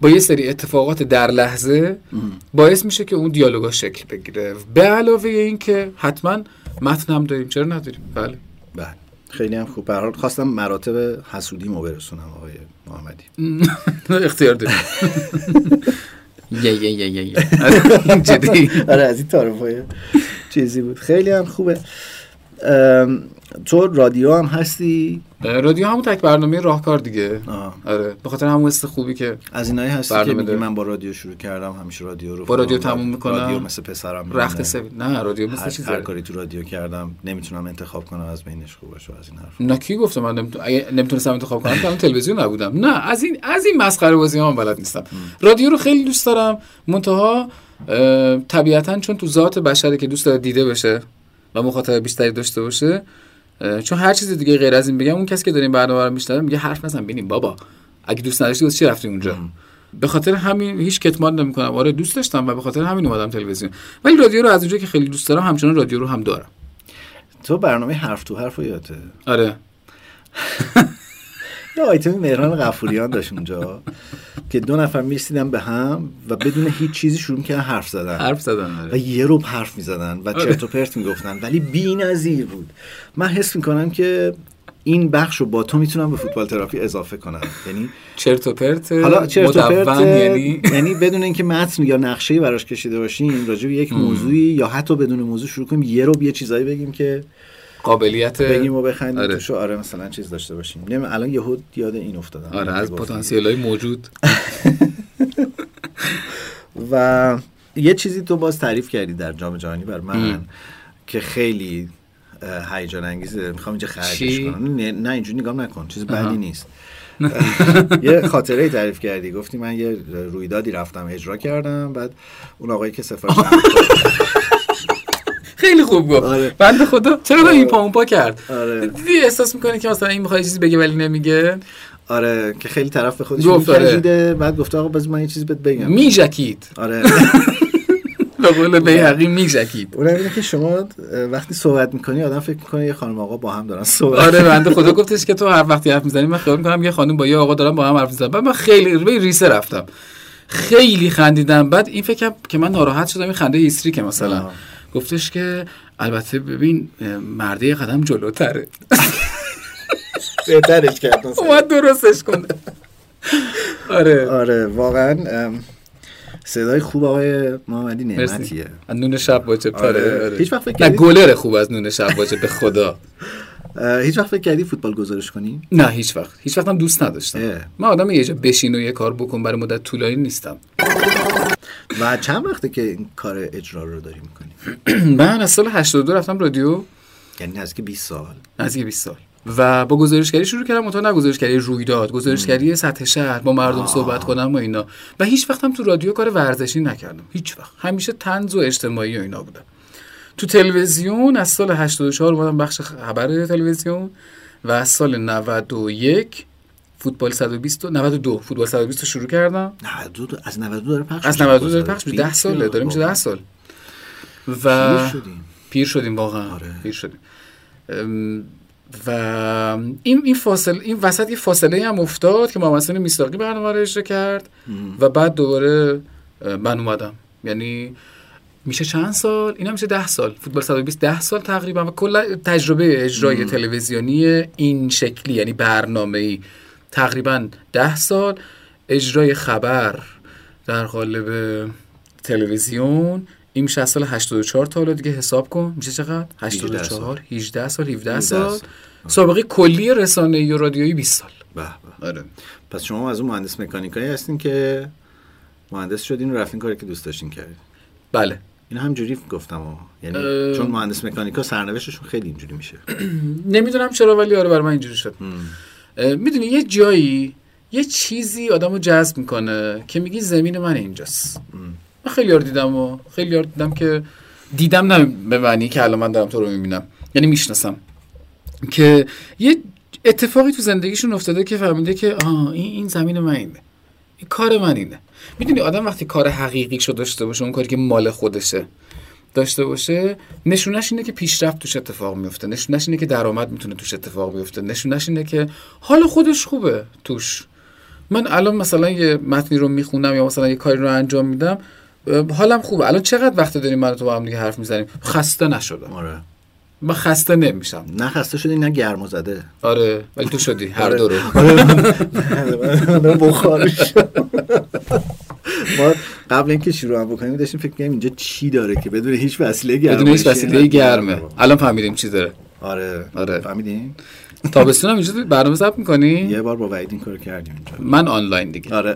[SPEAKER 2] با یه سری اتفاقات در لحظه باعث میشه که اون دیالوگا شکل بگیره به علاوه این که حتما متن هم داریم چرا نداریم بله [LAUGHS]
[SPEAKER 1] بله خیلی هم خوب به هر حال خواستم مراتب حسودی مو برسونم آقای محمدی
[SPEAKER 2] اختیار داریم [LAUGHS] یه یه یه یه یه [LAUGHS] جدی
[SPEAKER 1] [LAUGHS] آره از این تعارفای چیزی بود خیلی هم خوبه ام، تو رادیو هم هستی
[SPEAKER 2] رادیو همون تک برنامه راهکار دیگه
[SPEAKER 1] آه. آره.
[SPEAKER 2] آره به خاطر همون حس خوبی که
[SPEAKER 1] از اینایی هستی که
[SPEAKER 2] برنامه
[SPEAKER 1] میگی
[SPEAKER 2] داره.
[SPEAKER 1] من با رادیو شروع کردم همیشه رادیو رو
[SPEAKER 2] با رادیو
[SPEAKER 1] فلان،
[SPEAKER 2] تموم می‌کنم.
[SPEAKER 1] رادیو مثل پسرم
[SPEAKER 2] رخت
[SPEAKER 1] رفته
[SPEAKER 2] سفید نه رادیو مثل
[SPEAKER 1] هر,
[SPEAKER 2] چیز
[SPEAKER 1] هر کاری تو رادیو کردم نمیتونم انتخاب کنم از بینش خوبش و از این حرف
[SPEAKER 2] نه کی گفته من نمیتون... اگه نمیتونستم انتخاب کنم که الان تلویزیون نبودم نه از این از این مسخره بازی ها من بلد نیستم رادیو رو خیلی دوست دارم منتها اه، طبیعتا چون تو ذات بشره که دوست داره دیده بشه و مخاطب بیشتری داشته باشه اه، چون هر چیز دیگه غیر از این بگم اون کسی که داره این برنامه رو میشنوه میگه حرف نزن ببینیم بابا اگه دوست نداشتی واسه چی رفتی اونجا به خاطر همین هیچ کتمان نمیکنم آره دوست داشتم و به خاطر همین اومدم تلویزیون ولی رادیو رو از اونجا که خیلی دوست دارم همچنان رادیو رو هم دارم
[SPEAKER 1] تو برنامه حرف تو حرف رو یادته
[SPEAKER 2] آره
[SPEAKER 1] یه آیتم مهران غفوریان داشت اونجا که دو نفر میرسیدن به هم و بدون هیچ چیزی شروع میکردن حرف زدن
[SPEAKER 2] حرف زدن آره.
[SPEAKER 1] و یه روب حرف میزدن و
[SPEAKER 2] آره.
[SPEAKER 1] چرت و پرت میگفتن ولی بی نظیر بود من حس میکنم که این بخش رو با تو میتونم به فوتبال تراپی اضافه کنم یعنی
[SPEAKER 2] چرت و پرت
[SPEAKER 1] حالا چرت و پرت
[SPEAKER 2] مدون یعنی
[SPEAKER 1] یعنی بدون اینکه متن یا نقشه براش کشیده باشیم راجع به یک موضوعی یا حتی بدون موضوع شروع کنیم یه رو یه چیزایی بگیم که
[SPEAKER 2] قابلیت
[SPEAKER 1] بگیم و بخندیم
[SPEAKER 2] آره.
[SPEAKER 1] توشو آره مثلا چیز داشته باشیم نمیدونم الان یهو یاد این افتادم یعنی
[SPEAKER 2] آره از
[SPEAKER 1] گفتم.
[SPEAKER 2] پتانسیل های موجود [LAUGHS]
[SPEAKER 1] و یه چیزی تو باز تعریف کردی در جام جهانی بر من که خیلی اه، هیجان انگیزه میخوام اینجا خرجش
[SPEAKER 2] چی؟
[SPEAKER 1] کنم نه, نه اینجوری نگاه نکن چیز بدی نیست یه خاطره تعریف کردی گفتی من یه رویدادی رفتم اجرا کردم بعد اون آقایی که سفارش
[SPEAKER 2] خیلی خوب گفت
[SPEAKER 1] آره.
[SPEAKER 2] بنده خدا چرا به این پا اون پا کرد
[SPEAKER 1] آره.
[SPEAKER 2] دیدی احساس میکنه که مثلا این میخواد چیزی بگه ولی نمیگه
[SPEAKER 1] آره که خیلی طرف به خودش
[SPEAKER 2] گفت، آره.
[SPEAKER 1] می‌کشیده، بعد گفته آقا بذار من یه چیز بهت بگم
[SPEAKER 2] میژکید
[SPEAKER 1] آره
[SPEAKER 2] به قول بیهقی میژکید
[SPEAKER 1] اونم اینه که شما اه، وقتی صحبت میکنی آدم فکر میکنه یه خانم آقا با هم دارن صحبت
[SPEAKER 2] آره بنده خدا گفتش که تو هر وقتی حرف میزنی من خیال میکنم یه خانم با یه آقا دارم با هم حرف میزنم بعد من خیلی به ریسه رفتم خیلی خندیدم بعد این فکرم که من ناراحت شدم این خنده هیستری که مثلا
[SPEAKER 1] آه.
[SPEAKER 2] گفتش که البته ببین اه، مرده یه قدم جلوتره
[SPEAKER 1] بهترش کرد مثلا.
[SPEAKER 2] اومد درستش کنه آره
[SPEAKER 1] آره واقعا ام، صدای خوب آقای محمدی
[SPEAKER 2] مرسی
[SPEAKER 1] نعمتیه
[SPEAKER 2] از نون شب واجب
[SPEAKER 1] آره.
[SPEAKER 2] تاره آره.
[SPEAKER 1] هیچ وقت فکر
[SPEAKER 2] نه
[SPEAKER 1] کردی-
[SPEAKER 2] گلر خوب از نون شب واجب به خدا
[SPEAKER 1] اه، هیچ وقت فکر کردی فوتبال گزارش کنی
[SPEAKER 2] نه هیچ وقت هیچ وقتم دوست نداشتم
[SPEAKER 1] اه.
[SPEAKER 2] من آدم یه جا بشین و یه کار بکن برای مدت طولانی نیستم
[SPEAKER 1] و چند وقته که این کار اجرا رو داری میکنی
[SPEAKER 2] من از سال 82 رفتم رادیو
[SPEAKER 1] یعنی نزدیک 20 سال
[SPEAKER 2] نزدیک 20 سال و با گزارشگری شروع کردم اونطور نه گزارشگری رویداد گزارشگری سطح شهر با مردم صحبت کنم و اینا و هیچ وقتم تو رادیو کار ورزشی نکردم هیچ وقت همیشه تنز و اجتماعی و اینا بودم تو تلویزیون از سال 84 اومدم بخش خبر تلویزیون و از سال 91 فوتبال 120 و- 92 فوتبال 120 رو شروع کردم
[SPEAKER 1] 92 دو- از 92 داره پخش
[SPEAKER 2] از
[SPEAKER 1] میشه
[SPEAKER 2] 92 داره
[SPEAKER 1] گزارش.
[SPEAKER 2] پخش میشه
[SPEAKER 1] پیر
[SPEAKER 2] 10 ساله
[SPEAKER 1] شدیم
[SPEAKER 2] داره میشه 10
[SPEAKER 1] واقعا.
[SPEAKER 2] سال و
[SPEAKER 1] پیر شدیم.
[SPEAKER 2] پیر شدیم واقعا
[SPEAKER 1] آره.
[SPEAKER 2] پیر شدیم ام، و این این فاصله این وسط یه فاصله هم افتاد که محمد حسین میساقی برنامه رو اجرا کرد و بعد دوباره اه، من اومدم یعنی میشه چند سال این میشه ده سال فوتبال 120 ده سال تقریبا و کلا تجربه اجرای تلویزیونی این شکلی یعنی برنامه ای تقریبا ده سال اجرای خبر در قالب تلویزیون این میشه از سال 84 تا حالا دیگه حساب کن میشه چقدر 84 18 سال 17 سال
[SPEAKER 1] سال.
[SPEAKER 2] سابقه کلی رسانه‌ای و رادیویی 20 سال
[SPEAKER 1] به به.
[SPEAKER 2] آره
[SPEAKER 1] پس شما از اون مهندس مکانیکایی هستین که مهندس شدین و رفتین کاری که دوست داشتین کردین
[SPEAKER 2] بله
[SPEAKER 1] این همجوری گفتم و یعنی
[SPEAKER 2] اه.
[SPEAKER 1] چون مهندس مکانیکا سرنوشتشون خیلی اینجوری میشه
[SPEAKER 2] نمیدونم چرا ولی آره برای من اینجوری شد میدونی یه جایی یه چیزی آدم رو جذب میکنه که میگی زمین من اینجاست من خیلی یار دیدم و خیلی یار دیدم که دیدم نه به معنی که الان من دارم تو رو میبینم یعنی میشناسم که یه اتفاقی تو زندگیشون افتاده که فهمیده که آه این, این زمین من اینه این کار من اینه میدونی آدم وقتی کار حقیقی شو داشته باشه اون کاری که مال خودشه داشته باشه نشونش اینه که پیشرفت توش اتفاق میفته نشونش اینه که درآمد میتونه توش اتفاق بیفته نشونش اینه که حال خودش خوبه توش من الان مثلا یه متنی رو میخونم یا مثلا یه کاری رو انجام میدم اه، حالم خوبه الان چقدر وقت داریم من و تو با هم دیگه حرف میزنیم خسته نشدم
[SPEAKER 1] آره
[SPEAKER 2] من خسته نمیشم
[SPEAKER 1] نه خسته شدین نه گرما زده
[SPEAKER 2] آره ولی تو شدی هر دو رو
[SPEAKER 1] آره بخارش ما قبل اینکه شروع هم بکنیم داشتیم فکر کنیم اینجا چی داره که بدون هیچ وسیله گرمه
[SPEAKER 2] بدون هیچ وسیله گرمه الان فهمیدیم چی داره
[SPEAKER 1] آره
[SPEAKER 2] آره.
[SPEAKER 1] فهمیدین
[SPEAKER 2] تابستون هم اینجا برنامه ضبط میکنی
[SPEAKER 1] یه بار با وعید این کارو کردیم اینجا
[SPEAKER 2] من آنلاین دیگه [LAUGHS]
[SPEAKER 1] آره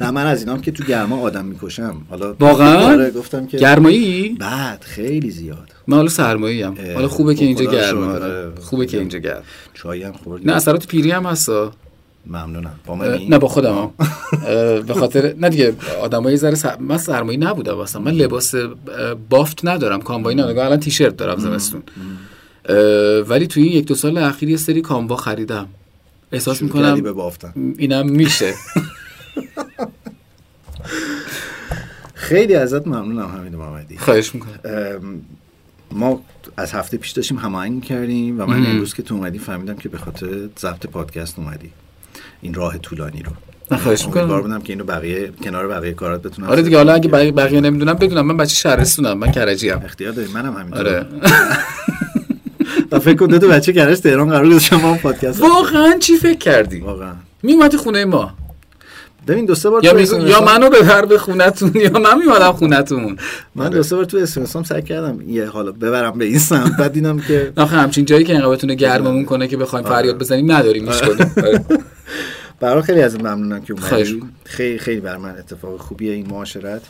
[SPEAKER 1] نه من از اینام که تو گرما آدم میکشم حالا
[SPEAKER 2] واقعا؟
[SPEAKER 1] آره گفتم که
[SPEAKER 2] گرمایی
[SPEAKER 1] بعد خیلی زیاد
[SPEAKER 2] من حالا سرمایه ام
[SPEAKER 1] اه،
[SPEAKER 2] حالا خوبه که
[SPEAKER 1] خب،
[SPEAKER 2] اینجا
[SPEAKER 1] خدا رو
[SPEAKER 2] گرمه
[SPEAKER 1] شکر.
[SPEAKER 2] آره.
[SPEAKER 1] آره.
[SPEAKER 2] خوبه که اینجا گرم
[SPEAKER 1] چایی هم خوردیم
[SPEAKER 2] نه اثرات پیری هم هستا
[SPEAKER 1] ممنونم با
[SPEAKER 2] اه،
[SPEAKER 1] منی
[SPEAKER 2] نه با خودم هم. اه، به خاطر نه دیگه آدمای ذره سر... من سرمایه نبودم اصلا من لباس اه، بافت ندارم کامبای ندارم الان تیشرت دارم زمستون اه، ولی توی این یک دو سال اخیر یه سری کاموا خریدم احساس
[SPEAKER 1] شروع کردی به
[SPEAKER 2] میکنم
[SPEAKER 1] بافتن
[SPEAKER 2] اینم میشه
[SPEAKER 1] خیلی ازت ممنونم حمید محمدی
[SPEAKER 2] خواهش میکنم
[SPEAKER 1] ام، ما از هفته پیش داشتیم هماهنگ کردیم و من امروز که تو اومدی فهمیدم که به خاطر ضبط پادکست اومدی این راه طولانی رو
[SPEAKER 2] نه خواهش
[SPEAKER 1] امیدوار
[SPEAKER 2] میکنم
[SPEAKER 1] بودم که اینو بقیه کنار بقیه کارات بتونم
[SPEAKER 2] آره دیگه حالا اگه بقیه, بقیه نمیدونم بدونم من بچه شهرستونم من کرجی هم
[SPEAKER 1] اختیار داری منم همینطور
[SPEAKER 2] آره
[SPEAKER 1] و فکر کن دو تا بچه کرش تهران قرار گذاشتم ما هم پادکست
[SPEAKER 2] واقعا چی فکر کردی
[SPEAKER 1] واقعا
[SPEAKER 2] میومدی خونه ما
[SPEAKER 1] ببین دو سه بار
[SPEAKER 2] یا,
[SPEAKER 1] تو
[SPEAKER 2] می...
[SPEAKER 1] اسمسام-
[SPEAKER 2] یا منو ببر به خونتون یا من میومدم خونتون
[SPEAKER 1] من دو سه بار تو اسمسام سعی کردم یه حالا ببرم به این سمت بعد دیدم که
[SPEAKER 2] آخه همچین جایی که انقدر بتونه گرممون کنه که بخوایم فریاد بزنیم نداریم آره. میشکنیم
[SPEAKER 1] برای خیلی از ممنونم که
[SPEAKER 2] خواهش
[SPEAKER 1] اومدی خیلی خیلی بر من اتفاق خوبیه این معاشرت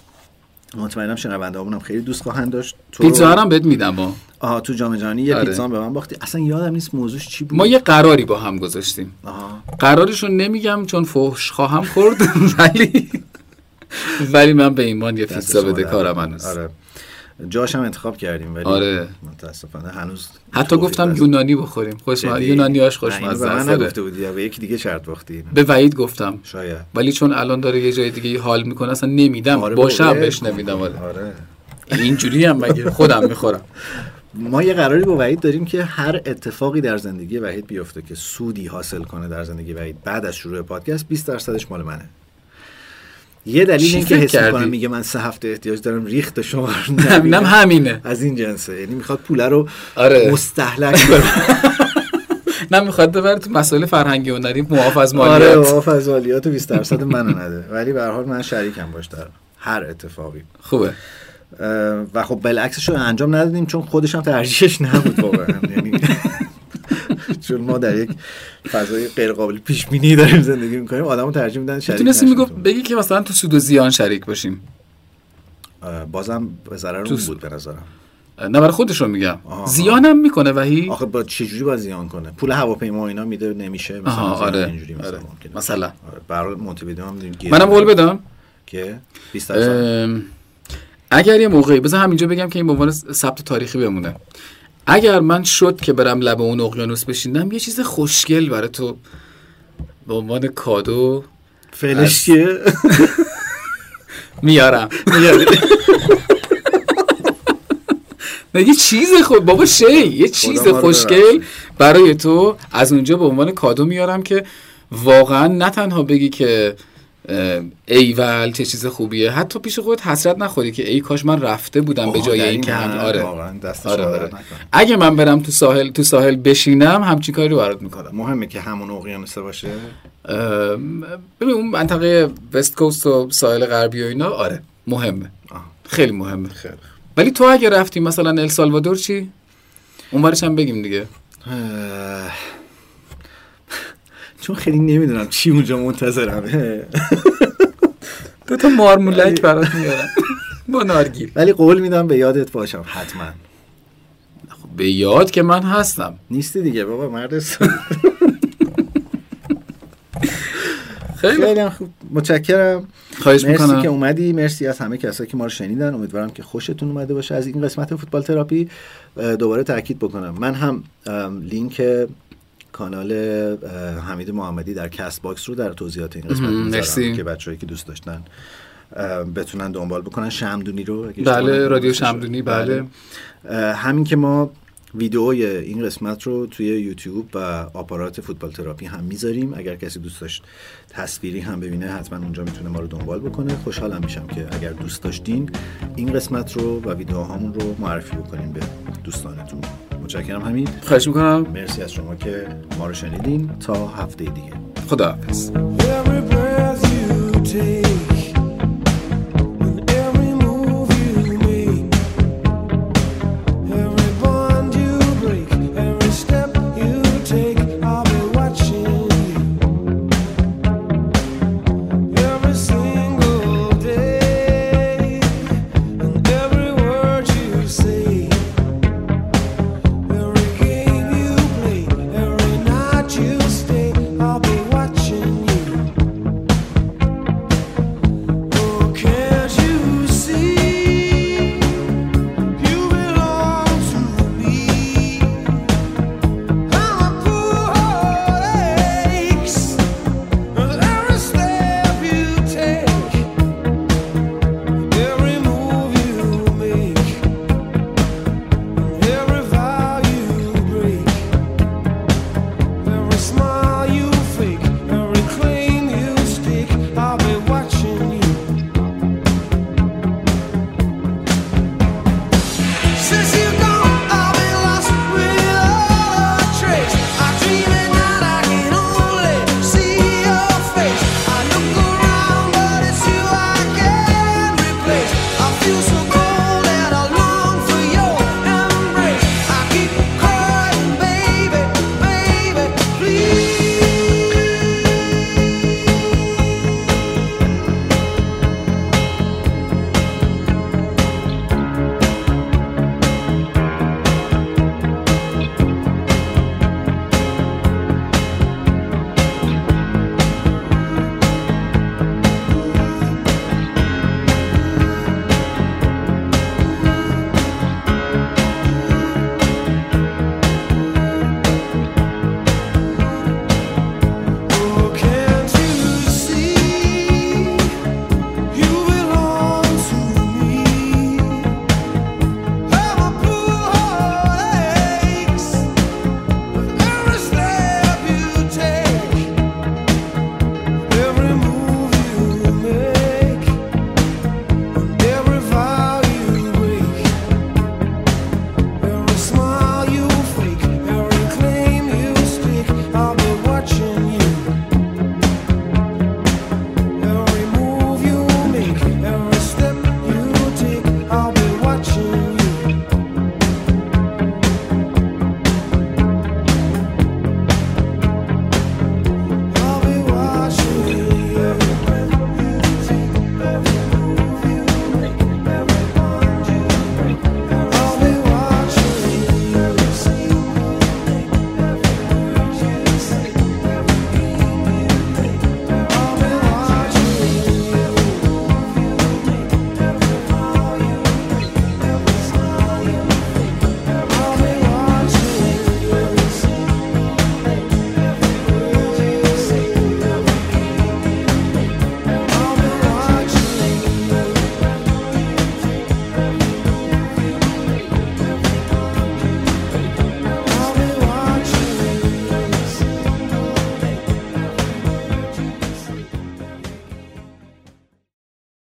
[SPEAKER 1] مطمئنم شنونده هم خیلی دوست خواهند داشت تو رو-
[SPEAKER 2] پیتزا هم بهت میدم ما
[SPEAKER 1] آها تو جام جهانی یه
[SPEAKER 2] آره.
[SPEAKER 1] پیتزا هم به من باختی اصلا یادم نیست موضوعش چی بود
[SPEAKER 2] ما یه قراری با هم گذاشتیم
[SPEAKER 1] آها.
[SPEAKER 2] قرارشو نمیگم چون فحش خواهم خورد [LAUGHS] ولی ولی من به ایمان یه
[SPEAKER 1] دست
[SPEAKER 2] پیتزا
[SPEAKER 1] شما
[SPEAKER 2] بده
[SPEAKER 1] درد
[SPEAKER 2] کارم
[SPEAKER 1] نکنه.
[SPEAKER 2] هنوز
[SPEAKER 1] آره جاش هم انتخاب کردیم ولی
[SPEAKER 2] آره.
[SPEAKER 1] متاسفانه هنوز
[SPEAKER 2] حتی
[SPEAKER 1] توفیق
[SPEAKER 2] گفتم
[SPEAKER 1] دست-
[SPEAKER 2] یونانی بخوریم خوش
[SPEAKER 1] جدی؟
[SPEAKER 2] یونانیاش
[SPEAKER 1] نه، اینو
[SPEAKER 2] خوشمزه
[SPEAKER 1] به
[SPEAKER 2] است
[SPEAKER 1] من
[SPEAKER 2] آره.
[SPEAKER 1] یعنی نگفته بودی یا به یکی دیگه شرط باختی
[SPEAKER 2] به وعید گفتم
[SPEAKER 1] شاید
[SPEAKER 2] ولی چون الان داره یه جای دیگه حال میکنه اصلا نمیدم
[SPEAKER 1] آره
[SPEAKER 2] باشم
[SPEAKER 1] بابا،
[SPEAKER 2] بهش نمیدم آره
[SPEAKER 1] آره
[SPEAKER 2] اینجوری هم مگه خودم
[SPEAKER 1] [LAUGHS]
[SPEAKER 2] میخورم
[SPEAKER 1] ما یه قراری با وحید داریم که هر اتفاقی در زندگی وحید بیفته که سودی حاصل کنه در زندگی وحید بعد از شروع پادکست 20 درصدش مال منه یه دلیل
[SPEAKER 2] چی
[SPEAKER 1] این که
[SPEAKER 2] فکر
[SPEAKER 1] حس
[SPEAKER 2] کردی؟
[SPEAKER 1] میکنم میگه من سه هفته احتیاج دارم ریخت شما
[SPEAKER 2] [LAUGHS]
[SPEAKER 1] رو
[SPEAKER 2] همینم
[SPEAKER 1] نبینم.
[SPEAKER 2] همینه
[SPEAKER 1] از این جنسه یعنی میخواد پوله رو
[SPEAKER 2] آره. [LAUGHS]
[SPEAKER 1] مستحلک کنه
[SPEAKER 2] نه میخواد ببر تو مسائل فرهنگی و هنری معاف از
[SPEAKER 1] آره
[SPEAKER 2] مالیات
[SPEAKER 1] معاف از مالیات و 20 درصد منو نده ولی به هر حال من شریکم باش در هر اتفاقی
[SPEAKER 2] خوبه
[SPEAKER 1] اه، و خب بالعکسش رو انجام ندادیم چون خودش هم ترجیحش نبود
[SPEAKER 2] [LAUGHS]
[SPEAKER 1] واقعا یعنی چون ما در یک فضای غیر قابل پیش بینی داریم زندگی میکنیم آدمو ترجیح میدن شریک
[SPEAKER 2] میتونستی
[SPEAKER 1] نشن
[SPEAKER 2] میگفت
[SPEAKER 1] تو.
[SPEAKER 2] بگی که مثلا تو سود و زیان شریک باشیم
[SPEAKER 1] اه، آره، بازم به ضرر
[SPEAKER 2] تو
[SPEAKER 1] اون
[SPEAKER 2] س-
[SPEAKER 1] بود به نظرم
[SPEAKER 2] نه برای خودش رو میگم
[SPEAKER 1] آها.
[SPEAKER 2] زیانم میکنه وحی
[SPEAKER 1] آخه با چه جوری باید زیان کنه پول هواپیما و اینا میده نمیشه مثلا
[SPEAKER 2] آها،
[SPEAKER 1] زیان
[SPEAKER 2] آره.
[SPEAKER 1] اینجوری مثلا
[SPEAKER 2] آره.
[SPEAKER 1] ممکنه
[SPEAKER 2] مثلا.
[SPEAKER 1] آره، برای مونته‌ویدئو هم دیدیم گیر
[SPEAKER 2] منم قول
[SPEAKER 1] می‌کنه
[SPEAKER 2] بدم
[SPEAKER 1] که 20 درصد
[SPEAKER 2] ام، اگر یه موقعی بذار همینجا بگم که این به عنوان ثبت تاریخی بمونه اگر من شد که برم لب اون اقیانوس بشینم یه چیز خوشگل برای تو به عنوان کادو
[SPEAKER 1] فعلش چیه
[SPEAKER 2] میارم نه یه چیز خوب بابا شی یه چیز
[SPEAKER 1] خدا ما رو
[SPEAKER 2] خوشگل
[SPEAKER 1] ببخشه.
[SPEAKER 2] برای تو از اونجا به عنوان کادو میارم که واقعا نه تنها بگی که اه، ایول چه چیز خوبیه حتی پیش خودت حسرت نخوری که ای کاش من رفته بودم به
[SPEAKER 1] آها، [LAUGHS]
[SPEAKER 2] جای
[SPEAKER 1] در
[SPEAKER 2] این
[SPEAKER 1] این
[SPEAKER 2] که
[SPEAKER 1] حد
[SPEAKER 2] هم آره
[SPEAKER 1] یعنی واقعاً دستش
[SPEAKER 2] آره
[SPEAKER 1] رو
[SPEAKER 2] آره
[SPEAKER 1] درد نکنه.
[SPEAKER 2] اگه من برم تو ساحل تو ساحل بشینم همچین کاری رو برات میکنم
[SPEAKER 1] مهمه که همون اقیانوسه باشه
[SPEAKER 2] ام، ببین اون منطقه وست کوست و ساحل غربی و اینا آره مهمه
[SPEAKER 1] آه.
[SPEAKER 2] خیلی مهمه ولی تو اگه رفتی مثلا السالوادور چی اون برش هم بگیم دیگه
[SPEAKER 1] اه. [LAUGHS] چون خیلی نمیدونم چی اونجا منتظرمه
[SPEAKER 2] دو تا مارمولک برات میارم [LAUGHS] با نارگیل
[SPEAKER 1] ولی قول میدم به یادت باشم حتما
[SPEAKER 2] به یاد که من هستم
[SPEAKER 1] نیستی دیگه بابا مرد س-
[SPEAKER 2] خیلی
[SPEAKER 1] خیلی هم خوب متشکرم
[SPEAKER 2] خواهش
[SPEAKER 1] مرسی که
[SPEAKER 2] میکنم
[SPEAKER 1] اومدی مرسی از همه کسایی که ما رو شنیدن امیدوارم که خوشتون اومده باشه از این قسمت فوتبال تراپی اه، دوباره تاکید بکنم من هم ام، لینک کانال اه، حمید محمدی در کست باکس رو در توضیحات این قسمت
[SPEAKER 2] مهم،
[SPEAKER 1] میذارم
[SPEAKER 2] مرسی.
[SPEAKER 1] که بچه‌ای که دوست داشتن اه، بتونن دنبال بکنن شمدونی رو اگه اشتباه
[SPEAKER 2] بله
[SPEAKER 1] نکنم
[SPEAKER 2] رادیو
[SPEAKER 1] اسمش رو.
[SPEAKER 2] شمدونی بله
[SPEAKER 1] اه، همین که ما ویدئوی این قسمت رو توی یوتیوب و آپارات فوتبال تراپی هم میذاریم اگر کسی دوست داشت تصویری هم ببینه حتما اونجا میتونه ما رو دنبال بکنه خوشحالم میشم که اگر دوست داشتین این قسمت رو و ویدئوهامون رو معرفی بکنیم به دوستانتون متشکرم حمید
[SPEAKER 2] خواهش میکنم
[SPEAKER 1] مرسی از شما که ما رو شنیدین تا هفته دیگه
[SPEAKER 2] خدا حافظ
[SPEAKER 4] Every breath you take